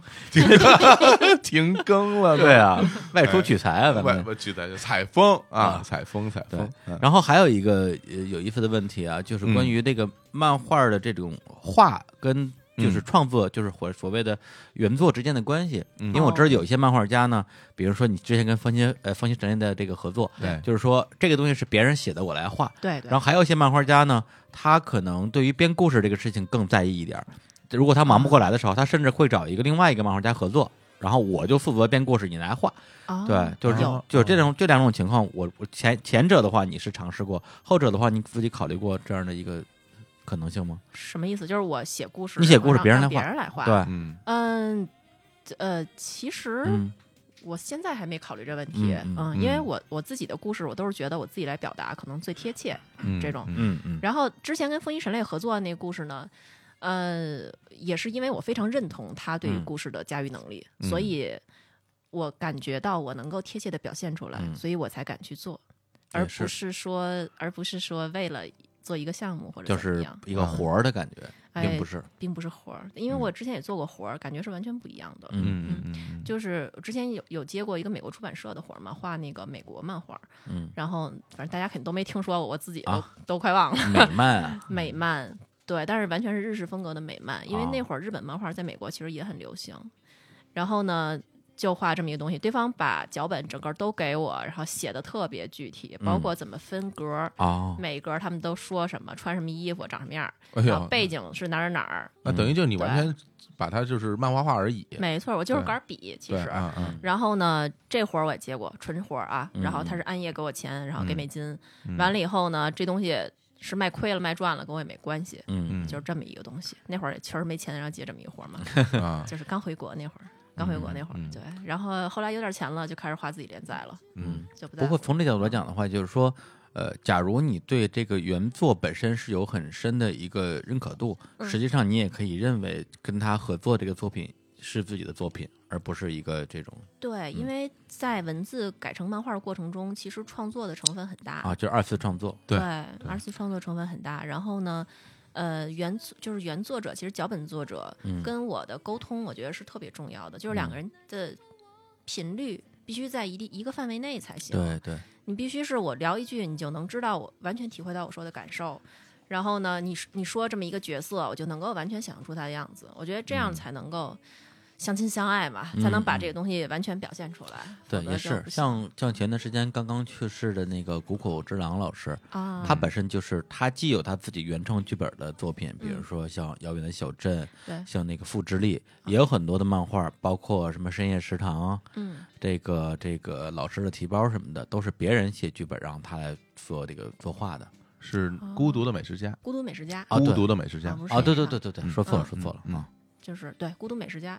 [SPEAKER 2] 停更了，
[SPEAKER 1] 对，啊， 外出取材啊，咱
[SPEAKER 2] 哎外
[SPEAKER 1] 们。
[SPEAKER 2] 不取材采风啊
[SPEAKER 1] 啊，
[SPEAKER 2] 采风采
[SPEAKER 1] 对
[SPEAKER 2] 风。嗯，
[SPEAKER 1] 然后还有一个呃有意思的问题啊，就是关于这个漫画的这种画跟
[SPEAKER 2] 嗯
[SPEAKER 1] 就是创作，就是所所谓的原作之间的关系。
[SPEAKER 2] 嗯
[SPEAKER 1] 因为我知道有一些漫画家呢，比如说你之前跟方心呃方心神的这个合作，
[SPEAKER 2] 对
[SPEAKER 1] 就是说这个东西是别人写的，我来画。
[SPEAKER 3] 对对
[SPEAKER 1] 然后还有一些漫画家呢，他可能对于编故事这个事情更在意一点儿。如果他忙不过来的时候，他甚至会找一个另外一个漫画家合作，然后我就负责编故事，你来画。
[SPEAKER 3] 啊，
[SPEAKER 1] 对，就是
[SPEAKER 3] 有
[SPEAKER 1] 这就是这种这两种情况，我我前前者的话你是尝试过，后者的话你自己考虑过这样的一个可能性吗？
[SPEAKER 3] 什么意思？就是我写故事，
[SPEAKER 1] 你写故事别人
[SPEAKER 3] 然后
[SPEAKER 1] 来画
[SPEAKER 3] 让别人来画，
[SPEAKER 1] 对，
[SPEAKER 2] 嗯
[SPEAKER 3] 嗯，呃，其实
[SPEAKER 1] 嗯
[SPEAKER 3] 我现在还没考虑这问题，
[SPEAKER 1] 嗯嗯
[SPEAKER 3] 因为
[SPEAKER 2] 嗯
[SPEAKER 3] 我我自己的故事，我都是觉得我自己来表达可能最贴切。
[SPEAKER 2] 嗯
[SPEAKER 3] 这种
[SPEAKER 1] 嗯嗯
[SPEAKER 3] 然后之前跟风衣神类合作的那个故事呢，呃，也是因为我非常认同他对于
[SPEAKER 1] 嗯
[SPEAKER 3] 故事的驾驭能力，所以我感觉到我能够贴切的表现出来，
[SPEAKER 1] 嗯
[SPEAKER 3] 所以我才敢去做，
[SPEAKER 1] 也
[SPEAKER 3] 而
[SPEAKER 1] 是
[SPEAKER 3] 不是说而不是说为了做一个项目或者
[SPEAKER 1] 就
[SPEAKER 3] 怎么
[SPEAKER 1] 是
[SPEAKER 3] 样，嗯
[SPEAKER 1] 一个活儿的感觉，
[SPEAKER 3] 哎
[SPEAKER 1] 并不是，
[SPEAKER 3] 并不是活儿，因为我之前也做过活儿，感觉是完全不一样的。
[SPEAKER 1] 嗯
[SPEAKER 2] 嗯嗯嗯
[SPEAKER 3] 就是之前有有接过一个美国出版社的活儿嘛，画那个美国漫画，
[SPEAKER 1] 嗯，
[SPEAKER 3] 然后反正大家肯定都没听说过，我自己都、
[SPEAKER 1] 啊
[SPEAKER 3] 都快忘了。
[SPEAKER 1] 美漫啊，
[SPEAKER 3] 美漫，对，但是完全是日式风格的美漫，因为
[SPEAKER 1] 哦
[SPEAKER 3] 那会儿日本漫画在美国其实也很流行。然后呢，就画这么一个东西，对方把脚本整个都给我，然后写的特别具体，包括怎么分格儿。
[SPEAKER 1] 哦，
[SPEAKER 3] 每格儿他们都说什么，穿什么衣服，长什么样儿，
[SPEAKER 2] 哎
[SPEAKER 3] 然后
[SPEAKER 2] 呦，
[SPEAKER 3] 背景是哪儿哪儿
[SPEAKER 2] 那等于就是你
[SPEAKER 3] 对
[SPEAKER 2] 完全把它就是漫画化而已。
[SPEAKER 3] 哪儿。没错，我就是
[SPEAKER 2] 对
[SPEAKER 3] 杆笔，其
[SPEAKER 2] 对
[SPEAKER 3] 实。
[SPEAKER 2] 啊啊，
[SPEAKER 3] 然后呢，这活儿我也接过，纯活儿啊。
[SPEAKER 1] 嗯
[SPEAKER 3] 然后他是按夜给我钱，然后给美金。完了以后呢，这东西是卖亏了卖赚了，跟我也没关系。
[SPEAKER 1] 嗯
[SPEAKER 2] 嗯
[SPEAKER 3] 就是这么一个东西。那会儿也确实没钱，然后接这么一活儿嘛，
[SPEAKER 2] 啊，
[SPEAKER 3] 就是刚回国那会儿，刚回国那会儿，
[SPEAKER 2] 嗯
[SPEAKER 3] 对。然后后来有点钱了，就开始画自己连载了，
[SPEAKER 1] 嗯。
[SPEAKER 3] 就不再
[SPEAKER 1] 不过从这角度来讲的话，就是说。呃，假如你对这个原作本身是有很深的一个认可度，
[SPEAKER 3] 嗯
[SPEAKER 1] 实际上你也可以认为跟他合作这个作品是自己的作品，而不是一个这种嗯
[SPEAKER 3] 对，因为在文字改成漫画的过程中，其实创作的成分很大，
[SPEAKER 1] 啊，就是二次创作。
[SPEAKER 2] 对
[SPEAKER 3] 二次创作成分很大。然后呢？呃，原作就是原作者，其实脚本作者
[SPEAKER 1] 嗯
[SPEAKER 3] 跟我的沟通，我觉得是特别重要的，就是两个人的频率必须在一定一个范围内才行。
[SPEAKER 1] 对对，
[SPEAKER 3] 你必须是我聊一句，你就能知道我完全体会到我说的感受。然后呢，你你说这么一个角色，我就能够完全想象出他的样子。我觉得这
[SPEAKER 1] 嗯
[SPEAKER 3] 样才能够相亲相爱嘛，才能把这个东西完全表现出来。
[SPEAKER 1] 对，
[SPEAKER 3] 否则
[SPEAKER 1] 也
[SPEAKER 3] 就是不行
[SPEAKER 1] 像像前段时间刚刚去世的那个谷口之郎老师，
[SPEAKER 3] 啊，
[SPEAKER 1] 他本身就是他既有他自己原创剧本的作品，比如
[SPEAKER 3] 嗯
[SPEAKER 1] 说像《遥远的小镇》，
[SPEAKER 3] 对
[SPEAKER 1] 像那个《复之力》，也有很多的漫画，包括什么《深夜食堂》，
[SPEAKER 3] 嗯，
[SPEAKER 1] 这个这个老师的提包什么的，都是别人写剧本让他来做这个作画的。
[SPEAKER 2] 是孤独的美食家，
[SPEAKER 3] 孤独美食家
[SPEAKER 1] 啊
[SPEAKER 2] 孤
[SPEAKER 1] 对
[SPEAKER 2] 独的美食家
[SPEAKER 3] 哦啊，不是
[SPEAKER 1] 啊，对
[SPEAKER 3] 谁
[SPEAKER 1] 对
[SPEAKER 3] 呀
[SPEAKER 1] 对对对，说错了
[SPEAKER 3] 嗯
[SPEAKER 1] 说错了
[SPEAKER 2] 嗯
[SPEAKER 1] 啊，
[SPEAKER 3] 就是对孤独美食家。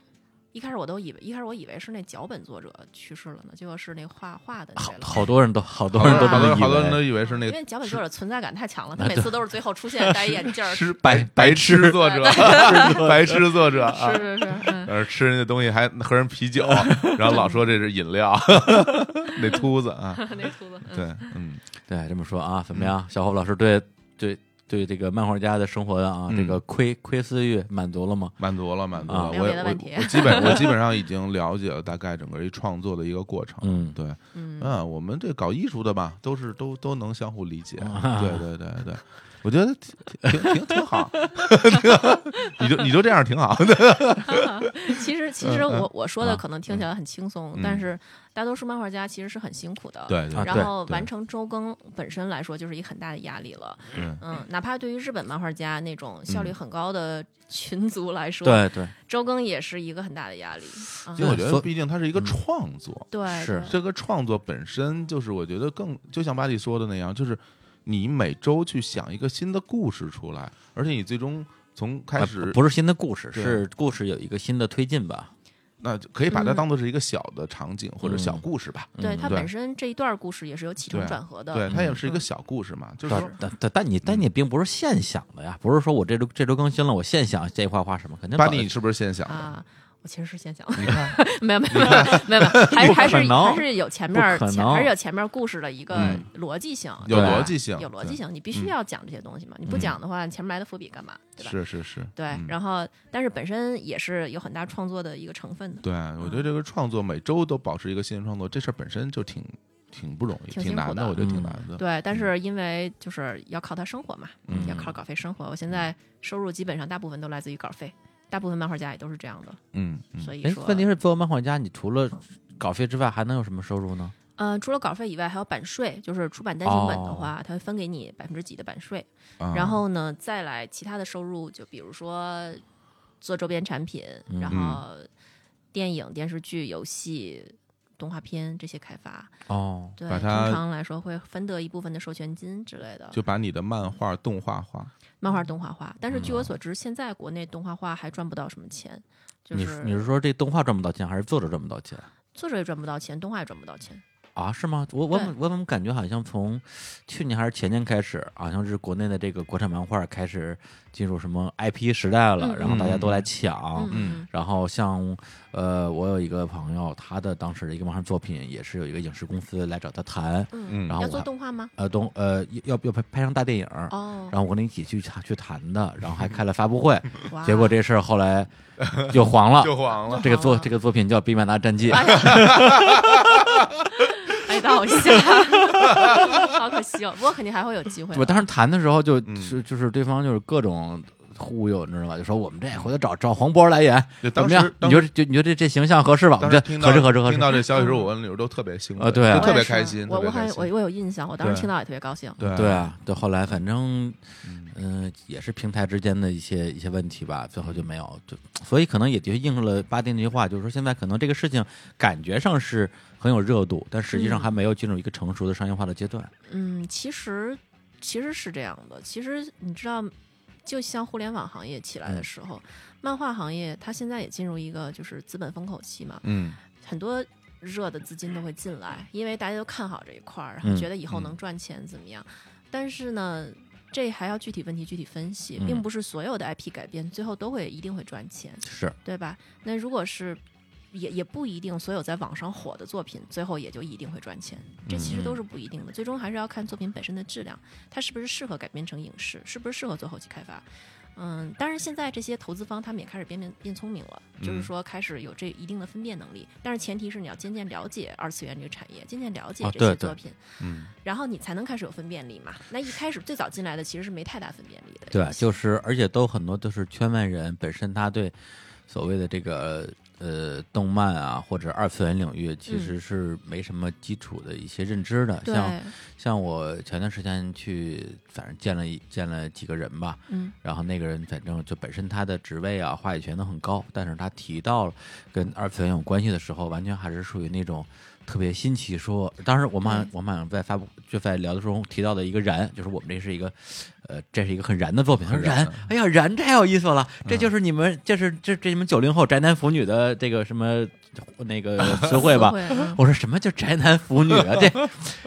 [SPEAKER 3] 一开始我都以为，一开始我以为是那脚本作者去世了呢，结果是那画画的那
[SPEAKER 1] 好
[SPEAKER 3] 位老师
[SPEAKER 1] 好多人都好多
[SPEAKER 2] 好多
[SPEAKER 1] 人都
[SPEAKER 2] 人好
[SPEAKER 1] 这么
[SPEAKER 2] 多人
[SPEAKER 1] 以
[SPEAKER 2] 好多人都
[SPEAKER 1] 为
[SPEAKER 2] 以为是那
[SPEAKER 3] 因
[SPEAKER 2] 个
[SPEAKER 3] 为脚本作者存在感 太强了，他每次都是最后出现戴一眼镜儿，是
[SPEAKER 2] 吃白白痴作者， 白痴作者啊，
[SPEAKER 3] 是是， 嗯，
[SPEAKER 2] 呃，吃人家东西还喝人啤 酒，然后老说这是饮料，那秃子 啊，
[SPEAKER 3] 那秃子，嗯
[SPEAKER 2] 对，嗯，
[SPEAKER 1] 对这么说啊，怎么样？小侯老师对对对这个漫画家的生活啊，这
[SPEAKER 2] 嗯
[SPEAKER 1] 个窥窥私欲满足了吗？
[SPEAKER 2] 满足了，满足了，
[SPEAKER 1] 啊
[SPEAKER 2] 我
[SPEAKER 3] 没有
[SPEAKER 2] 也
[SPEAKER 3] 别的
[SPEAKER 2] 我
[SPEAKER 3] 问题
[SPEAKER 2] 我基本我基本上已经了解了大概整个一创作的一个过程，
[SPEAKER 1] 嗯
[SPEAKER 2] 对，
[SPEAKER 3] 嗯
[SPEAKER 2] 啊，我们这搞艺术的吧，都是都都能相互理解，
[SPEAKER 1] 啊
[SPEAKER 2] 对对对对，我觉得挺挺挺挺 好， 你就你就这样挺好，
[SPEAKER 3] 其实其实我我说
[SPEAKER 2] 嗯啊
[SPEAKER 3] 的可能听起来很轻松
[SPEAKER 2] 嗯，
[SPEAKER 3] 但是大多数漫画家其实是很辛苦的。。
[SPEAKER 2] 对
[SPEAKER 1] 啊
[SPEAKER 2] 对
[SPEAKER 1] 对
[SPEAKER 3] 然后
[SPEAKER 2] 对
[SPEAKER 3] 完成周更本身来说就是一个很大的压力了，
[SPEAKER 2] 对，
[SPEAKER 3] 嗯，哪怕对于日本漫画家那种效率
[SPEAKER 2] 嗯
[SPEAKER 3] 很高的群族来说，
[SPEAKER 1] 对对，
[SPEAKER 3] 周更也是一个很大的压力。啊
[SPEAKER 2] 因为我觉
[SPEAKER 1] 所
[SPEAKER 2] 得毕竟它是一个创作，
[SPEAKER 3] 对，
[SPEAKER 1] 是
[SPEAKER 3] 对
[SPEAKER 2] 这个创作本身就是，我觉得更就像巴蒂说的那样，就是你每周去想一个新的故事出来，而且你最终从开
[SPEAKER 1] 啊
[SPEAKER 2] 始，
[SPEAKER 1] 不是新的故事，
[SPEAKER 2] 对
[SPEAKER 1] 是故事有一个新的推进吧？
[SPEAKER 2] 那就可以把它
[SPEAKER 3] 嗯
[SPEAKER 2] 当做是一个小的场景或者小故事吧。
[SPEAKER 3] 对
[SPEAKER 1] 嗯
[SPEAKER 3] 它
[SPEAKER 2] 对
[SPEAKER 3] 本身这一段故事也是有起承
[SPEAKER 2] 对
[SPEAKER 3] 转合的，
[SPEAKER 2] 对，它也是一个
[SPEAKER 3] 嗯
[SPEAKER 2] 小故事嘛，就是嗯说
[SPEAKER 1] 但但但但你但你并不是现想的呀，不是说我这周这周更新了，我现想这一画画什么，肯定
[SPEAKER 2] 巴
[SPEAKER 1] 早
[SPEAKER 2] 蒂，你是不是先想的？
[SPEAKER 3] 啊。我其实是先想，
[SPEAKER 2] 你看，
[SPEAKER 3] 没有没有没有没有，没有
[SPEAKER 1] 不可
[SPEAKER 3] 还是还是
[SPEAKER 1] 能
[SPEAKER 3] 还是有前面儿
[SPEAKER 1] 不可
[SPEAKER 3] 前
[SPEAKER 1] 能
[SPEAKER 3] 还是有前面儿故事的一个
[SPEAKER 2] 嗯
[SPEAKER 3] 逻辑性，
[SPEAKER 2] 有
[SPEAKER 1] 对
[SPEAKER 2] 逻辑性，
[SPEAKER 3] 有逻
[SPEAKER 2] 对嗯
[SPEAKER 3] 辑，性，你必须要讲这些东西嘛，你不讲的话，你前面埋的伏笔干嘛，对吧？
[SPEAKER 2] 是是是，
[SPEAKER 3] 对
[SPEAKER 2] 嗯，
[SPEAKER 3] 然后但是本身也是有很大创作的一个成分的，
[SPEAKER 2] 对，我觉得这个创作每周都保持一个新的创作，这事儿本身就挺挺不容易，
[SPEAKER 3] 挺
[SPEAKER 2] 挺
[SPEAKER 3] 辛
[SPEAKER 2] 难
[SPEAKER 3] 苦
[SPEAKER 2] 的，
[SPEAKER 3] 的
[SPEAKER 2] 我觉得
[SPEAKER 1] 嗯
[SPEAKER 2] 挺难的。
[SPEAKER 3] 对，但是因为就是要靠它生活嘛，
[SPEAKER 1] 嗯
[SPEAKER 3] 要靠稿费生活。我
[SPEAKER 2] 嗯
[SPEAKER 3] 现在收入基本上大部分都来自于稿费，大部分漫画家也都是这样的，
[SPEAKER 2] 嗯，嗯
[SPEAKER 3] 所以
[SPEAKER 1] 哎
[SPEAKER 3] 说，，
[SPEAKER 1] 问题是作为漫画家，你除了稿费之外，还能有什么收入呢？
[SPEAKER 3] 呃，除了稿费以外，还有版税，就是出版单行本的话，它会分给你百分之几的版税。
[SPEAKER 2] 啊
[SPEAKER 3] 然后呢，再来其他的收入，就比如说做周边产品，然后电影、电视剧、游戏、动画片这些开发，
[SPEAKER 1] 哦，
[SPEAKER 3] 对，
[SPEAKER 2] 把
[SPEAKER 3] 通
[SPEAKER 2] 它
[SPEAKER 3] 常来说会分得一部分的授权金之类的。
[SPEAKER 2] 就把你的漫画动画化，
[SPEAKER 3] 漫画动画化，但是据我所知，现在国内动画化还赚不到什么钱，就
[SPEAKER 1] 你
[SPEAKER 3] 是
[SPEAKER 1] 你是说这动画赚不到钱，还是作者赚不到钱
[SPEAKER 3] 作者也赚不到钱，动画也赚不到钱。
[SPEAKER 1] 啊？是吗？我我
[SPEAKER 3] 对
[SPEAKER 1] 我怎么感觉好像从去年还是前年开始，好像是国内的这个国产漫画开始进入什么 IP 时代了，
[SPEAKER 3] 嗯
[SPEAKER 1] 然后大家都
[SPEAKER 2] 嗯
[SPEAKER 1] 来抢，
[SPEAKER 3] 嗯，
[SPEAKER 1] 然后像呃，我有一个朋友，他的当时的一个漫画作品也是有一个影视公司来找他谈，
[SPEAKER 3] 嗯
[SPEAKER 1] 然后
[SPEAKER 3] 要
[SPEAKER 1] 我
[SPEAKER 3] 做
[SPEAKER 1] 还
[SPEAKER 3] 动画吗？
[SPEAKER 1] 呃东呃要要拍拍成大电影儿，
[SPEAKER 3] 哦
[SPEAKER 1] 然，后我跟他一起去谈去谈的，然后还开了发布会，
[SPEAKER 3] 哇
[SPEAKER 1] 结果这事儿后来就黄了。
[SPEAKER 2] 黄
[SPEAKER 1] 这个
[SPEAKER 3] 黄
[SPEAKER 1] 作
[SPEAKER 3] 了
[SPEAKER 1] 这个作品叫《比曼达战记》，
[SPEAKER 3] 哎，把我吓， 好可惜哦。不过肯定还会有机会的。
[SPEAKER 1] 我当时谈的时候
[SPEAKER 2] 嗯
[SPEAKER 1] 就就就是对方就是各种。忽悠，你知道吧？就说我们这回头找找黄渤来演，
[SPEAKER 2] 对
[SPEAKER 1] 怎
[SPEAKER 2] 当
[SPEAKER 1] 么
[SPEAKER 2] 时
[SPEAKER 1] 样？你
[SPEAKER 2] 当
[SPEAKER 1] 觉得就你觉得这这形象合适吧？我们
[SPEAKER 2] 当时
[SPEAKER 1] 啊这
[SPEAKER 2] 听到
[SPEAKER 1] 合适合适合适
[SPEAKER 2] 听。到这消息时候，我跟柳都特别兴奋
[SPEAKER 1] 啊对啊
[SPEAKER 2] 就
[SPEAKER 3] 我
[SPEAKER 2] 特别
[SPEAKER 3] 也是
[SPEAKER 2] 开心，
[SPEAKER 3] 我
[SPEAKER 2] 特别
[SPEAKER 3] 我
[SPEAKER 2] 开
[SPEAKER 3] 还
[SPEAKER 2] 心
[SPEAKER 3] 我我有印象，我当时
[SPEAKER 2] 对
[SPEAKER 3] 听到也特别高兴。
[SPEAKER 2] 对
[SPEAKER 1] 对啊，对，后来反正，嗯、也是平台之间的一些一些问题吧，最后就没有，就所以可能也的确应了巴丁那句话，就是说现在可能这个事情感觉上是很有热度，但实际上还没有进入一个成熟的商业化的阶段。
[SPEAKER 3] 嗯，其实其实是这样的。其实你知道，就像互联网行业起
[SPEAKER 2] 嗯
[SPEAKER 3] 来的时候，漫画行业它现在也进入一个就是资本风口期嘛，
[SPEAKER 2] 嗯
[SPEAKER 3] 很多热的资金都会进来，因为大家都看好这一块儿，然
[SPEAKER 1] 嗯
[SPEAKER 3] 后觉得以后能赚钱怎么样。但是呢，这还要具体问题具体分析，并
[SPEAKER 1] 嗯
[SPEAKER 3] 不是所有的 IP 改编最后都会一定会赚钱。
[SPEAKER 1] 是，
[SPEAKER 3] 对吧？那如果是也也不一定，所有在网上火的作品最后也就一定会赚钱，这其实
[SPEAKER 1] 嗯
[SPEAKER 3] 都是不一定的。最终还是要看作品本身的质量，它是不是适合改编成影视，是不是适合做后期开发。嗯，当然现在这些投资方他们也开始变变变聪明了，就是
[SPEAKER 2] 嗯
[SPEAKER 3] 说开始有这一定的分辨能力，但是前提是你要渐渐了解二次元这个产业，渐渐了解
[SPEAKER 1] 啊
[SPEAKER 3] 这
[SPEAKER 1] 对
[SPEAKER 3] 些
[SPEAKER 1] 对
[SPEAKER 3] 作品，
[SPEAKER 1] 嗯，
[SPEAKER 3] 然后你才能开始有分辨力嘛。那一开始最早进来的其实是没太大分辨力的，
[SPEAKER 1] 对，就是而且都很多都是圈外人，本身他对所谓的这个呃动漫啊或者二次元领域其实是没什么基础的一些认知的，
[SPEAKER 3] 对，
[SPEAKER 1] 像像我前段时间去，反正见了一见了几个人吧，
[SPEAKER 3] 嗯，
[SPEAKER 1] 然后那个人反正就本身他的职位啊、话语权都很高，但是他提到了跟二次元有关系的时候，完全还是属于那种特别新奇说。当时我们好像
[SPEAKER 3] 对
[SPEAKER 1] 我们好像在发布就在聊的时候提到的一个燃，就是我们这是一个，呃，这是一个很燃的作品，很
[SPEAKER 2] 燃
[SPEAKER 1] 燃。哎呀，燃太有意思了，这就是你们，这是这这你们九零后宅男腐女的这个什么那个词汇吧？
[SPEAKER 3] 嗯
[SPEAKER 1] 我说什么叫宅男腐女啊？ 这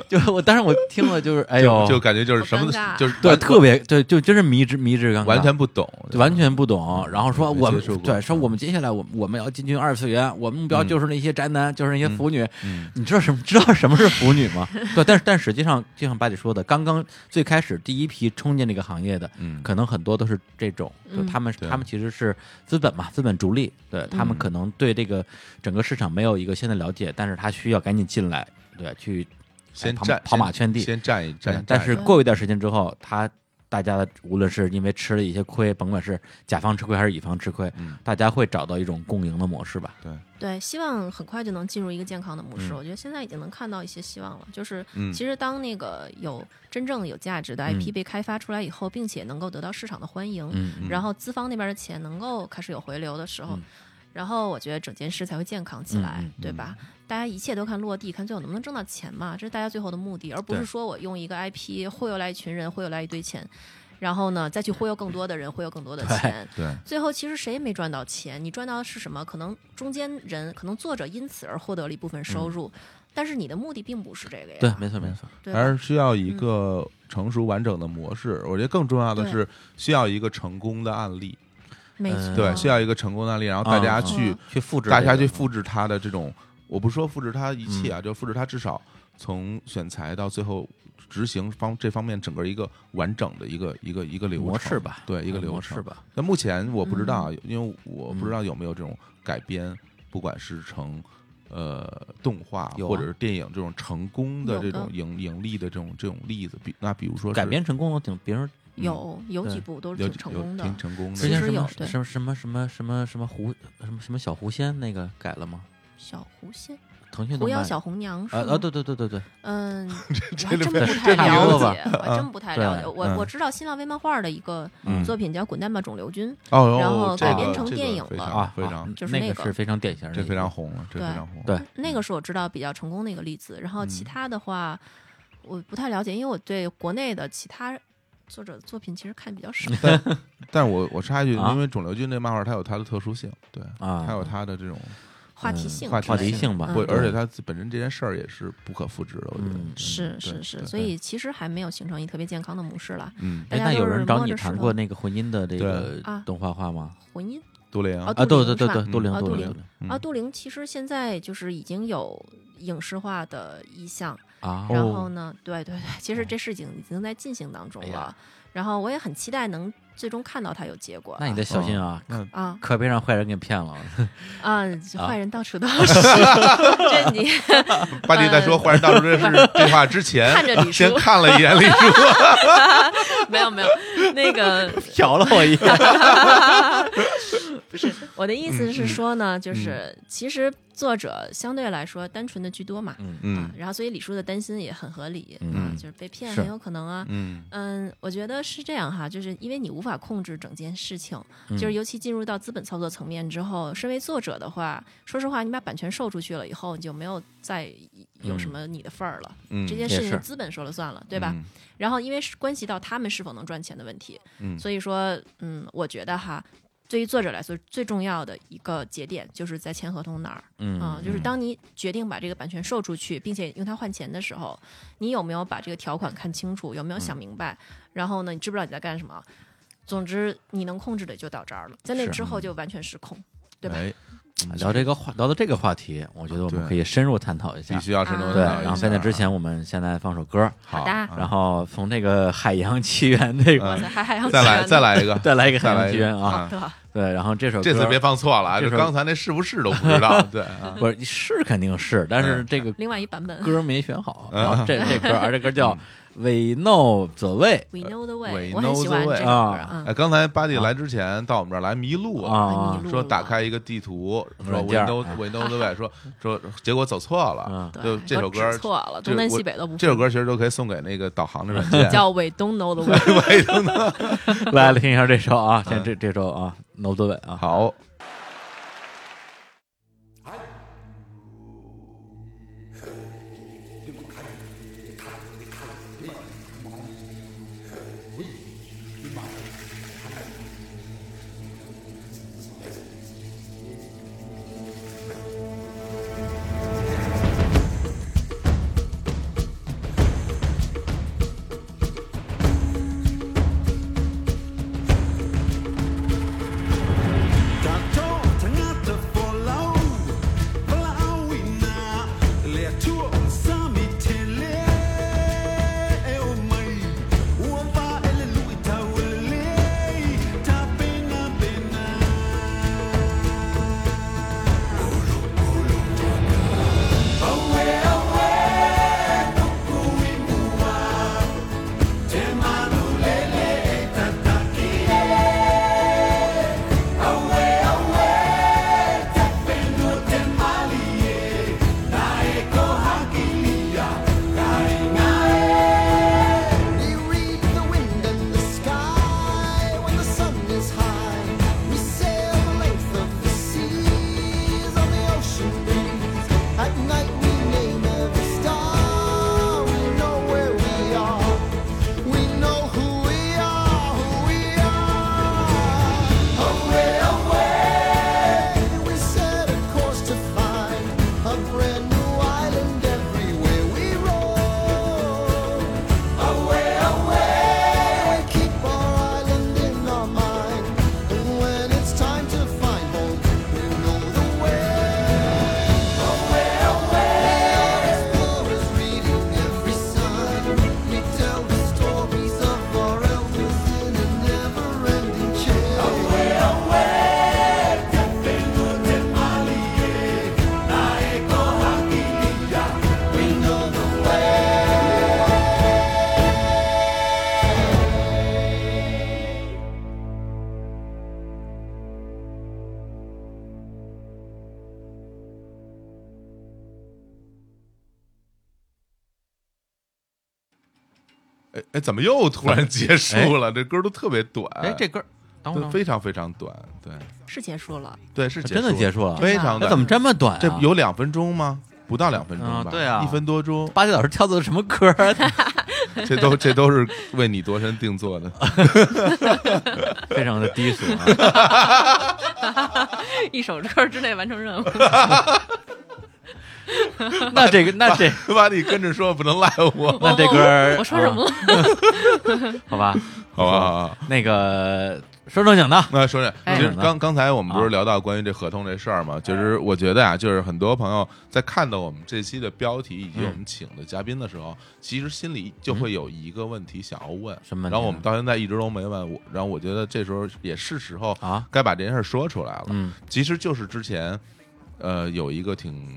[SPEAKER 1] 就我当时我听了就是哎呦，
[SPEAKER 2] 就感觉就是什么
[SPEAKER 3] 好尴尬
[SPEAKER 2] 就是
[SPEAKER 1] 对
[SPEAKER 2] 完
[SPEAKER 1] 特别对，就真是迷之迷之刚
[SPEAKER 2] 完全不懂，
[SPEAKER 1] 完全不懂，然后说
[SPEAKER 2] 嗯没
[SPEAKER 1] 我们
[SPEAKER 2] 接触过嗯
[SPEAKER 1] 对说我们接下来我们我们要进军二次元，我们目标就是那些宅男，就是那
[SPEAKER 2] 嗯
[SPEAKER 1] 些腐女。你知道什么知道什么是腐女 吗？对，但是但实际上就像八姐说的，刚刚最开始第一批冲进这个行业的，
[SPEAKER 2] 嗯
[SPEAKER 1] 可能很多都是这种，就
[SPEAKER 3] 嗯
[SPEAKER 1] 他们
[SPEAKER 2] 对嗯
[SPEAKER 1] 他们其实是资本嘛，资本逐利，对他们可能对这个整个市场没有一个新的了解，但是他需要赶紧进来，对，去哎
[SPEAKER 2] 先
[SPEAKER 1] 跑
[SPEAKER 2] 站
[SPEAKER 1] 跑马
[SPEAKER 2] 先
[SPEAKER 1] 圈地
[SPEAKER 2] 先站一站
[SPEAKER 1] 对，但是
[SPEAKER 3] 对
[SPEAKER 1] 过一段时间之后，他大家无论是因为吃了一些亏，甭管是甲方吃亏还是乙方吃亏，
[SPEAKER 2] 嗯
[SPEAKER 1] 大家会找到一种共赢的模式吧。
[SPEAKER 3] 对，希望很快就能进入一个健康的模式。
[SPEAKER 1] 嗯
[SPEAKER 3] 我觉得现在已经能看到一些希望了。就是
[SPEAKER 2] 嗯
[SPEAKER 3] 其实当那个有真正有价值的
[SPEAKER 1] 嗯
[SPEAKER 3] IP 被开发出来以后，并且能够得到市场的欢迎，
[SPEAKER 1] 嗯嗯
[SPEAKER 3] 然后资方那边的钱能够开始有回流的时候，
[SPEAKER 1] 嗯
[SPEAKER 3] 然后我觉得整件事才会健康起来，
[SPEAKER 1] 嗯嗯嗯
[SPEAKER 3] 对吧？大家一切都看落地，看最后能不能挣到钱嘛，这是大家最后的目的，而不
[SPEAKER 1] 对
[SPEAKER 3] 是说我用一个 IP 忽悠来一群人，忽悠来一堆钱，然后呢再去忽悠更多的人，忽悠更多的
[SPEAKER 1] 对
[SPEAKER 3] 钱。
[SPEAKER 2] 对
[SPEAKER 3] 最后其实谁也没赚到钱，你赚到的是什么？可能中间人，可能作者因此而获得了一部分收入，但是你的目的并不是这个呀。
[SPEAKER 1] 嗯对，没错没错，
[SPEAKER 3] 对吧
[SPEAKER 2] 还是需要一个成熟完整的模式。我觉得更重要的
[SPEAKER 3] 对
[SPEAKER 2] 是需要一个成功的案例，
[SPEAKER 1] 呃
[SPEAKER 3] 没错，
[SPEAKER 2] 对，需要一个成功的案例，然后大家
[SPEAKER 1] 嗯
[SPEAKER 2] 去
[SPEAKER 3] 嗯
[SPEAKER 1] 去复制
[SPEAKER 2] 大家
[SPEAKER 1] 这
[SPEAKER 2] 去
[SPEAKER 1] 个
[SPEAKER 2] 复制他的这种，我不说复制他一切
[SPEAKER 1] 嗯
[SPEAKER 2] 啊，就复制他至少从选材到最后执行方这方面整个一个完整的一个一个一个流程
[SPEAKER 1] 模式吧，嗯
[SPEAKER 2] 对一个流
[SPEAKER 1] 模
[SPEAKER 2] 程
[SPEAKER 1] 式。吧。嗯
[SPEAKER 2] 那目前我不知道，啊因为我不知道有没有这种改编，不管是成呃动画
[SPEAKER 1] 有啊
[SPEAKER 2] 或者是电影这种成功的
[SPEAKER 3] 有
[SPEAKER 2] 这种
[SPEAKER 3] 的
[SPEAKER 2] 盈盈利的这种这种例子，比那比如说是
[SPEAKER 1] 改编成功了，挺别人
[SPEAKER 3] 有有
[SPEAKER 1] 对
[SPEAKER 3] 几部都是
[SPEAKER 2] 有
[SPEAKER 3] 挺成功
[SPEAKER 2] 有
[SPEAKER 3] 的
[SPEAKER 2] 挺。成功
[SPEAKER 1] 之
[SPEAKER 2] 的
[SPEAKER 1] 前什
[SPEAKER 3] 其实有
[SPEAKER 1] 么
[SPEAKER 3] 对
[SPEAKER 1] 什么什么什么什么什么狐什么什么小狐仙那个改了吗？
[SPEAKER 3] 小狐仙、
[SPEAKER 1] 腾讯
[SPEAKER 3] 狐
[SPEAKER 1] 动
[SPEAKER 3] 妖
[SPEAKER 1] 漫
[SPEAKER 3] 小红娘是
[SPEAKER 1] 呃
[SPEAKER 3] 吗？
[SPEAKER 1] 呃对对对对对，
[SPEAKER 3] 嗯，我还真
[SPEAKER 1] 边
[SPEAKER 3] 不
[SPEAKER 1] 这
[SPEAKER 3] 太
[SPEAKER 1] 名字
[SPEAKER 3] 了
[SPEAKER 1] 吧啊
[SPEAKER 3] 解，我还真不太了解。
[SPEAKER 1] 对
[SPEAKER 3] 我我知道新浪微漫画的一个
[SPEAKER 1] 嗯
[SPEAKER 3] 作品叫《滚蛋吧肿瘤君》，
[SPEAKER 2] 哦，
[SPEAKER 3] 然后
[SPEAKER 2] 这
[SPEAKER 1] 改
[SPEAKER 2] 个
[SPEAKER 1] 编
[SPEAKER 3] 成
[SPEAKER 2] 这个
[SPEAKER 3] 电影
[SPEAKER 2] 非
[SPEAKER 3] 了
[SPEAKER 2] 常
[SPEAKER 1] 啊
[SPEAKER 2] 非
[SPEAKER 1] 啊
[SPEAKER 2] 常
[SPEAKER 3] 就是
[SPEAKER 1] 那
[SPEAKER 3] 那
[SPEAKER 1] 个
[SPEAKER 3] 个
[SPEAKER 1] 是非常典型的一个，
[SPEAKER 2] 这非常红了，这非
[SPEAKER 3] 对
[SPEAKER 2] 常红。
[SPEAKER 1] 对
[SPEAKER 3] 那个是我知道比较成功的一个例子。然后
[SPEAKER 1] 嗯
[SPEAKER 3] 其他的话，我不太了解，因为我对国内的其他作者的作品其实看比较少。
[SPEAKER 2] 但我我插一句，
[SPEAKER 1] 啊
[SPEAKER 2] 因为肿瘤君这漫画它有它的特殊性，对，
[SPEAKER 1] 啊
[SPEAKER 2] 它有它的这种，
[SPEAKER 3] 话题
[SPEAKER 1] 嗯
[SPEAKER 3] 性之类
[SPEAKER 2] 话
[SPEAKER 3] 的，
[SPEAKER 2] 题
[SPEAKER 1] 性吧
[SPEAKER 3] 嗯
[SPEAKER 2] 不，
[SPEAKER 1] 对
[SPEAKER 2] 而且它本身这件事儿也是不可复制的，我觉得
[SPEAKER 1] 嗯
[SPEAKER 3] 是
[SPEAKER 2] 嗯
[SPEAKER 3] 是
[SPEAKER 2] 对
[SPEAKER 3] 是，
[SPEAKER 2] 对
[SPEAKER 3] 所
[SPEAKER 2] 对
[SPEAKER 3] 以其实还没有形成一特别健康的模式了。
[SPEAKER 2] 嗯，
[SPEAKER 1] 哎，
[SPEAKER 3] 大
[SPEAKER 1] 那
[SPEAKER 3] 家
[SPEAKER 1] 有
[SPEAKER 3] 都是
[SPEAKER 1] 人找
[SPEAKER 3] 摸
[SPEAKER 1] 你
[SPEAKER 3] 着
[SPEAKER 1] 谈
[SPEAKER 3] 石
[SPEAKER 1] 过
[SPEAKER 3] 头
[SPEAKER 1] 那个婚姻的这
[SPEAKER 2] 对
[SPEAKER 1] 个
[SPEAKER 3] 啊
[SPEAKER 1] 动画化吗？
[SPEAKER 3] 婚姻
[SPEAKER 2] 多连
[SPEAKER 3] 啊，
[SPEAKER 1] 啊，对对
[SPEAKER 3] 杜
[SPEAKER 1] 对
[SPEAKER 3] 陵
[SPEAKER 1] 对，
[SPEAKER 3] 是吧
[SPEAKER 1] 都灵
[SPEAKER 3] 啊
[SPEAKER 1] 都
[SPEAKER 3] 都
[SPEAKER 1] 灵
[SPEAKER 3] 灵啊，杜陵其实现在就是已经有影视化的意向，
[SPEAKER 1] 啊，
[SPEAKER 3] 然后呢，对对对，其实这事情已经在进行当中
[SPEAKER 1] 哦哎呀
[SPEAKER 3] 了，然后我也很期待能最终看到它有结果吧。
[SPEAKER 1] 那你得小心啊，
[SPEAKER 2] 嗯
[SPEAKER 3] 啊
[SPEAKER 1] 可别让坏人给骗 了。
[SPEAKER 3] 啊，
[SPEAKER 1] 啊
[SPEAKER 3] 坏人到处都是， 这你
[SPEAKER 2] 巴蒂在说“坏人到处这是”这话之前，
[SPEAKER 3] 呃看着李叔
[SPEAKER 2] 先看了一眼李叔，
[SPEAKER 3] 没有没有那个
[SPEAKER 1] 瞟了我一眼。
[SPEAKER 3] 不是我的意思是说呢，就是其实作者相对来说单纯的居多嘛，啊，然后所以李叔的担心也很合理，啊，就是被骗
[SPEAKER 1] 是
[SPEAKER 3] 很有可能啊。
[SPEAKER 2] 嗯
[SPEAKER 3] 嗯，我觉得是这样哈，就是因为你无法控制整件事情，就是尤其进入到资本操作层面之后，身为作者的话，说实话，你把版权售出去了以后，你就没有再有什么你的份儿了。
[SPEAKER 2] 嗯
[SPEAKER 3] 这件事
[SPEAKER 1] 也是
[SPEAKER 3] 情资本说了算了，对吧？然后因为是关系到他们是否能赚钱的问题，
[SPEAKER 2] 嗯
[SPEAKER 3] 所以说，嗯，我觉得哈，对于作者来说，最重要的一个节点就是在签合同那儿，啊、
[SPEAKER 1] 嗯，
[SPEAKER 3] 就是当你决定把这个版权售出去，并且用它换钱的时候，你有没有把这个条款看清楚，有没有
[SPEAKER 2] 嗯
[SPEAKER 3] 想明白？然后呢，你知不知道你在干什么？总之，你能控制的就到这儿了，在那
[SPEAKER 1] 是
[SPEAKER 3] 之后就完全失控，对吧？
[SPEAKER 2] 嗯哎，
[SPEAKER 1] 嗯聊这个话聊到这个话题，我觉得我们
[SPEAKER 2] 对
[SPEAKER 1] 可以深入探讨一下
[SPEAKER 2] 必。须要深入
[SPEAKER 3] 啊
[SPEAKER 1] 对，
[SPEAKER 2] 探讨一
[SPEAKER 1] 然后
[SPEAKER 2] 下
[SPEAKER 1] 在那之
[SPEAKER 2] 啊，
[SPEAKER 1] 前，我们先来放首歌，
[SPEAKER 2] 好
[SPEAKER 3] 的
[SPEAKER 2] 啊
[SPEAKER 1] 然后从这个海洋奇缘这
[SPEAKER 3] 哇塞，
[SPEAKER 1] 个
[SPEAKER 3] 还还要
[SPEAKER 2] 再来 再来一个，
[SPEAKER 1] 再来一个海
[SPEAKER 2] 啊再来
[SPEAKER 1] 洋
[SPEAKER 2] 一
[SPEAKER 1] 奇
[SPEAKER 2] 个
[SPEAKER 1] 缘啊，
[SPEAKER 3] 对吧？
[SPEAKER 1] 对，然后这首歌
[SPEAKER 2] 这次别放错了啊！
[SPEAKER 1] 这
[SPEAKER 2] 这
[SPEAKER 1] 首
[SPEAKER 2] 刚才那是不是都不 知道？对啊，
[SPEAKER 1] 不是是肯定是，但是这个
[SPEAKER 3] 另外一版本
[SPEAKER 1] 歌没选好，
[SPEAKER 2] 嗯
[SPEAKER 1] 然后这这 歌，而这歌叫《We Know the Way
[SPEAKER 3] We Know the
[SPEAKER 2] We
[SPEAKER 3] Way，我很
[SPEAKER 2] Know
[SPEAKER 3] 喜
[SPEAKER 2] the
[SPEAKER 3] 欢这
[SPEAKER 2] Way
[SPEAKER 3] 首歌
[SPEAKER 1] 啊
[SPEAKER 3] 啊
[SPEAKER 2] 哎，。刚才巴蒂来之前到我们这儿来迷路》啊，
[SPEAKER 1] 啊
[SPEAKER 3] 迷，路
[SPEAKER 2] 说
[SPEAKER 3] 了
[SPEAKER 2] 打开一个地图，说
[SPEAKER 1] 软件儿
[SPEAKER 2] Windows
[SPEAKER 1] 哎
[SPEAKER 2] Windows 的位， 说说结果走错了，
[SPEAKER 1] 嗯
[SPEAKER 2] 就
[SPEAKER 3] 对，
[SPEAKER 2] 这首歌
[SPEAKER 3] 都指错了，
[SPEAKER 2] 这
[SPEAKER 3] 东南
[SPEAKER 2] 我
[SPEAKER 3] 西北都不
[SPEAKER 2] 这首歌其实都可以送给那个导航的软件，
[SPEAKER 3] 叫 We Don't Know the Way。
[SPEAKER 1] 来来听一下这首啊，先这这首啊，No the Way 啊，
[SPEAKER 2] 好，
[SPEAKER 6] Jatuh tengah terfollow Pelawina Lihat tuan sami tele Oh my Uang pa elelu itawele Tapena pena Awe awe Tukui mua Temanu lele tataki
[SPEAKER 5] We read the wind and the sky when the sun is high. We sail the length of the seas on the ocean breeze. At night we name every star. We know where we are. We know who we are, who we are. Away, away. We set a course to find a brand new island everywhere we roam. Away, away, we keep our island in our mind. And when it's time to find home, we know the way. Away, away, explorers reading every sign. We tell the stories of our elders in a never-ending chain. Away, away, we know the way.
[SPEAKER 2] 哎哎，怎么又突然结束 了？这歌都特别短，
[SPEAKER 1] 哎，这歌等会
[SPEAKER 2] 都
[SPEAKER 1] 儿
[SPEAKER 2] 非常非常短，对
[SPEAKER 3] 是结束了，
[SPEAKER 2] 对，是
[SPEAKER 1] 真的结束了
[SPEAKER 2] 非常
[SPEAKER 1] 那
[SPEAKER 2] 短，
[SPEAKER 1] 怎么这么短啊？
[SPEAKER 2] 这有两分钟吗？不到两分钟吧，
[SPEAKER 1] 嗯对啊
[SPEAKER 2] 一分 多钟，
[SPEAKER 1] 八戒老师跳的是什么歌？
[SPEAKER 2] 这都这都是为你度身定做的。
[SPEAKER 1] 非常的低俗啊！
[SPEAKER 3] 一首歌之内完成任务。
[SPEAKER 1] 那这个那这
[SPEAKER 2] 巴蒂跟着说不能赖 我，
[SPEAKER 1] 那这歌儿嗯
[SPEAKER 3] 我说什么了？
[SPEAKER 2] 啊
[SPEAKER 1] 好吧，
[SPEAKER 2] 好吧？好吧
[SPEAKER 1] 那个说正经的，
[SPEAKER 2] 那啊说这，
[SPEAKER 3] 哎
[SPEAKER 2] 其实刚刚才我们不是
[SPEAKER 1] 啊
[SPEAKER 2] 聊到关于这合同这事儿嘛？其实我觉得啊，就是很多朋友在看到我们这期的标题以
[SPEAKER 1] 嗯
[SPEAKER 2] 及我们请的嘉宾的时候，其实心里就会有一个问题想要问，
[SPEAKER 1] 什么问题呢
[SPEAKER 2] 然后我们到现在一直都没问，我然后我觉得这时候也是时候
[SPEAKER 1] 啊，
[SPEAKER 2] 该把这件事儿说出来了。
[SPEAKER 1] 嗯，
[SPEAKER 2] 其实就是之前，呃，有一个挺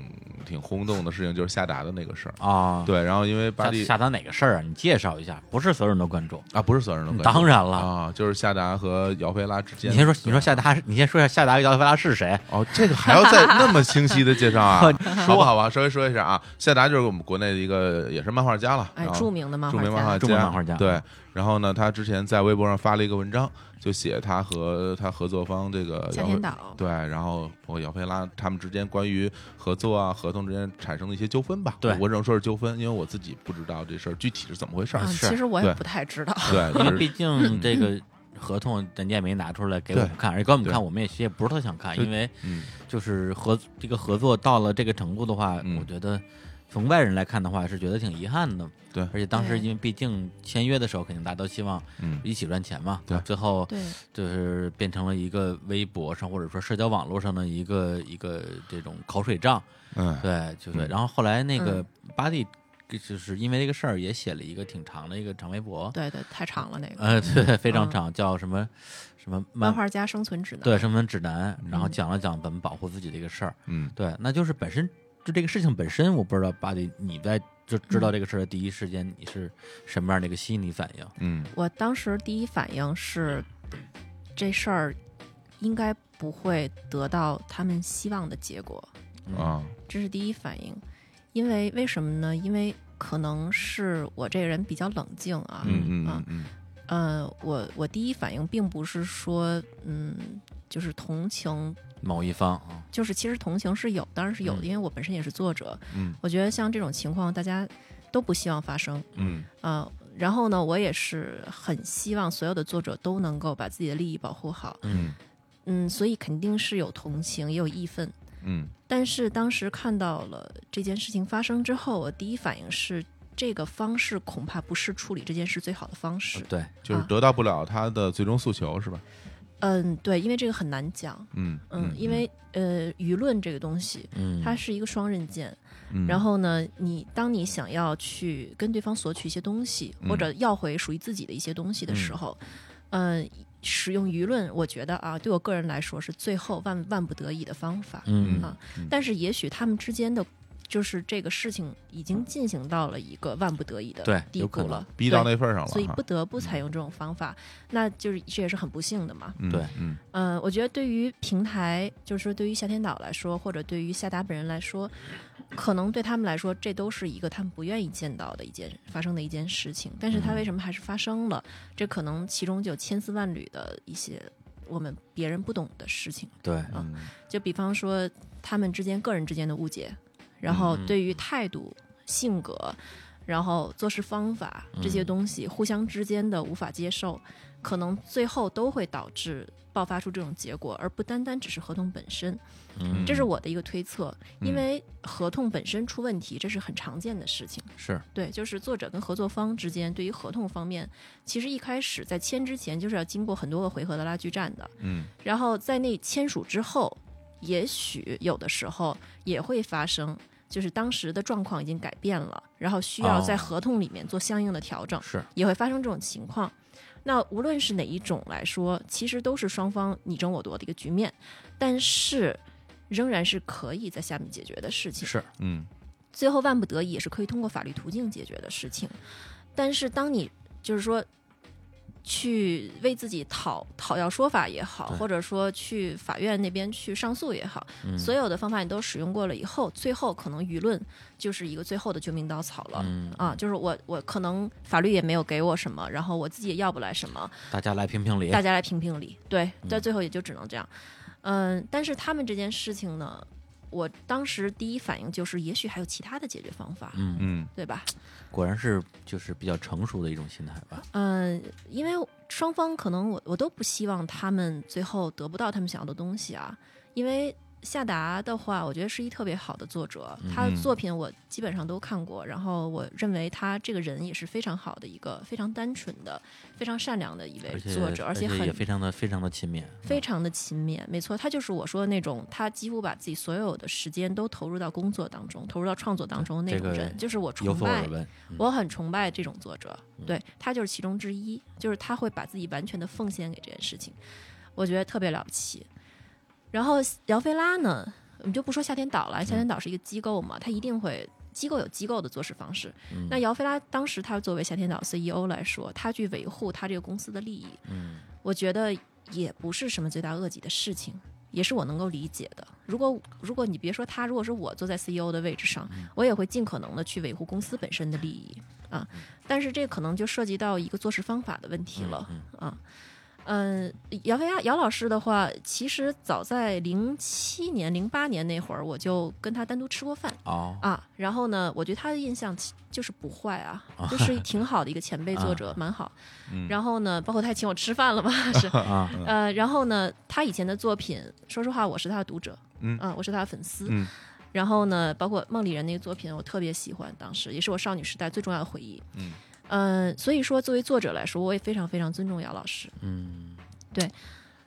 [SPEAKER 2] 挺轰动的事情，就是夏达的那个事儿。
[SPEAKER 1] 啊，
[SPEAKER 2] 对，然后因为巴
[SPEAKER 1] 下
[SPEAKER 2] 蒂
[SPEAKER 1] 下达哪个事儿啊？你介绍一下，不是所有人都关注。
[SPEAKER 2] 啊，不是所有人都关注
[SPEAKER 1] 当然了
[SPEAKER 2] 啊，就是夏达和姚菲拉之间。
[SPEAKER 1] 你先说，你说夏达，你先说一下夏达跟姚菲拉是 谁？？
[SPEAKER 2] 哦，这个还要 再那么清晰的介绍啊好吧，好吧，稍微说一下啊，夏达就是我们国内的一个也是漫画家了，
[SPEAKER 3] 哎
[SPEAKER 2] 然，后
[SPEAKER 3] 著名的漫
[SPEAKER 2] 著
[SPEAKER 3] 画
[SPEAKER 2] 名漫
[SPEAKER 3] 家
[SPEAKER 2] 画，
[SPEAKER 1] 著名漫画家嗯
[SPEAKER 2] 对。然后呢，他之前在微博上发了一个文章，就写他和他合作方这个
[SPEAKER 3] 夏
[SPEAKER 2] 姚
[SPEAKER 3] 天
[SPEAKER 2] 菲
[SPEAKER 3] 岛
[SPEAKER 2] 对，然后包括姚菲拉他们之间关于合作啊、合同之间产生的一些纠纷吧。
[SPEAKER 1] 对
[SPEAKER 2] 我只能说是纠纷，因为我自己不知道这事儿具啊体是怎么回事儿。
[SPEAKER 3] 嗯，其实我也不太 知道。
[SPEAKER 2] 对，
[SPEAKER 1] 因
[SPEAKER 2] 就
[SPEAKER 1] 为
[SPEAKER 2] 是
[SPEAKER 1] 毕竟这 个合同人家也没拿出来给我
[SPEAKER 2] 对
[SPEAKER 1] 们看，而且给我们
[SPEAKER 2] 对
[SPEAKER 1] 看，我们也其实也不是特想看，
[SPEAKER 2] 对
[SPEAKER 1] 因为
[SPEAKER 2] 嗯，
[SPEAKER 1] 就是合这个合作到了这个程度的话，
[SPEAKER 2] 嗯
[SPEAKER 1] 我觉得从外人来看的话，是觉得挺遗憾的。
[SPEAKER 2] 对
[SPEAKER 1] 而且当时
[SPEAKER 3] 对
[SPEAKER 1] 因为毕竟签约的时候，肯定大家都希望
[SPEAKER 2] 嗯
[SPEAKER 1] 一起赚钱嘛。
[SPEAKER 2] 对
[SPEAKER 1] 最后
[SPEAKER 3] 对
[SPEAKER 1] 就是变成了一个微博上或者说社交网络上的一个一个这种口水仗。
[SPEAKER 2] 嗯，
[SPEAKER 1] 对，就是、
[SPEAKER 2] 嗯
[SPEAKER 1] 然后后来那个
[SPEAKER 3] 嗯
[SPEAKER 1] 巴蒂就是因为这个事儿也写了一个挺长的一个长微博，
[SPEAKER 3] 对对，太长了那个
[SPEAKER 1] 呃，对，非常
[SPEAKER 3] 嗯
[SPEAKER 1] 长，叫什么什么
[SPEAKER 3] 漫
[SPEAKER 1] 漫
[SPEAKER 3] 画家生存指南。
[SPEAKER 1] 对生存指南，然后
[SPEAKER 3] 嗯
[SPEAKER 1] 讲了讲怎么保护自己的一个事儿。
[SPEAKER 2] 嗯，
[SPEAKER 1] 对，那就是本身就这个事情本身，我不知道巴蒂你在就知道这个事儿的第一时间你是什么样的一个心理反应？
[SPEAKER 2] 嗯，
[SPEAKER 3] 我当时第一反应是，这事儿应该不会得到他们希望的结果，
[SPEAKER 1] 嗯
[SPEAKER 2] 啊，
[SPEAKER 3] 这是第一反应。因为为什么呢？因为可能是我这个人比较冷静啊，
[SPEAKER 2] 嗯
[SPEAKER 3] 啊
[SPEAKER 2] 嗯嗯
[SPEAKER 3] 呃，我我第一反应并不是说，嗯，就是同情，
[SPEAKER 1] 某一方啊，
[SPEAKER 3] 就是其实同情是有，当然是有的，
[SPEAKER 1] 嗯
[SPEAKER 3] 因为我本身也是作者，
[SPEAKER 2] 嗯
[SPEAKER 3] 我觉得像这种情况大家都不希望发生，
[SPEAKER 2] 嗯
[SPEAKER 3] 啊。然后呢，我也是很希望所有的作者都能够把自己的利益保护好，
[SPEAKER 2] 嗯
[SPEAKER 3] 嗯，所以肯定是有同情，也有义愤。
[SPEAKER 2] 嗯
[SPEAKER 3] 但是当时看到了这件事情发生之后，我第一反应是，这个方式恐怕不是处理这件事最好的方式。
[SPEAKER 1] 对，
[SPEAKER 2] 就是
[SPEAKER 3] 啊
[SPEAKER 2] 得到不了他的最终诉求是吧？
[SPEAKER 3] 嗯，对，因为这个很难讲。
[SPEAKER 2] 嗯
[SPEAKER 3] 嗯，因为呃，舆论这个东西，
[SPEAKER 1] 嗯，
[SPEAKER 3] 它是一个双刃剑。
[SPEAKER 2] 嗯
[SPEAKER 3] 然后呢，你当你想要去跟对方索取一些东西，或者要回属于自己的一些东西的时候，嗯、使用舆论，我觉得啊，对我个人来说是最后万万不得已的方法。
[SPEAKER 1] 嗯
[SPEAKER 3] 啊，但是也许他们之间的。就是这个事情已经进行到了一个万不得已的
[SPEAKER 1] 对
[SPEAKER 3] 地
[SPEAKER 1] 有
[SPEAKER 3] 步
[SPEAKER 1] 可能
[SPEAKER 3] 了，
[SPEAKER 2] 逼到
[SPEAKER 3] 对
[SPEAKER 2] 那份儿上了哈，
[SPEAKER 3] 所以不得不采用这种方法，那就是这也是很不幸的嘛。
[SPEAKER 2] 嗯
[SPEAKER 1] 对
[SPEAKER 2] 嗯
[SPEAKER 3] 嗯，我觉得对于平台，就是说对于夏天岛来说，或者对于夏达本人来说，可能对他们来说，这都是一个他们不愿意见到的一件发生的一件事情。但是它为什么还是发生了？这可能其中就有千丝万缕的一些我们别人不懂的事情。
[SPEAKER 1] 对，
[SPEAKER 2] 嗯
[SPEAKER 3] 就比方说他们之间个人之间的误解，然后对于态度、性格，然后做事方法这些东西，互相之间的无法接受，可能最后都会导致爆发出这种结果，而不单单只是合同本身。
[SPEAKER 1] 嗯，
[SPEAKER 3] 这是我的一个推测，因为合同本身出问题，这是很常见的事情。
[SPEAKER 1] 是
[SPEAKER 3] 对，就是作者跟合作方之间对于合同方面，其实一开始在签之前就是要经过很多个回合的拉锯战的。
[SPEAKER 2] 嗯，
[SPEAKER 3] 然后在那签署之后，也许有的时候也会发生，就是当时的状况已经改变了，然后需要在
[SPEAKER 1] 哦
[SPEAKER 3] 合同里面做相应的调整，
[SPEAKER 1] 是，
[SPEAKER 3] 也会发生这种情况。那无论是哪一种来说，其实都是双方你争我夺的一个局面，但是仍然是可以在下面解决的事情。
[SPEAKER 1] 是
[SPEAKER 2] 嗯
[SPEAKER 3] 最后万不得已也是可以通过法律途径解决的事情。但是当你就是说去为自己讨讨要说法也好，
[SPEAKER 1] 对
[SPEAKER 3] 或者说去法院那边去上诉也好，所有的方法你都使用过了以后，最后可能舆论就是一个最后的救命稻草
[SPEAKER 1] 嗯
[SPEAKER 3] 了。啊，就是我我可能法律也没有给我什么，然后我自己也要不来什么，
[SPEAKER 1] 大家来评评理
[SPEAKER 3] 大，家来评评理。对，
[SPEAKER 1] 嗯
[SPEAKER 3] 到最后也就只能这样。嗯，但是他们这件事情呢，我当时第一反应就是，也许还有其他的解决方法，
[SPEAKER 1] 嗯
[SPEAKER 2] 嗯
[SPEAKER 3] 对吧？
[SPEAKER 1] 果然是就是比较成熟的一种心态吧。
[SPEAKER 3] 嗯，因为双方可能我我都不希望他们最后得不到他们想要的东西啊，因为。夏达的话，我觉得是一特别好的作者，
[SPEAKER 1] 嗯
[SPEAKER 3] 他的作品我基本上都看过，然后我认为他这个人也是非常好的一个非常单纯的、非常善良的一位
[SPEAKER 1] 而且
[SPEAKER 3] 作者，而且
[SPEAKER 1] 也
[SPEAKER 3] 很
[SPEAKER 1] 非常的非常的勤勉，
[SPEAKER 3] 非常的勤勉，没错，他就是我说的那种，他几乎把自己所有的时间都投入到工作当中，投入到创作当中的那种
[SPEAKER 1] 这个
[SPEAKER 3] 人，就是我
[SPEAKER 1] 有
[SPEAKER 3] 崇
[SPEAKER 1] 所嗯耳
[SPEAKER 3] 拜，
[SPEAKER 1] 闻。
[SPEAKER 3] 我很崇拜这种作者，
[SPEAKER 1] 嗯
[SPEAKER 3] 对他就是其中之一，就是他会把自己完全的奉献给这件事情，我觉得特别了不起。然后姚菲拉呢，我们就不说夏天岛了，夏天岛是一个机构嘛，他一定会。机构有机构的做事方式。那姚菲拉当时她作为夏天岛 CEO 来说，她去维护她这个公司的利益，我觉得也不是什么罪大恶极的事情，也是我能够理解的。如果如果你别说他，如果是我坐在 CEO 的位置上，我也会尽可能的去维护公司本身的利益啊。但是这可能就涉及到一个做事方法的问题了啊。嗯，姚飞亚姚老师的话，其实早在零七年、零八年那会儿，我就跟他单独吃过饭。
[SPEAKER 1] 哦，
[SPEAKER 3] 啊，然后呢，我对他的印象其就是不坏啊，就是挺好的一个前辈作者，蛮好。然后呢，包括他还请我吃饭了 嘛，是
[SPEAKER 1] 嗯啊
[SPEAKER 3] 呃，然后呢，他以前的作品，说实话，我是他的读者，
[SPEAKER 2] 嗯
[SPEAKER 3] 啊，我是他的粉丝。
[SPEAKER 2] 嗯
[SPEAKER 3] 然后呢，包括梦里人那个作品，我特别喜欢，当时也是我少女时代最重要的回忆。
[SPEAKER 2] 嗯
[SPEAKER 3] 嗯，所以说作为作者来说，我也非常非常尊重姚老师，
[SPEAKER 1] 嗯，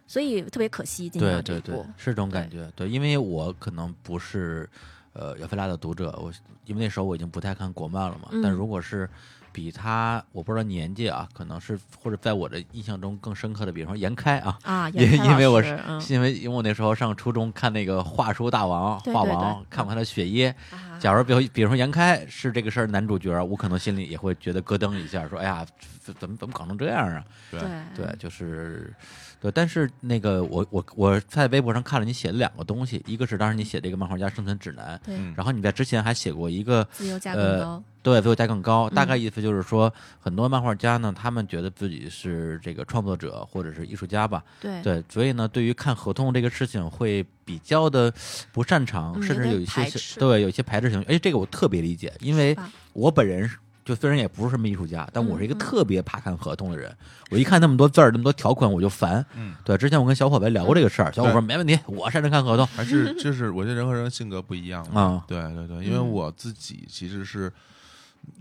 [SPEAKER 3] 所以特别可惜今
[SPEAKER 1] 对
[SPEAKER 3] 天这
[SPEAKER 1] 对
[SPEAKER 3] 一
[SPEAKER 1] 对
[SPEAKER 3] 部，。
[SPEAKER 1] 是这种感觉。对，因为我可能不是呃姚菲拉的读者，我因为那时候我已经不太看国漫了嘛。
[SPEAKER 3] 嗯
[SPEAKER 1] 但如果是比他，我不知道年纪啊，可能是或者在我的印象中更深刻的，比如说严开啊，
[SPEAKER 3] 啊，
[SPEAKER 1] 因
[SPEAKER 3] 严开
[SPEAKER 1] 因为
[SPEAKER 3] 老
[SPEAKER 1] 我
[SPEAKER 3] 师
[SPEAKER 1] 是、
[SPEAKER 3] 嗯
[SPEAKER 1] 是因为因为我那时候上初中看那个画书大王
[SPEAKER 3] 对
[SPEAKER 1] 画
[SPEAKER 3] 对对嗯
[SPEAKER 1] 王，看过他的《雪夜》。
[SPEAKER 3] 啊
[SPEAKER 1] 假如比如比如说杨开是这个事儿男主角，我可能心里也会觉得咯噔一下，说哎呀，这怎么怎么搞成这样啊？
[SPEAKER 2] 对
[SPEAKER 3] 嗯
[SPEAKER 1] 对，就是对，但是那个我我我在微博上看了你写的两个东西，一个是当时你写这个漫画家生存指南，
[SPEAKER 3] 对
[SPEAKER 2] 嗯
[SPEAKER 1] 然后你在之前还写过一个
[SPEAKER 3] 自由价更
[SPEAKER 1] 呃
[SPEAKER 3] 高，
[SPEAKER 1] 对，自我价更高，大
[SPEAKER 3] 嗯
[SPEAKER 1] 概意思就是说，很多漫画家呢，他们觉得自己是这个创作者或者是艺术家吧，
[SPEAKER 3] 对
[SPEAKER 1] 对，所以呢，对于看合同这个事情会比较的不擅长，
[SPEAKER 3] 嗯
[SPEAKER 1] 甚至
[SPEAKER 3] 有点
[SPEAKER 1] 有一些
[SPEAKER 3] 排
[SPEAKER 1] 小
[SPEAKER 3] 斥
[SPEAKER 1] 对有一些排斥情绪。哎，这个我特别理解，因为
[SPEAKER 3] 吧
[SPEAKER 1] 我本人是就虽然也不是什么艺术家，但我是一个
[SPEAKER 3] 嗯嗯
[SPEAKER 1] 特别怕看合同的人。我一看那么多字儿、那么多条款，我就烦。
[SPEAKER 2] 嗯，
[SPEAKER 1] 对，之前我跟小伙伴聊过这个事儿，小伙伴说没问题，我擅长看合同
[SPEAKER 2] 还是就是我觉得人和人性格不一样嘛
[SPEAKER 1] 啊。
[SPEAKER 2] 对对对，因为
[SPEAKER 3] 嗯
[SPEAKER 2] 我自己其实是，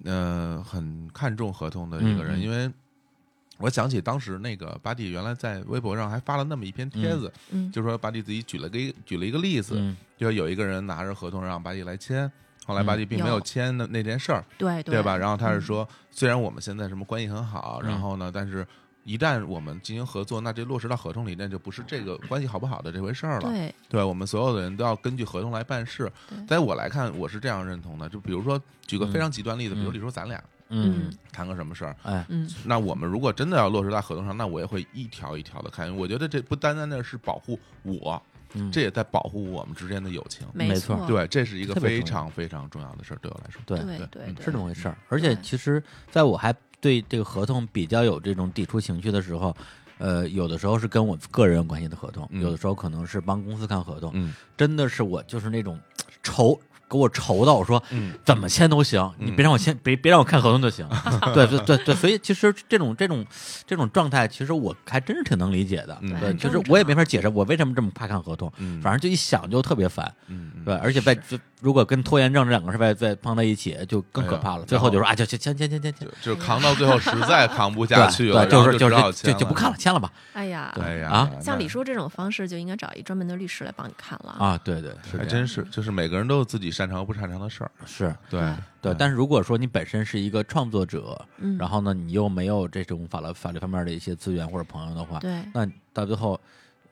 [SPEAKER 2] 呃，很看重合同的一个人，
[SPEAKER 1] 嗯嗯
[SPEAKER 2] 因为我想起当时那个巴蒂原来在微博上还发了那么一篇帖子，
[SPEAKER 3] 嗯
[SPEAKER 2] 就说巴蒂自己举了个举了一个例子，
[SPEAKER 1] 嗯
[SPEAKER 2] 就有一个人拿着合同让巴蒂来签。后来
[SPEAKER 1] 嗯
[SPEAKER 2] 巴蒂并没有
[SPEAKER 3] 有
[SPEAKER 2] 签那那件事儿，
[SPEAKER 3] 对
[SPEAKER 2] 对吧？然后他是
[SPEAKER 3] 嗯
[SPEAKER 2] 说，虽然我们现在什么关系很好，然
[SPEAKER 1] 嗯
[SPEAKER 2] 后呢，但是一旦我们进行合作，那这落实到合同里，那就不是这个关系好不好的这回事儿了。
[SPEAKER 3] 对
[SPEAKER 2] 对我们所有的人都要根据合同来办事
[SPEAKER 3] 对。
[SPEAKER 2] 在我来看，我是这样认同的。就比如说，举个非常极端例子，
[SPEAKER 1] 嗯
[SPEAKER 2] 比如你说咱俩
[SPEAKER 1] 嗯，
[SPEAKER 2] 谈个什么事儿，
[SPEAKER 1] 哎，
[SPEAKER 3] 嗯
[SPEAKER 2] 那我们如果真的要落实到合同上，那我也会一条一条的看。我觉得这不单单的是保护我，
[SPEAKER 1] 嗯
[SPEAKER 2] 这也在保护我们之间的友情。
[SPEAKER 1] 没错
[SPEAKER 3] 错，
[SPEAKER 2] 对，这是一个
[SPEAKER 1] 特别
[SPEAKER 2] 非
[SPEAKER 1] 重要
[SPEAKER 2] 常非常重要的事儿，对我来说。
[SPEAKER 1] 对
[SPEAKER 3] 对
[SPEAKER 2] 对
[SPEAKER 3] 对
[SPEAKER 2] 嗯
[SPEAKER 3] 对
[SPEAKER 1] 是这么回事儿。而且
[SPEAKER 3] 对
[SPEAKER 1] 其实，在我还对这个合同比较有这种抵触情绪的时候，呃，有的时候是跟我个人有关系的合同，
[SPEAKER 2] 嗯
[SPEAKER 1] 有的时候可能是帮公司看合同，
[SPEAKER 2] 嗯
[SPEAKER 1] 真的是我就是那种愁。给我愁到，我说
[SPEAKER 2] 嗯
[SPEAKER 1] 怎么签都行，你别让我签，别别让我看合同就行。 对对对对，所以其实这种这种这种状态，其实我还真是挺能理解的。
[SPEAKER 2] 嗯
[SPEAKER 1] 对，
[SPEAKER 3] 很
[SPEAKER 1] 就是
[SPEAKER 3] 正
[SPEAKER 1] 我也没
[SPEAKER 3] 常
[SPEAKER 1] 法解释我为什么这么怕看合同，
[SPEAKER 2] 嗯
[SPEAKER 1] 反正就一想就特别烦。
[SPEAKER 2] 嗯，嗯
[SPEAKER 1] 对，，而且在就如果跟拖延症这两个事儿再再放在一起，就更
[SPEAKER 2] 哎呀
[SPEAKER 1] 可怕了。
[SPEAKER 2] 然
[SPEAKER 1] 最后就
[SPEAKER 2] 后
[SPEAKER 1] 说啊，就就签签签签签
[SPEAKER 2] 就，就是扛到最后实在扛不下去了，
[SPEAKER 1] 对，对
[SPEAKER 2] 然后
[SPEAKER 1] 是就
[SPEAKER 2] 就只好
[SPEAKER 1] 是
[SPEAKER 2] 签
[SPEAKER 1] 就就不看了，。签了吧。
[SPEAKER 3] 哎呀，
[SPEAKER 2] 哎呀
[SPEAKER 1] 啊，
[SPEAKER 3] 像
[SPEAKER 2] 那
[SPEAKER 3] 李叔这种方式就应该找一专门的律师来帮你看了。
[SPEAKER 1] 啊，对对，是
[SPEAKER 2] 还
[SPEAKER 1] 这样
[SPEAKER 2] 真是，就是每个人都有自己擅长和不擅长的事儿。哎
[SPEAKER 1] 是。
[SPEAKER 2] 对
[SPEAKER 1] 对，
[SPEAKER 2] 嗯
[SPEAKER 1] 但是如果说你本身是一个创作者，
[SPEAKER 3] 嗯
[SPEAKER 1] 然后呢，你又没有这种法律法律方面的一些资源或者朋友的话，
[SPEAKER 3] 对
[SPEAKER 1] 那到最后，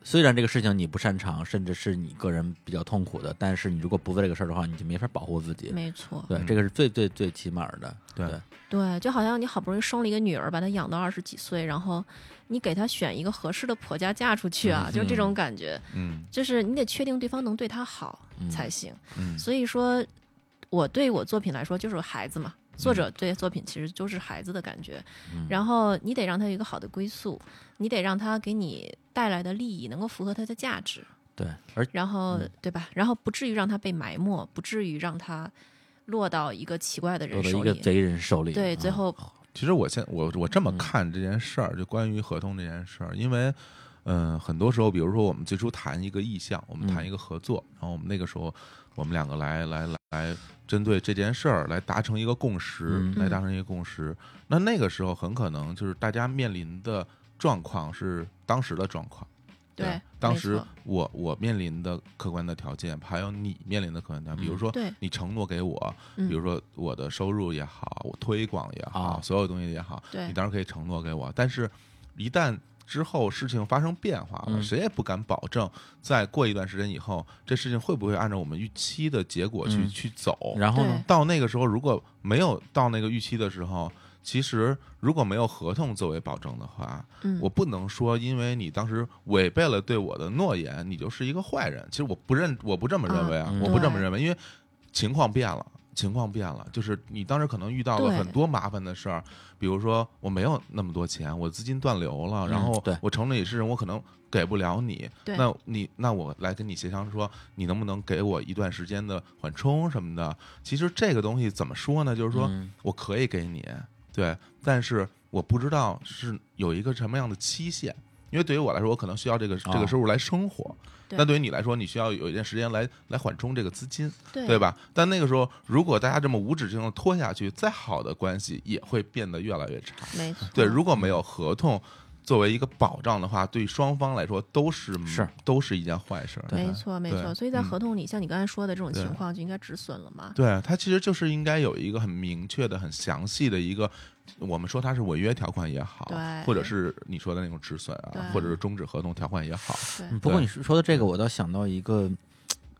[SPEAKER 1] 虽然这个事情你不擅长，甚至是你个人比较痛苦的，但是你如果不做这个事儿的话，你就没法保护自己。
[SPEAKER 3] 没错，
[SPEAKER 1] 对，这个是最最最起码的。
[SPEAKER 2] 嗯对
[SPEAKER 1] 对
[SPEAKER 3] 对，就好像你好不容易生了一个女儿，把她养到二十几岁，然后你给她选一个合适的婆家嫁出去啊，就是这种感觉，
[SPEAKER 2] 嗯
[SPEAKER 3] 就是你得确定对方能对她好才行。
[SPEAKER 2] 嗯
[SPEAKER 3] 所以说，我对我作品来说就是孩子嘛，
[SPEAKER 2] 嗯
[SPEAKER 3] 作者对作品其实就是孩子的感觉，然后你得让他有一个好的归宿，你得让他给你带来的利益能够符合他的价值，
[SPEAKER 1] 对，而
[SPEAKER 3] 然后、
[SPEAKER 2] 嗯
[SPEAKER 3] 对吧？然后不至于让他被埋没，不至于让他落到一个奇怪的
[SPEAKER 1] 落
[SPEAKER 3] 人
[SPEAKER 1] 到一
[SPEAKER 3] 手
[SPEAKER 1] 个
[SPEAKER 3] 里。
[SPEAKER 1] 贼人手里，
[SPEAKER 3] 对，
[SPEAKER 1] 嗯
[SPEAKER 2] 啊
[SPEAKER 3] 最后
[SPEAKER 2] 其实我现我我这么
[SPEAKER 1] 嗯
[SPEAKER 2] 看这件事儿，就关于合同这件事儿，因为嗯、呃很多时候，比如说我们最初谈一个意向，我
[SPEAKER 1] 嗯
[SPEAKER 2] 们谈一个合作，然后我们那个时候我们两个来来来来针对这件事儿来达成一个共识，
[SPEAKER 1] 嗯
[SPEAKER 2] 来达成一个共识。那那个时候很可能就是大家面临的状况是当时的状况。
[SPEAKER 3] 对，
[SPEAKER 2] 当
[SPEAKER 3] 没
[SPEAKER 2] 时
[SPEAKER 3] 错
[SPEAKER 2] 我我面临的客观的条件，还有你面临的客观条件，比如说
[SPEAKER 3] 嗯对
[SPEAKER 2] 你承诺给我，
[SPEAKER 3] 嗯
[SPEAKER 2] 比如说我的收入也好，我推广也好，
[SPEAKER 1] 啊
[SPEAKER 2] 所有东西也好，
[SPEAKER 3] 对
[SPEAKER 2] 你当然可以承诺给我，但是一旦之后事情发生变化了，
[SPEAKER 1] 嗯
[SPEAKER 2] 谁也不敢保证，在过一段时间以后，这事情会不会按照我们预期的结果去、
[SPEAKER 1] 嗯
[SPEAKER 2] 去走？
[SPEAKER 1] 然后呢
[SPEAKER 3] 对？
[SPEAKER 2] 到那个时候，如果没有到那个预期的时候，其实如果没有合同作为保证的话，
[SPEAKER 3] 嗯，
[SPEAKER 2] 我不能说因为你当时违背了对我的诺言，你就是一个坏人。其实我不认，我不这么认为
[SPEAKER 1] 啊
[SPEAKER 2] 啊，
[SPEAKER 1] 嗯
[SPEAKER 2] 我不这么
[SPEAKER 3] 对
[SPEAKER 2] 认为，因为情况变了。情况变了，就是你当时可能遇到了
[SPEAKER 3] 对
[SPEAKER 2] 很多麻烦的事儿，比如说我没有那么多钱，我资金断流了，然
[SPEAKER 1] 嗯
[SPEAKER 2] 后
[SPEAKER 1] 对
[SPEAKER 2] 我承了你是人，我可能给不了你，
[SPEAKER 3] 对
[SPEAKER 2] 那你那我来跟你协商说，你能不能给我一段时间的缓冲什么的？其实这个东西怎么说呢？就是说，
[SPEAKER 1] 嗯
[SPEAKER 2] 我可以给你，对，但是我不知道是有一个什么样的期限，因为对于我来说，我可能需要这个这个收入来生活，
[SPEAKER 3] 对
[SPEAKER 2] 但对于你来说，你需要有一段时间来来缓冲这个资金，
[SPEAKER 3] 对
[SPEAKER 2] 对吧？但那个时候，如果大家这么无止境的拖下去，再好的关系也会变得越来越差。
[SPEAKER 3] 没错，
[SPEAKER 2] 对，如果没有合同作为一个保障的话，对双方来说都是
[SPEAKER 7] 是
[SPEAKER 2] 都是一件坏事儿。
[SPEAKER 3] 没错没
[SPEAKER 2] 对
[SPEAKER 3] 错。所以在
[SPEAKER 2] 嗯
[SPEAKER 3] 合同里，像你刚才说的这种
[SPEAKER 2] 对
[SPEAKER 3] 情况，就应该止损了嘛。
[SPEAKER 2] 对，它其实就是应该有一个很明确的、很详细的一个，我们说它是违约条款也好，
[SPEAKER 3] 对
[SPEAKER 2] 或者是你说的那种止损啊，
[SPEAKER 3] 对
[SPEAKER 2] 或者是终止合同条款也好，
[SPEAKER 3] 对
[SPEAKER 1] 嗯不过
[SPEAKER 2] 对
[SPEAKER 1] 你说说的这个，我倒想到一个嘖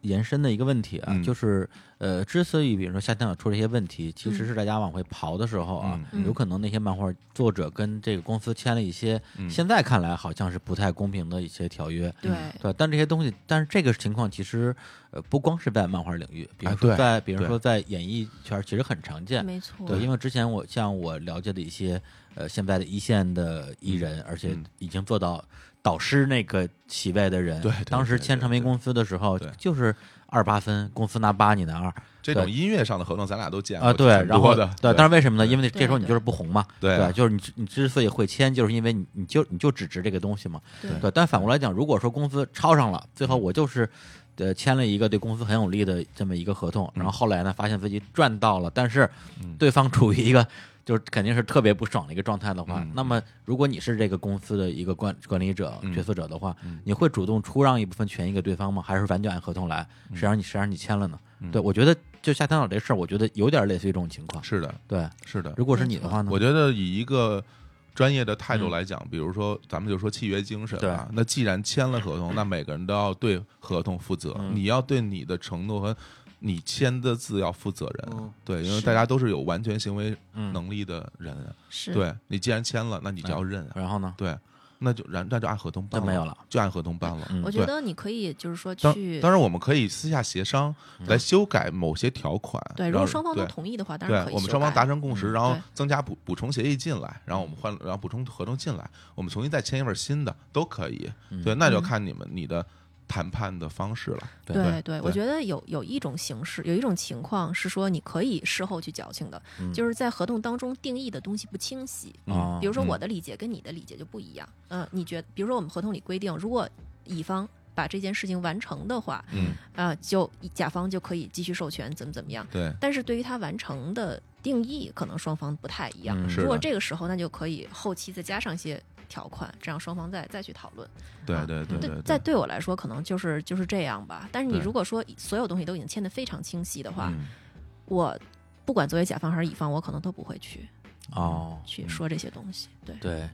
[SPEAKER 1] 延伸的一个问题啊，
[SPEAKER 2] 嗯
[SPEAKER 1] 就是呃，之所以比如说夏天有出这些问题，其实是大家往回刨的时候啊，
[SPEAKER 3] 嗯
[SPEAKER 1] 有可能那些漫画作者跟这个公司签了一些、
[SPEAKER 2] 嗯
[SPEAKER 1] 现在看来好像是不太公平的一些条约。
[SPEAKER 3] 对
[SPEAKER 2] 嗯
[SPEAKER 1] 对，但这些东西，但是这个情况其实，呃，不光是在漫画领域，比
[SPEAKER 2] 哎
[SPEAKER 1] 如说
[SPEAKER 2] 对
[SPEAKER 1] 在，比如
[SPEAKER 2] 对
[SPEAKER 1] 说在演艺圈，其实很常见。
[SPEAKER 3] 没错，
[SPEAKER 1] 对，因为之前我像我了解的一些呃现在的一线的艺人，而且
[SPEAKER 2] 嗯
[SPEAKER 1] 已经做到导师那个席位的人，
[SPEAKER 2] 对对
[SPEAKER 1] 当时
[SPEAKER 2] 对
[SPEAKER 1] 签
[SPEAKER 2] 对
[SPEAKER 1] 唱片
[SPEAKER 2] 对
[SPEAKER 1] 公司的时候
[SPEAKER 2] 对
[SPEAKER 1] 就是二八分，公司拿八，你拿二
[SPEAKER 2] 这种
[SPEAKER 1] 对
[SPEAKER 2] 音乐上的合同咱俩都见过
[SPEAKER 1] 啊，对，
[SPEAKER 2] 挺
[SPEAKER 1] 然
[SPEAKER 2] 多
[SPEAKER 1] 后
[SPEAKER 2] 的
[SPEAKER 1] 对，但是为什么呢？因为这
[SPEAKER 3] 对
[SPEAKER 1] 时候你
[SPEAKER 3] 对
[SPEAKER 1] 就是不红嘛，
[SPEAKER 2] 对啊
[SPEAKER 1] 吧就是你之你之所以会签，就是因为你你就你就只值这个东西嘛，
[SPEAKER 3] 对
[SPEAKER 1] 对。但反过来讲，如果说公司超上了，
[SPEAKER 2] 嗯
[SPEAKER 1] 最后我就是。呃，签了一个对公司很有利的这么一个合同，
[SPEAKER 2] 嗯
[SPEAKER 1] 然后后来呢，发现自己赚到了，但是对方处于一个就是肯定是特别不爽的一个状态的话，
[SPEAKER 2] 嗯
[SPEAKER 1] 那么如果你是这个公司的一个管管理者、
[SPEAKER 2] 嗯
[SPEAKER 1] 决策者的话，你会主动出让一部分权益给对方吗？还是完全按合同来？
[SPEAKER 2] 嗯
[SPEAKER 1] 谁让你谁让你签了呢？对我觉得就下三岛这事儿，我觉得有点类似于这种情况。
[SPEAKER 2] 是的，
[SPEAKER 1] 对，
[SPEAKER 2] 是的，
[SPEAKER 1] 如果是你的话呢？
[SPEAKER 2] 我觉得以一个专业的态度
[SPEAKER 1] 嗯
[SPEAKER 2] 来讲，比如说咱们就说契约精神啊，那既然签了合 同，那每个人都要对合同负责，
[SPEAKER 1] 嗯
[SPEAKER 2] 你要对你的承诺和你签的字要负责任，
[SPEAKER 1] 嗯
[SPEAKER 2] 对，因为
[SPEAKER 3] 是
[SPEAKER 2] 大家都是有完全行为
[SPEAKER 1] 嗯
[SPEAKER 2] 能力的人啊，
[SPEAKER 3] 是，
[SPEAKER 2] 对你既然签了，那你就要认啊，
[SPEAKER 1] 然后呢？
[SPEAKER 2] 对，那就然那就按合同办
[SPEAKER 1] 那嗯
[SPEAKER 2] 了，
[SPEAKER 1] 没有了，
[SPEAKER 2] 就按合同办了，
[SPEAKER 1] 嗯
[SPEAKER 3] 我觉
[SPEAKER 2] 对
[SPEAKER 3] 得你可以就是说
[SPEAKER 2] 当
[SPEAKER 3] 去
[SPEAKER 2] 当然，我们可以私下协商
[SPEAKER 1] 嗯
[SPEAKER 2] 来修改某些条款。
[SPEAKER 3] 对，如
[SPEAKER 2] 然后
[SPEAKER 3] 果双方都
[SPEAKER 2] 对
[SPEAKER 3] 同意的话，当
[SPEAKER 2] 对
[SPEAKER 3] 然可以
[SPEAKER 2] 我们
[SPEAKER 3] 修
[SPEAKER 2] 双方
[SPEAKER 3] 改
[SPEAKER 2] 达成共识，
[SPEAKER 1] 嗯
[SPEAKER 2] 然后
[SPEAKER 3] 对
[SPEAKER 2] 增加补补充协议进来，然后我们换，然后补充合同进来，我们重新再签一份新的都可以。对，那就看你们你的谈判的方式了。
[SPEAKER 1] 对
[SPEAKER 3] 嗯对
[SPEAKER 2] 对
[SPEAKER 3] 我觉得有有一种形式，有一种情况是说你可以事后去矫情的，
[SPEAKER 2] 嗯
[SPEAKER 3] 就是在合同当中定义的东西不清晰。
[SPEAKER 2] 哦
[SPEAKER 1] 啊
[SPEAKER 3] 比，如说
[SPEAKER 2] 嗯
[SPEAKER 3] 我的理解跟你的理解就不一样。嗯、你觉比如说我们合同里规定，如果乙方把这件事情完成的话，
[SPEAKER 2] 嗯，
[SPEAKER 3] 啊、就甲方就可以继续授权，怎么怎么样。
[SPEAKER 2] 对，
[SPEAKER 3] 但是对于他完成的定义，可能双方不太一样。
[SPEAKER 1] 嗯
[SPEAKER 2] 是
[SPEAKER 3] 如果
[SPEAKER 2] 的
[SPEAKER 3] 这个时候，那就可以后期再加上一些条款，这样双方再再去讨论。
[SPEAKER 2] 对
[SPEAKER 3] 啊
[SPEAKER 2] 对对
[SPEAKER 3] 对
[SPEAKER 2] 对
[SPEAKER 3] 在
[SPEAKER 2] 对，
[SPEAKER 3] 对我来说，可能就是就是这样吧。但是你
[SPEAKER 2] 对
[SPEAKER 3] 如果说所有东西都已经签得非常清晰的话，
[SPEAKER 2] 嗯
[SPEAKER 3] 我不管作为甲方还是乙方，我可能都不会去
[SPEAKER 1] 哦，
[SPEAKER 3] 去说这些东西。对，
[SPEAKER 1] 对，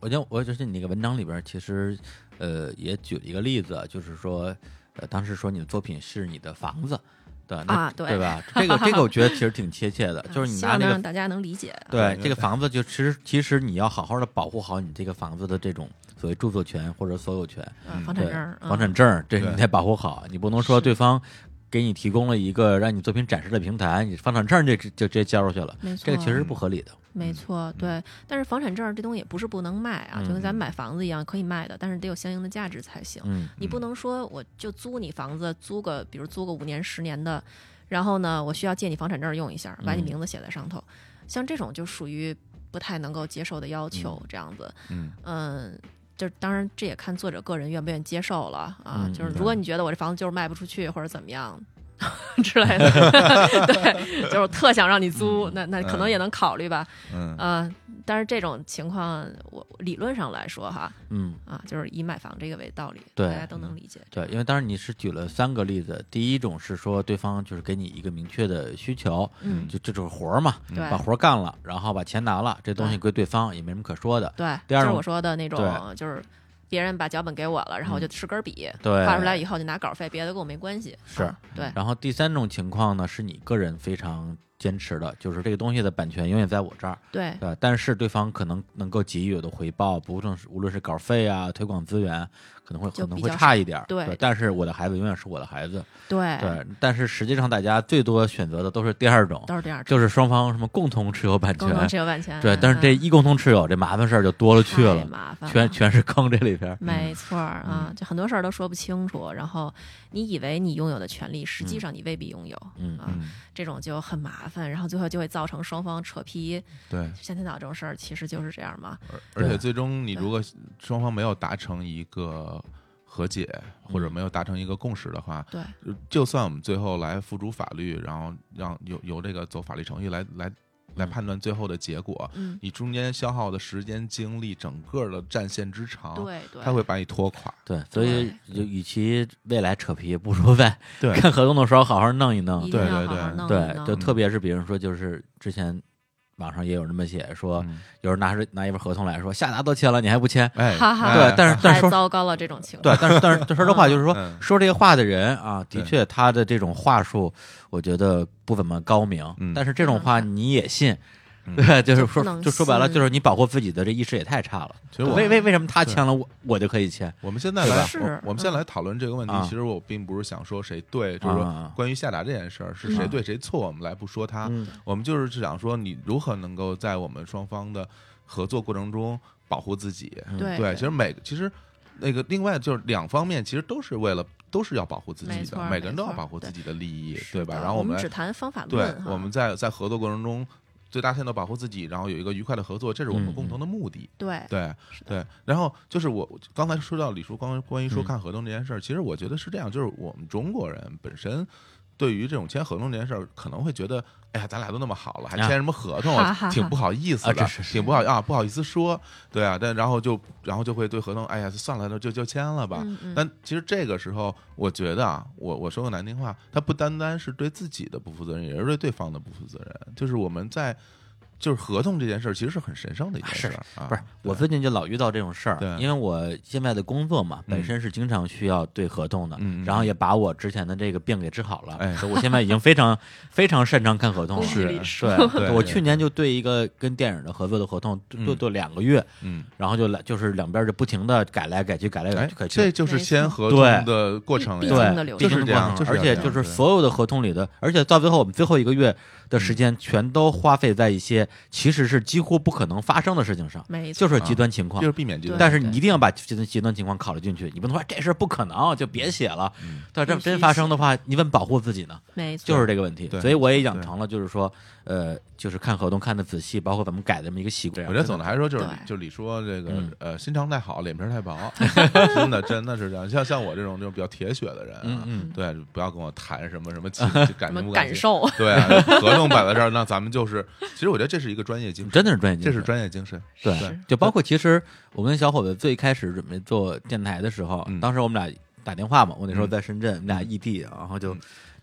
[SPEAKER 1] 我觉得我就是你那个文章里边，其实呃也举了一个例子，就是说，呃，当时说你的作品是你的房子，对那
[SPEAKER 3] 啊对
[SPEAKER 1] 对吧？这个这个我觉得其实挺贴切 的，就是你
[SPEAKER 3] 希
[SPEAKER 1] 拿
[SPEAKER 3] 望能
[SPEAKER 1] 那个
[SPEAKER 3] 让大家能理解。
[SPEAKER 1] 对
[SPEAKER 2] 对
[SPEAKER 1] 这个房子，就其实其实你要好好的保护好你这个房子的这种所谓著作权或者所有权，
[SPEAKER 3] 嗯，房产
[SPEAKER 1] 对
[SPEAKER 3] 证儿，
[SPEAKER 1] 房
[SPEAKER 3] 嗯
[SPEAKER 1] 产证儿这
[SPEAKER 2] 对
[SPEAKER 1] 你得保护好，你不能说对方给你提供了一个让你作品展示的平台，你房产证儿这就就直接交出去了，
[SPEAKER 3] 嗯没错，
[SPEAKER 1] 这个其实是嗯不合理的。
[SPEAKER 3] 没错，对。但是房产证儿这东西也不是不能卖啊，就跟咱们买房子一样，可以卖的，但是得有相应的价值才行。
[SPEAKER 1] 嗯，
[SPEAKER 3] 你不能说我就租你房子，租个比如租个五年十年的，然后呢，我需要借你房产证儿用一下，
[SPEAKER 1] 嗯
[SPEAKER 3] 把你名字写在上头，像这种就属于不太能够接受的要求，这样子，
[SPEAKER 2] 嗯
[SPEAKER 3] 嗯。就当然，这也看作者个人愿不愿意接受了啊。
[SPEAKER 1] 嗯
[SPEAKER 3] 就是如果你觉得我这房子就是卖不出去或者怎么样 之类的， 对，就是特想让你
[SPEAKER 1] 嗯
[SPEAKER 3] 租，那那可能也能考虑吧。
[SPEAKER 2] 嗯
[SPEAKER 3] 啊，但是这种情况，我理论上来说哈，
[SPEAKER 1] 嗯，
[SPEAKER 3] 啊，就是以买房这个为道理，
[SPEAKER 1] 对嗯
[SPEAKER 3] 大家都能理解。啊
[SPEAKER 1] 对，因为当然你是举了三个例子，第一种是说对方就是给你一个明确的需求，
[SPEAKER 3] 嗯
[SPEAKER 1] 就这就是活儿嘛，
[SPEAKER 3] 对
[SPEAKER 1] 把活儿干了，然后把钱拿了，这东西
[SPEAKER 3] 对
[SPEAKER 1] 归对方，也没什么可说的。
[SPEAKER 3] 对，
[SPEAKER 1] 第二
[SPEAKER 3] 就是
[SPEAKER 1] 种
[SPEAKER 3] 我说的那种
[SPEAKER 1] 对，嗯
[SPEAKER 3] 就是别人把脚本给我了，然后我就吃根笔，
[SPEAKER 1] 对
[SPEAKER 3] 画出来以后就拿稿费，别的跟我没关系。
[SPEAKER 1] 是嗯
[SPEAKER 3] 啊对，
[SPEAKER 1] 然后第三种情况呢，是你个人非常坚持的，就是这个东西的版权永远在我这儿，
[SPEAKER 3] 对，
[SPEAKER 1] 对，但是对方可能能够给予我的回报，不论是无论是稿费啊、推广资源，可能会可
[SPEAKER 3] 就
[SPEAKER 1] 能
[SPEAKER 3] 比
[SPEAKER 1] 会
[SPEAKER 3] 较
[SPEAKER 1] 差
[SPEAKER 3] 少
[SPEAKER 1] 一点儿，
[SPEAKER 3] 对
[SPEAKER 1] 对，但是我的孩子永远是我的孩子，
[SPEAKER 3] 对，
[SPEAKER 1] 对，但是实际上大家最多选择的都是第二种，
[SPEAKER 3] 都是这样，
[SPEAKER 1] 就是双方什么共同持有版
[SPEAKER 3] 共
[SPEAKER 1] 权，
[SPEAKER 3] 同持有版权。
[SPEAKER 1] 对，但是这
[SPEAKER 3] 嗯
[SPEAKER 1] 一共同持有，这麻烦事儿就多了去
[SPEAKER 3] 太
[SPEAKER 1] 了，
[SPEAKER 3] 麻烦了，
[SPEAKER 1] 全嗯全是坑这里边儿。
[SPEAKER 3] 没错儿啊，就很多事儿都说不清楚，然后你以为你拥有的权利，实际上你未必拥有，
[SPEAKER 1] 嗯
[SPEAKER 3] 啊，这种就很麻烦，然后最后就会造成双方扯皮、
[SPEAKER 2] 对，
[SPEAKER 3] 相亲岛这种事儿，其实就是这样嘛。
[SPEAKER 2] 而且最终你如果双方没有达成一个和解，或者没有达成一个共识的话，
[SPEAKER 3] 嗯对，
[SPEAKER 2] 就就算我们最后来付诸法律，然后让由由这个走法律程序来来来判断最后的结果，
[SPEAKER 3] 嗯，
[SPEAKER 2] 你中间消耗的时间、精力，整个的战线之
[SPEAKER 1] 哦
[SPEAKER 2] 长，
[SPEAKER 3] 对对，
[SPEAKER 2] 它会把你拖垮。
[SPEAKER 1] 对，所以就与其未来扯皮，不如在
[SPEAKER 2] 对
[SPEAKER 1] 看合同的时候好好弄一弄
[SPEAKER 3] 一。定
[SPEAKER 2] 对
[SPEAKER 3] 要
[SPEAKER 2] 对
[SPEAKER 3] 好好
[SPEAKER 2] 对
[SPEAKER 3] 弄一
[SPEAKER 1] 对，
[SPEAKER 3] 弄
[SPEAKER 1] 就特别是比如说，就是之前网上也有这么写说，
[SPEAKER 2] 嗯
[SPEAKER 1] 有人拿着拿一份合同来说，下达都签了，你还不签？
[SPEAKER 2] 哎，
[SPEAKER 3] 哈哈
[SPEAKER 2] 哎
[SPEAKER 1] 对，但是但是
[SPEAKER 3] 太
[SPEAKER 1] 说
[SPEAKER 3] 糟糕了这种情况。
[SPEAKER 1] 对，但是但是说实话，就是说、
[SPEAKER 2] 嗯
[SPEAKER 1] 说这个话的人啊，的
[SPEAKER 2] 对
[SPEAKER 1] 确他的这种话术，我觉得不怎么高明。
[SPEAKER 2] 嗯
[SPEAKER 1] 但是这种话你也信，
[SPEAKER 2] 嗯
[SPEAKER 1] 对，就是
[SPEAKER 3] 不能
[SPEAKER 1] 说，就说白了，
[SPEAKER 3] 信
[SPEAKER 1] 就是你保护自己的这意识也太差了。
[SPEAKER 2] 其实我
[SPEAKER 1] 为为为什么他签了我我就可以签？
[SPEAKER 2] 我们现在
[SPEAKER 1] 对吧
[SPEAKER 2] 来，
[SPEAKER 3] 是嗯
[SPEAKER 2] 我我们现在来讨论这个问题
[SPEAKER 1] 啊。
[SPEAKER 2] 其实我并不是想说谁对，就
[SPEAKER 1] 啊啊
[SPEAKER 2] 是说
[SPEAKER 1] 啊
[SPEAKER 2] 关于下达这件事儿是
[SPEAKER 3] 嗯
[SPEAKER 2] 谁对谁错，我们来不说它
[SPEAKER 1] 嗯。
[SPEAKER 2] 我们就是想说，你如何能够在我们双方的合作过程中保护自己。
[SPEAKER 3] 对
[SPEAKER 2] 嗯对，其实每其实那个另外就是两方面，其实都是为了都是要保护自己
[SPEAKER 3] 没
[SPEAKER 2] 的
[SPEAKER 3] 错，
[SPEAKER 2] 每个人
[SPEAKER 3] 没
[SPEAKER 2] 都要
[SPEAKER 3] 错
[SPEAKER 2] 保护自己的利益，
[SPEAKER 3] 是
[SPEAKER 2] 对吧？
[SPEAKER 3] 的
[SPEAKER 2] 然后
[SPEAKER 3] 我
[SPEAKER 2] 们
[SPEAKER 3] 只谈方法
[SPEAKER 2] 对
[SPEAKER 3] 论哈，
[SPEAKER 2] 我们在在合作过程中最大限度保护自己，然后有一个愉快的合作，这是我们
[SPEAKER 1] 嗯
[SPEAKER 2] 共同的目的。
[SPEAKER 3] 对
[SPEAKER 2] 对
[SPEAKER 3] 是的
[SPEAKER 2] 对，然后就是我刚才说到李叔刚关于说看合同这件事儿，其实我觉得是这样，就是我们中国人本身对于这种签合同这件事儿，可能会觉得，哎呀，咱俩都那么好了，还
[SPEAKER 1] 啊
[SPEAKER 2] 签什么合同，
[SPEAKER 3] 哈哈
[SPEAKER 2] 挺
[SPEAKER 3] 哈
[SPEAKER 2] 不好意思
[SPEAKER 1] 啊
[SPEAKER 2] 的，
[SPEAKER 1] 这是是
[SPEAKER 2] 挺不好啊，不好意思说，对啊，但然后就然后就会对合同，哎呀，算了，那就就签了吧。
[SPEAKER 3] 嗯嗯
[SPEAKER 2] 但其实这个时候，我觉得啊，我我说个难听话，他不单单是对自己的不负责任，也是对对方的不负责任。就是我们在就是合同这件事儿，其实是很神圣的一件
[SPEAKER 1] 是
[SPEAKER 2] 事儿啊。
[SPEAKER 1] 不是，
[SPEAKER 2] 对
[SPEAKER 1] 我最近就老遇到这种事儿
[SPEAKER 2] 对，嗯
[SPEAKER 1] 因为我现在的工作嘛，本身是经常需要对合同的，
[SPEAKER 2] 嗯嗯
[SPEAKER 1] 然后也把我之前的这个病给治好了，
[SPEAKER 2] 哎
[SPEAKER 1] 所以我现在已经非常非常擅长看合同了。
[SPEAKER 2] 是
[SPEAKER 3] 李
[SPEAKER 1] 对，
[SPEAKER 2] 对
[SPEAKER 1] 我
[SPEAKER 2] 对
[SPEAKER 1] 去年就对一个跟电影的合作的合同做做两个月，
[SPEAKER 2] 嗯，
[SPEAKER 1] 然后就来就是两边就不停的改来改去，改来
[SPEAKER 2] 哎
[SPEAKER 1] 改去，改，
[SPEAKER 2] 这
[SPEAKER 1] 去。
[SPEAKER 2] 就是
[SPEAKER 3] 没错
[SPEAKER 2] 签合同的过程
[SPEAKER 3] 必
[SPEAKER 2] 呀，
[SPEAKER 3] 必经
[SPEAKER 1] 对
[SPEAKER 3] 的流，
[SPEAKER 2] 就
[SPEAKER 1] 必
[SPEAKER 2] 是
[SPEAKER 1] 经的
[SPEAKER 2] 这
[SPEAKER 1] 过
[SPEAKER 2] 样
[SPEAKER 1] 程
[SPEAKER 2] 就是
[SPEAKER 1] 而且
[SPEAKER 2] 这样
[SPEAKER 1] 就是
[SPEAKER 2] 对
[SPEAKER 1] 所有的合同里的，而且到最后我们最后一个月的时间，全都花费在一些其实是几乎不可能发生的事情上，
[SPEAKER 3] 没错，
[SPEAKER 1] 就是极端情况
[SPEAKER 2] 就是。避免这
[SPEAKER 3] 对
[SPEAKER 2] 种。
[SPEAKER 1] 但是你一定要把极端极端情况考虑进去，你不能说这事儿不可能就别写了。
[SPEAKER 2] 嗯
[SPEAKER 1] 但这
[SPEAKER 3] 必须
[SPEAKER 1] 真发生的话，你怎么保护自己呢？
[SPEAKER 3] 没错，
[SPEAKER 1] 就是这个问题
[SPEAKER 2] 对。
[SPEAKER 1] 所以我也养成了，就是说，呃，就是看合同看的仔细，包括咱们改的这么一个习惯。
[SPEAKER 2] 我觉得总的来说就是
[SPEAKER 3] 对
[SPEAKER 2] 就李说这个
[SPEAKER 1] 嗯
[SPEAKER 2] 呃心肠太好，脸皮儿太薄，真的真的是这样。像像我这种就比较铁血的人啊，对，不要跟我谈什么什么情
[SPEAKER 3] 什
[SPEAKER 2] 感情
[SPEAKER 3] 么
[SPEAKER 2] 不
[SPEAKER 3] 感
[SPEAKER 2] 情。
[SPEAKER 3] 受？
[SPEAKER 2] 对啊，合同摆在这儿，那咱们就是，其实我觉得这是一个专业精神，
[SPEAKER 1] 真的是专业精
[SPEAKER 2] 这
[SPEAKER 1] 神
[SPEAKER 2] 是专业精神。
[SPEAKER 1] 对，
[SPEAKER 2] 是
[SPEAKER 1] 就包括其实我跟小伙子最开始准备做电台的时候，
[SPEAKER 2] 嗯
[SPEAKER 1] 当时我们俩打电话嘛，我那时候在深圳，我们俩异地，然后
[SPEAKER 2] 嗯
[SPEAKER 1] 就、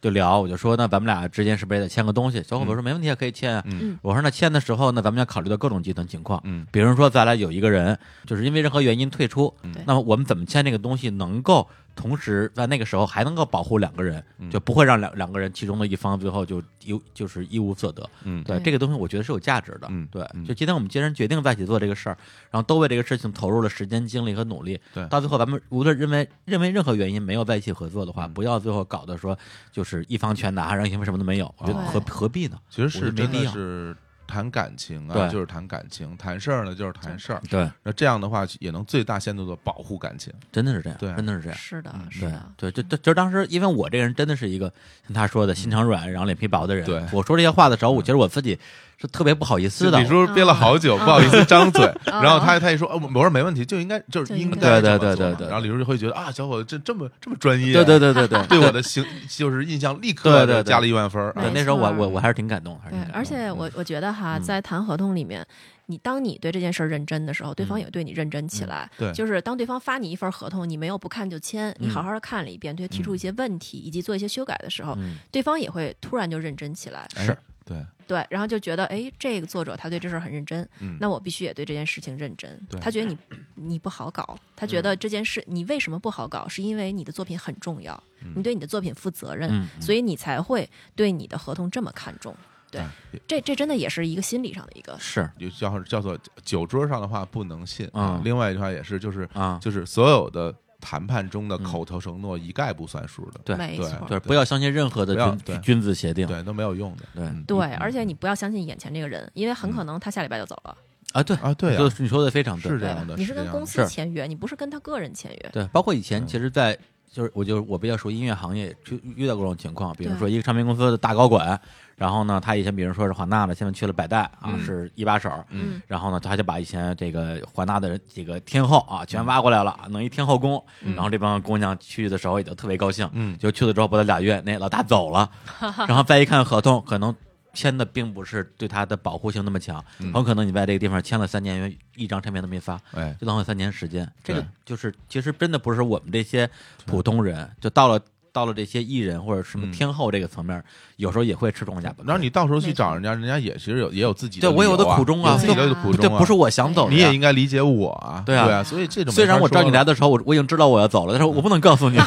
[SPEAKER 1] 就聊，我就说那咱们俩之间是不是也得签个东西？小伙子说没问题，啊，可以签啊。
[SPEAKER 2] 嗯
[SPEAKER 1] 我说那签的时候呢，咱们要考虑到各种极端情况，
[SPEAKER 2] 嗯
[SPEAKER 1] 比如说咱俩有一个人就是因为任何原因退出，
[SPEAKER 2] 嗯
[SPEAKER 3] 对
[SPEAKER 1] 那么我们怎么签这个东西能够同时在那个时候还能够保护两个人，
[SPEAKER 2] 嗯
[SPEAKER 1] 就不会让两两个人其中的一方最后就一无就是一无所得。
[SPEAKER 2] 嗯
[SPEAKER 1] 对
[SPEAKER 3] 对
[SPEAKER 1] 这个东西，我觉得是有价值的。
[SPEAKER 2] 嗯
[SPEAKER 1] 对
[SPEAKER 2] 嗯，
[SPEAKER 1] 就今天我们既然决定在一起做这个事儿，然后都为这个事情投入了时间、精力和努力，
[SPEAKER 2] 对
[SPEAKER 1] 到最后咱们无论认为认为任何原因没有在一起合作的
[SPEAKER 2] 嗯
[SPEAKER 1] 话，不要最后搞得说就是一方全拿，然后一方什么都没有，我觉得
[SPEAKER 3] 对
[SPEAKER 1] 何何必呢？
[SPEAKER 2] 其实
[SPEAKER 1] 我觉得
[SPEAKER 2] 是
[SPEAKER 1] 没
[SPEAKER 2] 真
[SPEAKER 1] 必
[SPEAKER 2] 的
[SPEAKER 1] 要。
[SPEAKER 2] 是谈感情啊，
[SPEAKER 1] 对
[SPEAKER 2] 就是谈感情；谈事儿呢，就是谈事儿。
[SPEAKER 1] 对，
[SPEAKER 2] 那这样的话，也能最大限度的保护感情。
[SPEAKER 1] 真的是这样，
[SPEAKER 2] 对嗯
[SPEAKER 1] 真的是这样。
[SPEAKER 3] 是的，是
[SPEAKER 1] 对
[SPEAKER 3] 的，
[SPEAKER 1] 对，就就就当时，因为我这个人真的是一个像他说的心肠软，然后脸皮薄的人。
[SPEAKER 2] 对
[SPEAKER 1] 我说这些话的时候，我觉得我自己是特别不好意思的。
[SPEAKER 2] 李叔憋了好
[SPEAKER 3] 嗯
[SPEAKER 2] 久，不好意思张嘴，然后他他一说，哦，我说没问题，就应该就是
[SPEAKER 3] 就应
[SPEAKER 2] 应
[SPEAKER 3] 该
[SPEAKER 2] 该
[SPEAKER 1] 对
[SPEAKER 2] 这么
[SPEAKER 1] 对对
[SPEAKER 2] 做嘛
[SPEAKER 1] 对对
[SPEAKER 2] 然后李叔就会觉得啊，小伙子这这么这么专业，
[SPEAKER 1] 对
[SPEAKER 2] 啊
[SPEAKER 1] 对对对对，
[SPEAKER 2] 对我的形就是印象立刻
[SPEAKER 1] 对对
[SPEAKER 2] 就
[SPEAKER 1] 对
[SPEAKER 2] 加了一万分儿。
[SPEAKER 3] 没
[SPEAKER 1] 对
[SPEAKER 2] 啊
[SPEAKER 1] 那时候我
[SPEAKER 3] 错
[SPEAKER 1] 我我还是挺感动，还是
[SPEAKER 3] 对
[SPEAKER 1] 挺。感动
[SPEAKER 3] 而
[SPEAKER 2] 嗯
[SPEAKER 3] 且我我觉得哈，在谈合同里面，你当你对这件事儿认真的时候，对方也对你认真起来。
[SPEAKER 2] 嗯对嗯
[SPEAKER 3] 就是当对方发你一份合同，你没有不看就签，你好好的看了一遍，对提出一些问题以及做一些修改的时候，
[SPEAKER 1] 嗯
[SPEAKER 3] 对方也会突然就认真起来。
[SPEAKER 2] 是对
[SPEAKER 3] 对，然后就觉得，哎，这个作者他对这事儿很认真，
[SPEAKER 2] 嗯
[SPEAKER 3] 那我必须也对这件事情认真
[SPEAKER 2] 对。嗯
[SPEAKER 3] 他觉得你你不好搞，他觉得这件事你为什么不好搞，是因为你的作品很重要，
[SPEAKER 2] 嗯
[SPEAKER 3] 你对你的作品负责任，
[SPEAKER 1] 嗯
[SPEAKER 3] 所以你才会对你的合同这么看重。对，这这真的也是一个心理上的一个，
[SPEAKER 1] 是
[SPEAKER 2] 就叫叫做酒桌上的话不能信
[SPEAKER 1] 啊
[SPEAKER 2] 另外一句话也是，就是
[SPEAKER 1] 啊嗯
[SPEAKER 2] 就是所有的谈判中的口头承诺一概不算数的，
[SPEAKER 1] 对
[SPEAKER 3] 没
[SPEAKER 2] 对
[SPEAKER 3] 错。
[SPEAKER 1] 对，不要相信任何的
[SPEAKER 2] 不要对
[SPEAKER 1] 君君子协定。
[SPEAKER 2] 对，都没有用的。
[SPEAKER 1] 对
[SPEAKER 2] 嗯
[SPEAKER 3] 对，而且你不要相信眼前这个人，因为很可能他下礼拜就走了。
[SPEAKER 1] 啊，对
[SPEAKER 2] 啊对啊
[SPEAKER 1] 就是你说的非常对
[SPEAKER 2] 是这
[SPEAKER 3] 对
[SPEAKER 2] 样的
[SPEAKER 3] 你
[SPEAKER 2] 是
[SPEAKER 3] 是
[SPEAKER 2] 这
[SPEAKER 3] 跟
[SPEAKER 2] 样的
[SPEAKER 3] 公司
[SPEAKER 1] 是
[SPEAKER 3] 签约，你不是跟他个人签约。
[SPEAKER 1] 对，包括以前其实，在就是我就我比较熟音乐行业，就遇到过这种情况，比如
[SPEAKER 3] 对
[SPEAKER 1] 说一个唱片公司的大高管，然后呢，他以前比如说是华纳的，现在去了百代啊，是一把手，
[SPEAKER 3] 嗯，
[SPEAKER 1] 然后呢，他就把以前这个华纳的人几个天后啊全挖过来了，弄一天后宫，然后这帮姑娘去的时候也都特别高兴，
[SPEAKER 2] 嗯
[SPEAKER 1] 就去了之后不到俩月，那老大走 了，然后再一看合同，可能签的并不是对他的保护性那么强，很有可能你在这个地方签了三年，一张唱片都没发，
[SPEAKER 2] 哎，
[SPEAKER 1] 就浪费三年时间。这个
[SPEAKER 2] 对
[SPEAKER 1] 就是其实真的不是我们这些普通人，就到了到了这些艺人或者什
[SPEAKER 2] 嗯
[SPEAKER 1] 么天后这个层面，有时候也会吃这种哑巴亏。
[SPEAKER 2] 然后你到时候去找人家，人家也其实有也有自己的
[SPEAKER 1] 对我有
[SPEAKER 2] 理由
[SPEAKER 1] 我的苦衷啊
[SPEAKER 2] 有自己
[SPEAKER 3] 对
[SPEAKER 2] 的
[SPEAKER 3] 啊
[SPEAKER 2] 苦
[SPEAKER 1] 这
[SPEAKER 2] 衷啊，
[SPEAKER 1] 不是我想走的
[SPEAKER 2] 你
[SPEAKER 1] 呀，
[SPEAKER 2] 也应该理解我啊，
[SPEAKER 1] 对
[SPEAKER 2] 对
[SPEAKER 1] 啊
[SPEAKER 2] 所以这种
[SPEAKER 1] 虽然我知道你来
[SPEAKER 2] 的，
[SPEAKER 1] 的时候，我我已经知道我要走了，但是我不能告 诉你，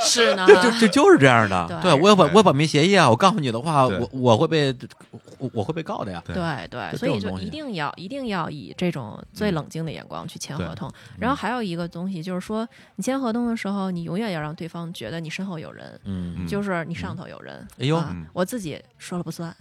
[SPEAKER 3] 是呢，
[SPEAKER 1] 就就就是这样的。对
[SPEAKER 3] 对
[SPEAKER 1] 我有保我有保密协议啊，我告诉你的话，
[SPEAKER 2] 对
[SPEAKER 1] 我我会被我我会被告的呀。
[SPEAKER 3] 对对，
[SPEAKER 1] 就
[SPEAKER 3] 所
[SPEAKER 1] 这种
[SPEAKER 3] 以就
[SPEAKER 1] 东西嗯
[SPEAKER 3] 一定要一定要以这种最冷静的眼光去签
[SPEAKER 2] 对
[SPEAKER 3] 合同。然后还有一个东西就是说，你签合同的时候，你永远要让对方觉得你身后有人，
[SPEAKER 1] 嗯，
[SPEAKER 3] 就是你上头有人。
[SPEAKER 1] 哎呦
[SPEAKER 3] 啊
[SPEAKER 2] 嗯
[SPEAKER 3] 我自己说了不算，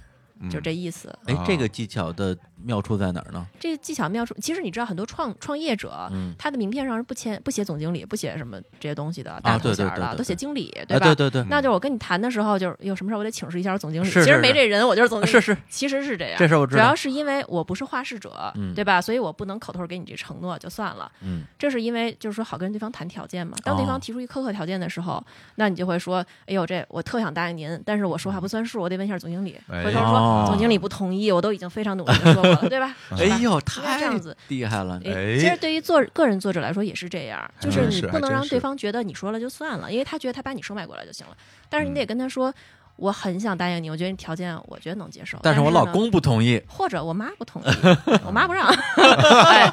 [SPEAKER 3] 就这意思。
[SPEAKER 1] 哎
[SPEAKER 2] 啊，
[SPEAKER 1] 这个技巧的妙处在哪儿呢？
[SPEAKER 3] 这技巧妙处，其实你知道，很多创创业者，
[SPEAKER 1] 嗯
[SPEAKER 3] 他的名片上是不签不写总经理，不写什么这些东西的，大头
[SPEAKER 1] 啊对
[SPEAKER 3] 衔
[SPEAKER 1] 对
[SPEAKER 3] 儿
[SPEAKER 1] 对
[SPEAKER 3] 的，
[SPEAKER 1] 对
[SPEAKER 3] 都
[SPEAKER 1] 对
[SPEAKER 3] 写经理，
[SPEAKER 1] 哎，
[SPEAKER 3] 吧？
[SPEAKER 1] 对对对，
[SPEAKER 3] 那就是我跟你谈的时候，就是有什么事儿我得请示一下我总经理。
[SPEAKER 1] 是
[SPEAKER 3] 其
[SPEAKER 1] 是
[SPEAKER 3] 实没
[SPEAKER 1] 是啊
[SPEAKER 3] 这人，我就是总经理。
[SPEAKER 1] 是是，
[SPEAKER 3] 其实是这样。
[SPEAKER 1] 这事儿我知
[SPEAKER 3] 主
[SPEAKER 1] 道
[SPEAKER 3] 要是因为我不是话事者，
[SPEAKER 1] 嗯
[SPEAKER 3] 对吧？所以我不能口头给你这承诺就算了。
[SPEAKER 1] 嗯，
[SPEAKER 3] 这是因为就是说好跟对方谈条件嘛。当对
[SPEAKER 1] 哦
[SPEAKER 3] 方提出一苛刻条件的时候，那你就会说：“哎呦，这我特想答应您，但是我
[SPEAKER 1] 嗯
[SPEAKER 3] 说话不算数，我得问一下总经理。
[SPEAKER 2] 哎
[SPEAKER 3] 回头说、
[SPEAKER 1] 哦
[SPEAKER 3] 总经理不同意，我都已经非常努力地说 过了，对吧？
[SPEAKER 1] 哎呦，太
[SPEAKER 3] 这样子
[SPEAKER 1] 厉害了！
[SPEAKER 2] 哎
[SPEAKER 3] 其实对于作个人作者来说也是这样，就
[SPEAKER 2] 还
[SPEAKER 3] 是
[SPEAKER 2] 真
[SPEAKER 3] 你
[SPEAKER 2] 是
[SPEAKER 3] 不
[SPEAKER 2] 还
[SPEAKER 3] 能
[SPEAKER 2] 真
[SPEAKER 3] 让对
[SPEAKER 2] 是
[SPEAKER 3] 方觉得你说了就算了，因为他觉得他把你收买过来就行了。但是你得
[SPEAKER 2] 嗯
[SPEAKER 3] 跟他说，我很想答应你，我觉得你条件我觉得能接受，
[SPEAKER 1] 但
[SPEAKER 3] 是
[SPEAKER 1] 是我老
[SPEAKER 3] 呢
[SPEAKER 1] 公不同意，
[SPEAKER 3] 或者我妈不 同意，我妈不让。哎、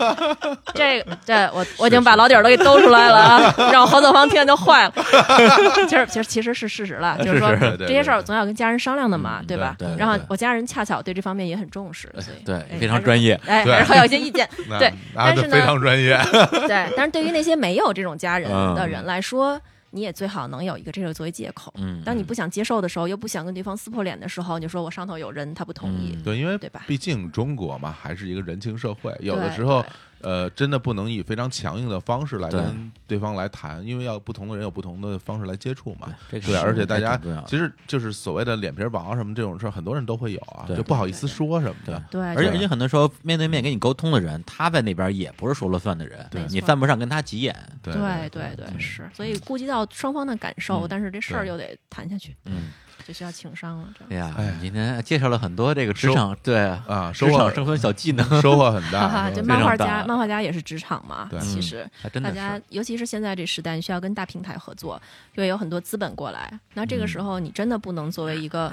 [SPEAKER 3] 这个这我我已经把老底儿都给兜出来 了啊，让合作方听见就坏了。 其实其实其实是事实 了，就是说
[SPEAKER 2] 是是对对
[SPEAKER 3] 这些事儿总要跟家人商量的嘛，
[SPEAKER 1] 嗯
[SPEAKER 3] 对吧？
[SPEAKER 1] 对对
[SPEAKER 3] 然后
[SPEAKER 1] 对
[SPEAKER 3] 我家人恰巧对这方面也很重视，所以
[SPEAKER 1] 对
[SPEAKER 3] 哎，
[SPEAKER 1] 非常专业。
[SPEAKER 3] 还是，
[SPEAKER 2] 对
[SPEAKER 3] 哎，还是会有一些意见。
[SPEAKER 2] 那
[SPEAKER 3] 对，
[SPEAKER 2] 那
[SPEAKER 3] 但
[SPEAKER 2] 这
[SPEAKER 3] 是呢
[SPEAKER 2] 非常专 业，
[SPEAKER 3] 对，但是对于那些没有这种家人
[SPEAKER 1] 嗯
[SPEAKER 3] 的人来说，你也最好能有一个这个作为借口。
[SPEAKER 1] 嗯，
[SPEAKER 3] 当你不想接受的时候，又不想跟对方撕破脸的时候，你就说我上头有人，他不同意。
[SPEAKER 1] 嗯
[SPEAKER 2] 对，因为
[SPEAKER 3] 对吧
[SPEAKER 2] 毕竟中国嘛，还是一个人情社会，有的
[SPEAKER 3] 对
[SPEAKER 2] 时候
[SPEAKER 3] 对，
[SPEAKER 2] 呃，真的不能以非常强硬的方式来
[SPEAKER 1] 对
[SPEAKER 2] 跟对方来谈，因为要不同的人有不同的方式来接触嘛。
[SPEAKER 1] 这个
[SPEAKER 2] 对，而且大
[SPEAKER 1] 还
[SPEAKER 2] 家
[SPEAKER 1] 挺重要的
[SPEAKER 2] 其实就是所谓的脸皮薄什么这种事儿，很多人都会有啊，
[SPEAKER 1] 对
[SPEAKER 2] 就不好意思说什么的。
[SPEAKER 3] 对，
[SPEAKER 1] 而且
[SPEAKER 3] 就
[SPEAKER 1] 而且很多时候面对面跟你沟通的人，他在那边也不是说了算的人，
[SPEAKER 3] 对
[SPEAKER 1] 你犯不上跟他急眼。
[SPEAKER 2] 对
[SPEAKER 3] 对对对，是，所以顾及到双方的感受，但是这事
[SPEAKER 1] 嗯
[SPEAKER 3] 儿
[SPEAKER 1] 对
[SPEAKER 3] 又得谈下去，
[SPEAKER 1] 嗯，
[SPEAKER 3] 就需要情商了。这
[SPEAKER 1] 哎
[SPEAKER 3] 样
[SPEAKER 1] 呀
[SPEAKER 2] 哎呀，
[SPEAKER 1] 今天介绍了很多这个职场对
[SPEAKER 2] 啊，收
[SPEAKER 1] 职
[SPEAKER 2] 获
[SPEAKER 1] 场生存小技能，
[SPEAKER 2] 收获很
[SPEAKER 3] 哈
[SPEAKER 2] 大
[SPEAKER 3] 哈，，
[SPEAKER 2] 收
[SPEAKER 3] 就
[SPEAKER 2] 获
[SPEAKER 3] 漫
[SPEAKER 2] 很
[SPEAKER 3] 画
[SPEAKER 2] 大
[SPEAKER 3] 家，漫画家也是职场嘛
[SPEAKER 2] 对。
[SPEAKER 1] 嗯
[SPEAKER 3] 其实
[SPEAKER 1] 还真
[SPEAKER 3] 大
[SPEAKER 1] 的
[SPEAKER 3] 家
[SPEAKER 1] 是，，
[SPEAKER 3] 尤其是现在这时代，需要跟大平台合作，因为有很多资本过来。那
[SPEAKER 1] 嗯
[SPEAKER 3] 这个时候，你真的不能作为一个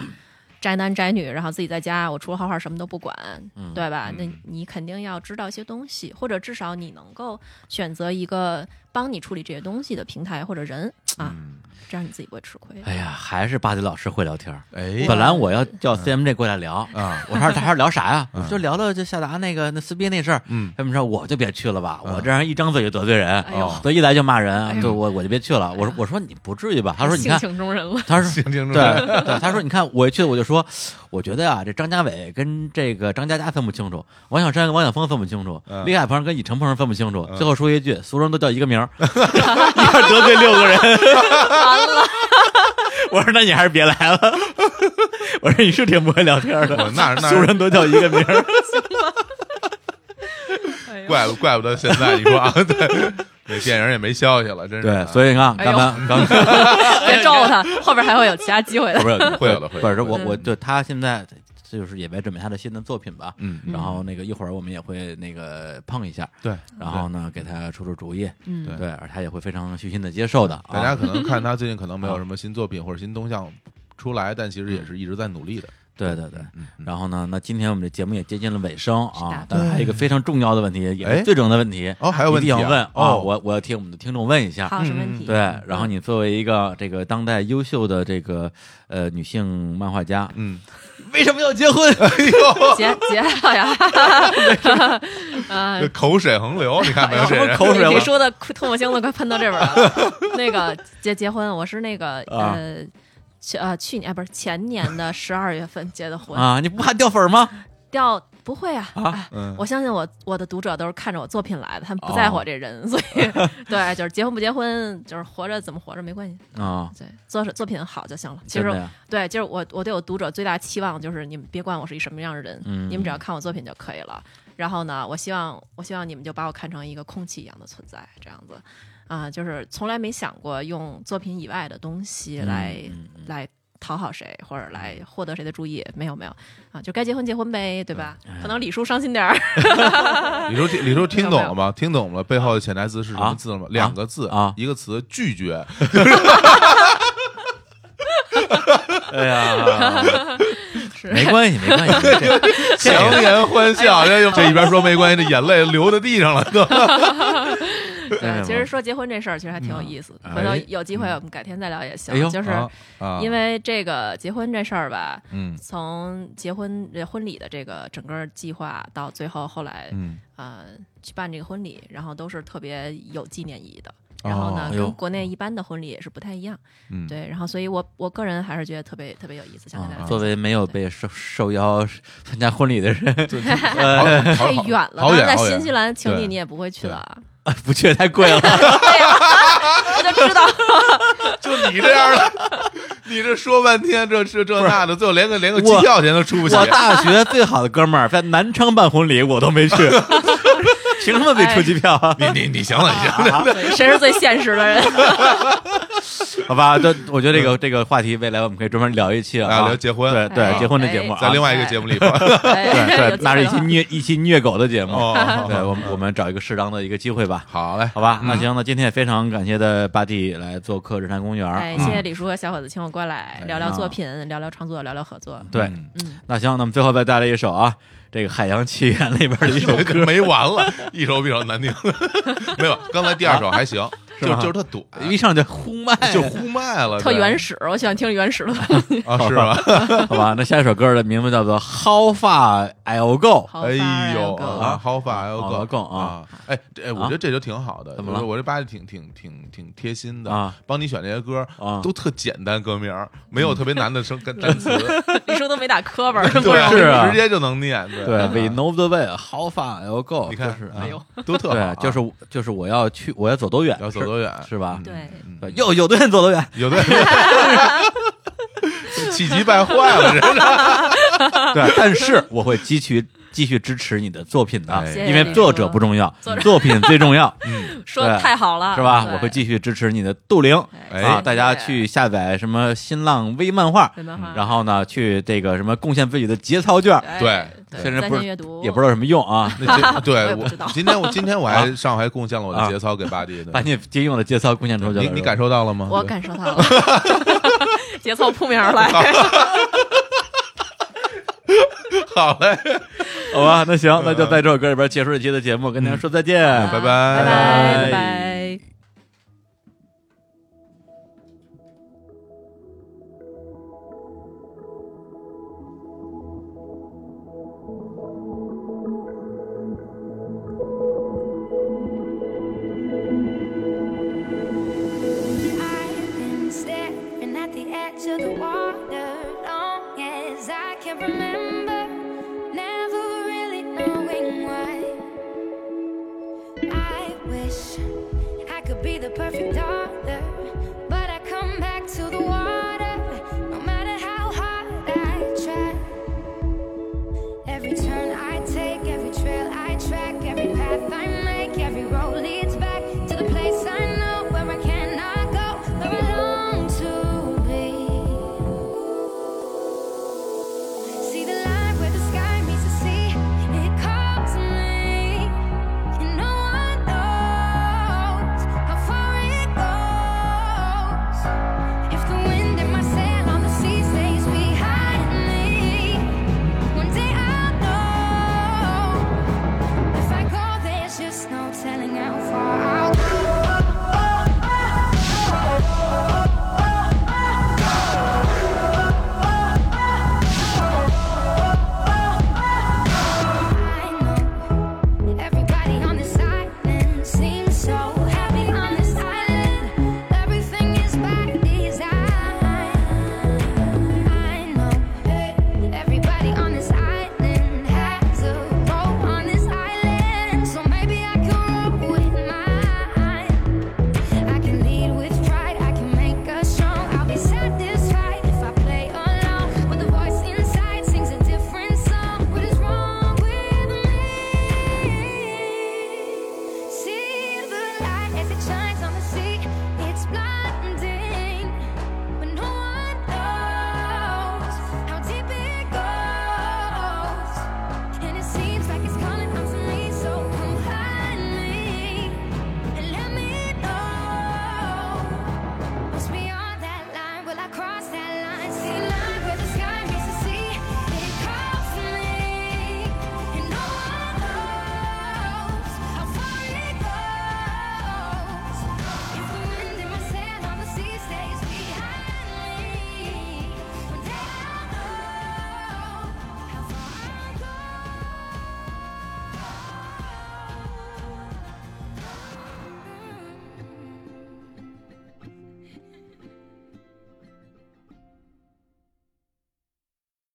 [SPEAKER 3] 宅男宅女，然后自己在家，我除了画画什么都不管，
[SPEAKER 1] 嗯
[SPEAKER 3] 对吧？那你肯定要知道一些东西，或者至少你能够选择一个帮你处理这些东西的平台或者人啊，这样你自己不会吃亏。
[SPEAKER 1] 嗯哎呀，还是巴迪老师会聊天儿。
[SPEAKER 2] 哎
[SPEAKER 1] 本来我要
[SPEAKER 3] 嗯
[SPEAKER 1] 叫 CMJ 过来聊，
[SPEAKER 2] 啊，
[SPEAKER 1] 我说他说聊啥呀？我说聊聊就夏达那个那撕逼那事儿。
[SPEAKER 2] 嗯
[SPEAKER 1] 他们说我就别去了吧，我这人一张嘴就得罪人
[SPEAKER 3] 哎呦，哎
[SPEAKER 1] 所以一来就骂人，
[SPEAKER 3] 呦
[SPEAKER 1] 对我我就别去了。我说我说你不至于吧？他说你
[SPEAKER 3] 性
[SPEAKER 1] 看，
[SPEAKER 3] 情中人 了。
[SPEAKER 1] 他说
[SPEAKER 2] 听清楚
[SPEAKER 1] 对
[SPEAKER 2] 了，
[SPEAKER 1] 对，他说：“你看，我一去我就说，我觉得啊，这张家伟跟这个张嘉佳分不清楚，王小山跟王晓峰分不清楚，
[SPEAKER 2] 嗯
[SPEAKER 1] 李海鹏跟李承鹏分不清楚。最后说一句，所有人都叫一个名儿， 一下 得罪六个人，完了。我说那你还是别来了。 我说你是挺不会聊天
[SPEAKER 2] 我
[SPEAKER 1] 的，
[SPEAKER 2] 那 那
[SPEAKER 1] 所有人都叫一个名儿。
[SPEAKER 3] 哎
[SPEAKER 2] 怪不怪不得现在你说啊，对，那电影也没消息了，真是
[SPEAKER 1] 对
[SPEAKER 2] 啊，
[SPEAKER 1] 所以你看，
[SPEAKER 3] 哎呦
[SPEAKER 1] 刚才刚才
[SPEAKER 3] 别咒他，后边还会有其他机会的。
[SPEAKER 1] 不是
[SPEAKER 2] 会有的会
[SPEAKER 1] 不
[SPEAKER 2] 有的
[SPEAKER 1] 是我
[SPEAKER 3] 嗯
[SPEAKER 1] 我就他现在就是也在准备他的新的作品吧，
[SPEAKER 2] 嗯
[SPEAKER 1] 然后那个一会儿我们也会那个碰一下，
[SPEAKER 2] 对，
[SPEAKER 1] 然后呢给他出出主意，
[SPEAKER 3] 嗯
[SPEAKER 1] 对，而他也会非常虚心的接受的啊。
[SPEAKER 2] 大家可能看他最近可能没有什么新作品或者新动向出来，但其实也是一直在努力的。
[SPEAKER 1] 对对对，
[SPEAKER 2] 嗯，嗯
[SPEAKER 1] 然后呢，那今天我们的节目也接近了尾声啊
[SPEAKER 3] 的，
[SPEAKER 1] 但是还有一个非常重要的问题，也
[SPEAKER 2] 哎
[SPEAKER 1] 是最重要的问题，
[SPEAKER 2] 哦，还有
[SPEAKER 1] 一
[SPEAKER 2] 问
[SPEAKER 1] 定
[SPEAKER 2] 题
[SPEAKER 1] 要
[SPEAKER 2] 啊
[SPEAKER 1] 问啊，
[SPEAKER 2] 哦，
[SPEAKER 1] 我我要替我们的听众问一下，
[SPEAKER 3] 还有什么问题？
[SPEAKER 1] 嗯对，然后你作为一个这个当代优秀的这个呃女性漫画家，
[SPEAKER 2] 嗯，
[SPEAKER 1] 为什么要结 婚？
[SPEAKER 3] 结结了哎呀！啊，
[SPEAKER 2] 这口水横流，你看没有？
[SPEAKER 1] 什
[SPEAKER 2] 这
[SPEAKER 1] 么
[SPEAKER 2] 人
[SPEAKER 1] 哎口水
[SPEAKER 3] 你
[SPEAKER 1] 我
[SPEAKER 3] 你说的唾沫星子快喷到这边来了。 那个结结婚，我是那个
[SPEAKER 1] 啊
[SPEAKER 3] 呃。 去呃，去年啊不是前年的十二月份结的婚，
[SPEAKER 1] 啊，你不怕掉粉儿吗？嗯
[SPEAKER 3] 掉不会啊，哎我相信我我的读者都是看着我作品来的，他们
[SPEAKER 1] 哦
[SPEAKER 3] 不在乎我这 人，所以对，就是结婚不结婚，就是活着怎么活着没关系，
[SPEAKER 2] 嗯
[SPEAKER 1] 啊，
[SPEAKER 3] 对，作作品好就行了。其
[SPEAKER 1] 真
[SPEAKER 3] 实
[SPEAKER 1] 的呀
[SPEAKER 3] 对，就是我我对我读者最大期望就是你们别管我是一什么样的人，
[SPEAKER 1] 嗯
[SPEAKER 3] 你们只要看我作品就可以了。然后呢，我希望我希望你们就把我看成一个空气一样的存在，这样子啊、就是从来没想过用作品以外的东西
[SPEAKER 1] 嗯
[SPEAKER 3] 来、来。讨好谁，或者来获得谁的注意？没有，没有啊，就该结婚结婚呗，对吧？
[SPEAKER 1] 嗯哎
[SPEAKER 3] 可能李叔伤心点儿，
[SPEAKER 2] 李叔，李叔听懂了吗？听懂了背后的潜台词是什么字了吗？两个字
[SPEAKER 1] 啊
[SPEAKER 2] 一个词拒绝。
[SPEAKER 1] 哎呀，
[SPEAKER 3] 是
[SPEAKER 1] 没关系，没关 系， 这哎
[SPEAKER 2] 强颜欢笑，这这一边说没关系，这眼泪流到地上了 都。
[SPEAKER 1] 哎
[SPEAKER 3] 对，其实说结婚这事儿其实还挺有意思的，
[SPEAKER 2] 嗯
[SPEAKER 3] 回头
[SPEAKER 2] 哎
[SPEAKER 3] 有机会我们改天再聊也行。
[SPEAKER 1] 哎呦
[SPEAKER 3] 就是
[SPEAKER 2] 啊
[SPEAKER 3] 因为这个结婚这事儿吧，
[SPEAKER 2] 嗯
[SPEAKER 3] 从结婚呃婚礼的这个整个计划到最后后来、
[SPEAKER 2] 嗯
[SPEAKER 3] 呃去办这个婚礼，然后都是特别有纪念意义的。然后呢，
[SPEAKER 2] 哦
[SPEAKER 1] 哎呦
[SPEAKER 3] 跟国内一般的婚礼也是不太一样，
[SPEAKER 2] 嗯，
[SPEAKER 3] 对。然后，所以我我个人还是觉得特别特别有意思，想跟大家
[SPEAKER 1] 啊
[SPEAKER 3] 分
[SPEAKER 1] 作
[SPEAKER 3] 享
[SPEAKER 1] 为没有被受受邀参加婚礼的人，
[SPEAKER 2] 对，
[SPEAKER 3] 太
[SPEAKER 2] 太
[SPEAKER 3] 远了，
[SPEAKER 2] 好
[SPEAKER 3] 当
[SPEAKER 2] 远，
[SPEAKER 3] 然在
[SPEAKER 2] 好
[SPEAKER 3] 新
[SPEAKER 2] 远
[SPEAKER 3] 西兰情
[SPEAKER 2] 对
[SPEAKER 3] 侣你也不会去的啊，
[SPEAKER 1] 呃不去太贵了，
[SPEAKER 3] 我就知道。
[SPEAKER 2] 就 你这样的，你这说半天这这这那的，最后连个连个机
[SPEAKER 1] 我
[SPEAKER 2] 票钱都出不起。
[SPEAKER 1] 我大学最好的哥们儿在南昌办婚礼，我都 没去，凭什么被
[SPEAKER 3] 哎
[SPEAKER 1] 出机票啊？
[SPEAKER 2] 你你你行了，你行 了，
[SPEAKER 3] 对，谁是最现实 的人？
[SPEAKER 1] 好吧，这我觉得这个这个话题未来我们可以专门聊一期
[SPEAKER 2] 啊
[SPEAKER 1] 啊，
[SPEAKER 2] 聊结婚
[SPEAKER 1] 对对，
[SPEAKER 3] 哎
[SPEAKER 1] 结婚的节目
[SPEAKER 2] 在
[SPEAKER 1] 啊
[SPEAKER 2] 另，外一个节目里吧。
[SPEAKER 3] 对
[SPEAKER 1] 对对，那是一期虐一期虐狗的节目，
[SPEAKER 2] 哦好好嗯
[SPEAKER 1] 对我们我们找一个适当的一个机会吧，
[SPEAKER 2] 好嘞，
[SPEAKER 1] 好吧，那行，那今天也非常感谢的巴蒂来做客日坛公园儿，嗯
[SPEAKER 3] 哎，
[SPEAKER 2] 嗯
[SPEAKER 3] 谢谢李叔和小伙子请我
[SPEAKER 2] 哎
[SPEAKER 3] 过来聊聊
[SPEAKER 2] 啊
[SPEAKER 3] 作品，聊聊创作，聊聊合作。
[SPEAKER 1] 对，
[SPEAKER 2] 嗯
[SPEAKER 3] 嗯
[SPEAKER 1] 那行，那么最后再带来一首啊，这个《海洋奇缘》里边的一 首歌，
[SPEAKER 2] 没完了，一首比较难听。 没有，刚才第二首 还行，
[SPEAKER 1] 是
[SPEAKER 2] 就
[SPEAKER 1] 吗
[SPEAKER 2] 就是特短，
[SPEAKER 1] 一上就呼麦，
[SPEAKER 2] 就呼麦了，
[SPEAKER 3] 特
[SPEAKER 2] 对
[SPEAKER 3] 原始，我喜欢听原始的东西。
[SPEAKER 2] 啊，是吧？
[SPEAKER 1] 好吧？那下一首歌的名字叫做《How Far I'll Go》。
[SPEAKER 3] 好
[SPEAKER 2] 哎呦
[SPEAKER 3] 啊，
[SPEAKER 2] 啊，好法要
[SPEAKER 1] 好更啊！
[SPEAKER 2] 哎，这哎我
[SPEAKER 1] 啊
[SPEAKER 2] 觉得这就挺好的。
[SPEAKER 1] 怎么了
[SPEAKER 2] 我我这八戒挺挺挺挺贴心的
[SPEAKER 1] 啊，
[SPEAKER 2] 帮你选这些歌
[SPEAKER 1] 啊
[SPEAKER 2] 都特简单，歌名儿没有特别难的 声单单词，
[SPEAKER 3] 李叔都没打磕巴，真不容易
[SPEAKER 2] 对，
[SPEAKER 1] 是啊
[SPEAKER 2] 直接就能念。
[SPEAKER 1] 对
[SPEAKER 2] 对啊
[SPEAKER 1] ，We，know the way, how far I'll go。
[SPEAKER 2] 你看
[SPEAKER 1] 就是，
[SPEAKER 2] 啊
[SPEAKER 3] 哎呦，
[SPEAKER 2] 都特好啊
[SPEAKER 1] 对，就是就是我要去，我要走多远？
[SPEAKER 2] 要走多远嗯
[SPEAKER 1] 是是吧？
[SPEAKER 3] 对，
[SPEAKER 1] 对，有有多远走多远？
[SPEAKER 2] 有 的气急败坏了，这是
[SPEAKER 1] 对，但是我会继续继续支持你的作品的
[SPEAKER 2] 哎，
[SPEAKER 1] 啊因为作者不重要，作品最重 要，
[SPEAKER 3] 说的太好了，
[SPEAKER 1] 啊是吧？
[SPEAKER 3] 对
[SPEAKER 1] 我会继续支持你的杜陵
[SPEAKER 2] 哎
[SPEAKER 1] 啊，大家去下载什么新浪微漫画，
[SPEAKER 3] 对漫画，
[SPEAKER 1] 然后呢，去这个什么贡献自己的节操券，
[SPEAKER 3] 哎
[SPEAKER 2] 对
[SPEAKER 3] 对，
[SPEAKER 1] 虽然
[SPEAKER 3] 在
[SPEAKER 1] 不
[SPEAKER 3] 线
[SPEAKER 1] 是
[SPEAKER 3] 阅读
[SPEAKER 1] 也不知道有什么用啊。
[SPEAKER 2] 那这
[SPEAKER 3] 我
[SPEAKER 2] 对
[SPEAKER 3] 也不知道
[SPEAKER 2] 今天我今天我 还上回还贡献了我的节操给八弟，对
[SPEAKER 1] 把你借用的节操贡献出去了，
[SPEAKER 2] 你
[SPEAKER 1] 是吧
[SPEAKER 2] 你感受到了吗？
[SPEAKER 3] 我感受到了， 节奏扑面而来。
[SPEAKER 2] 好嘞，
[SPEAKER 1] 好吧？那行，那就在这首歌里边结束这期的节目，跟大家说再见，
[SPEAKER 2] 拜拜
[SPEAKER 3] 拜拜拜拜。
[SPEAKER 8] I've been staring at the edge of the water long as I can remember, never really knowing why. I wish I could be the perfect daughter,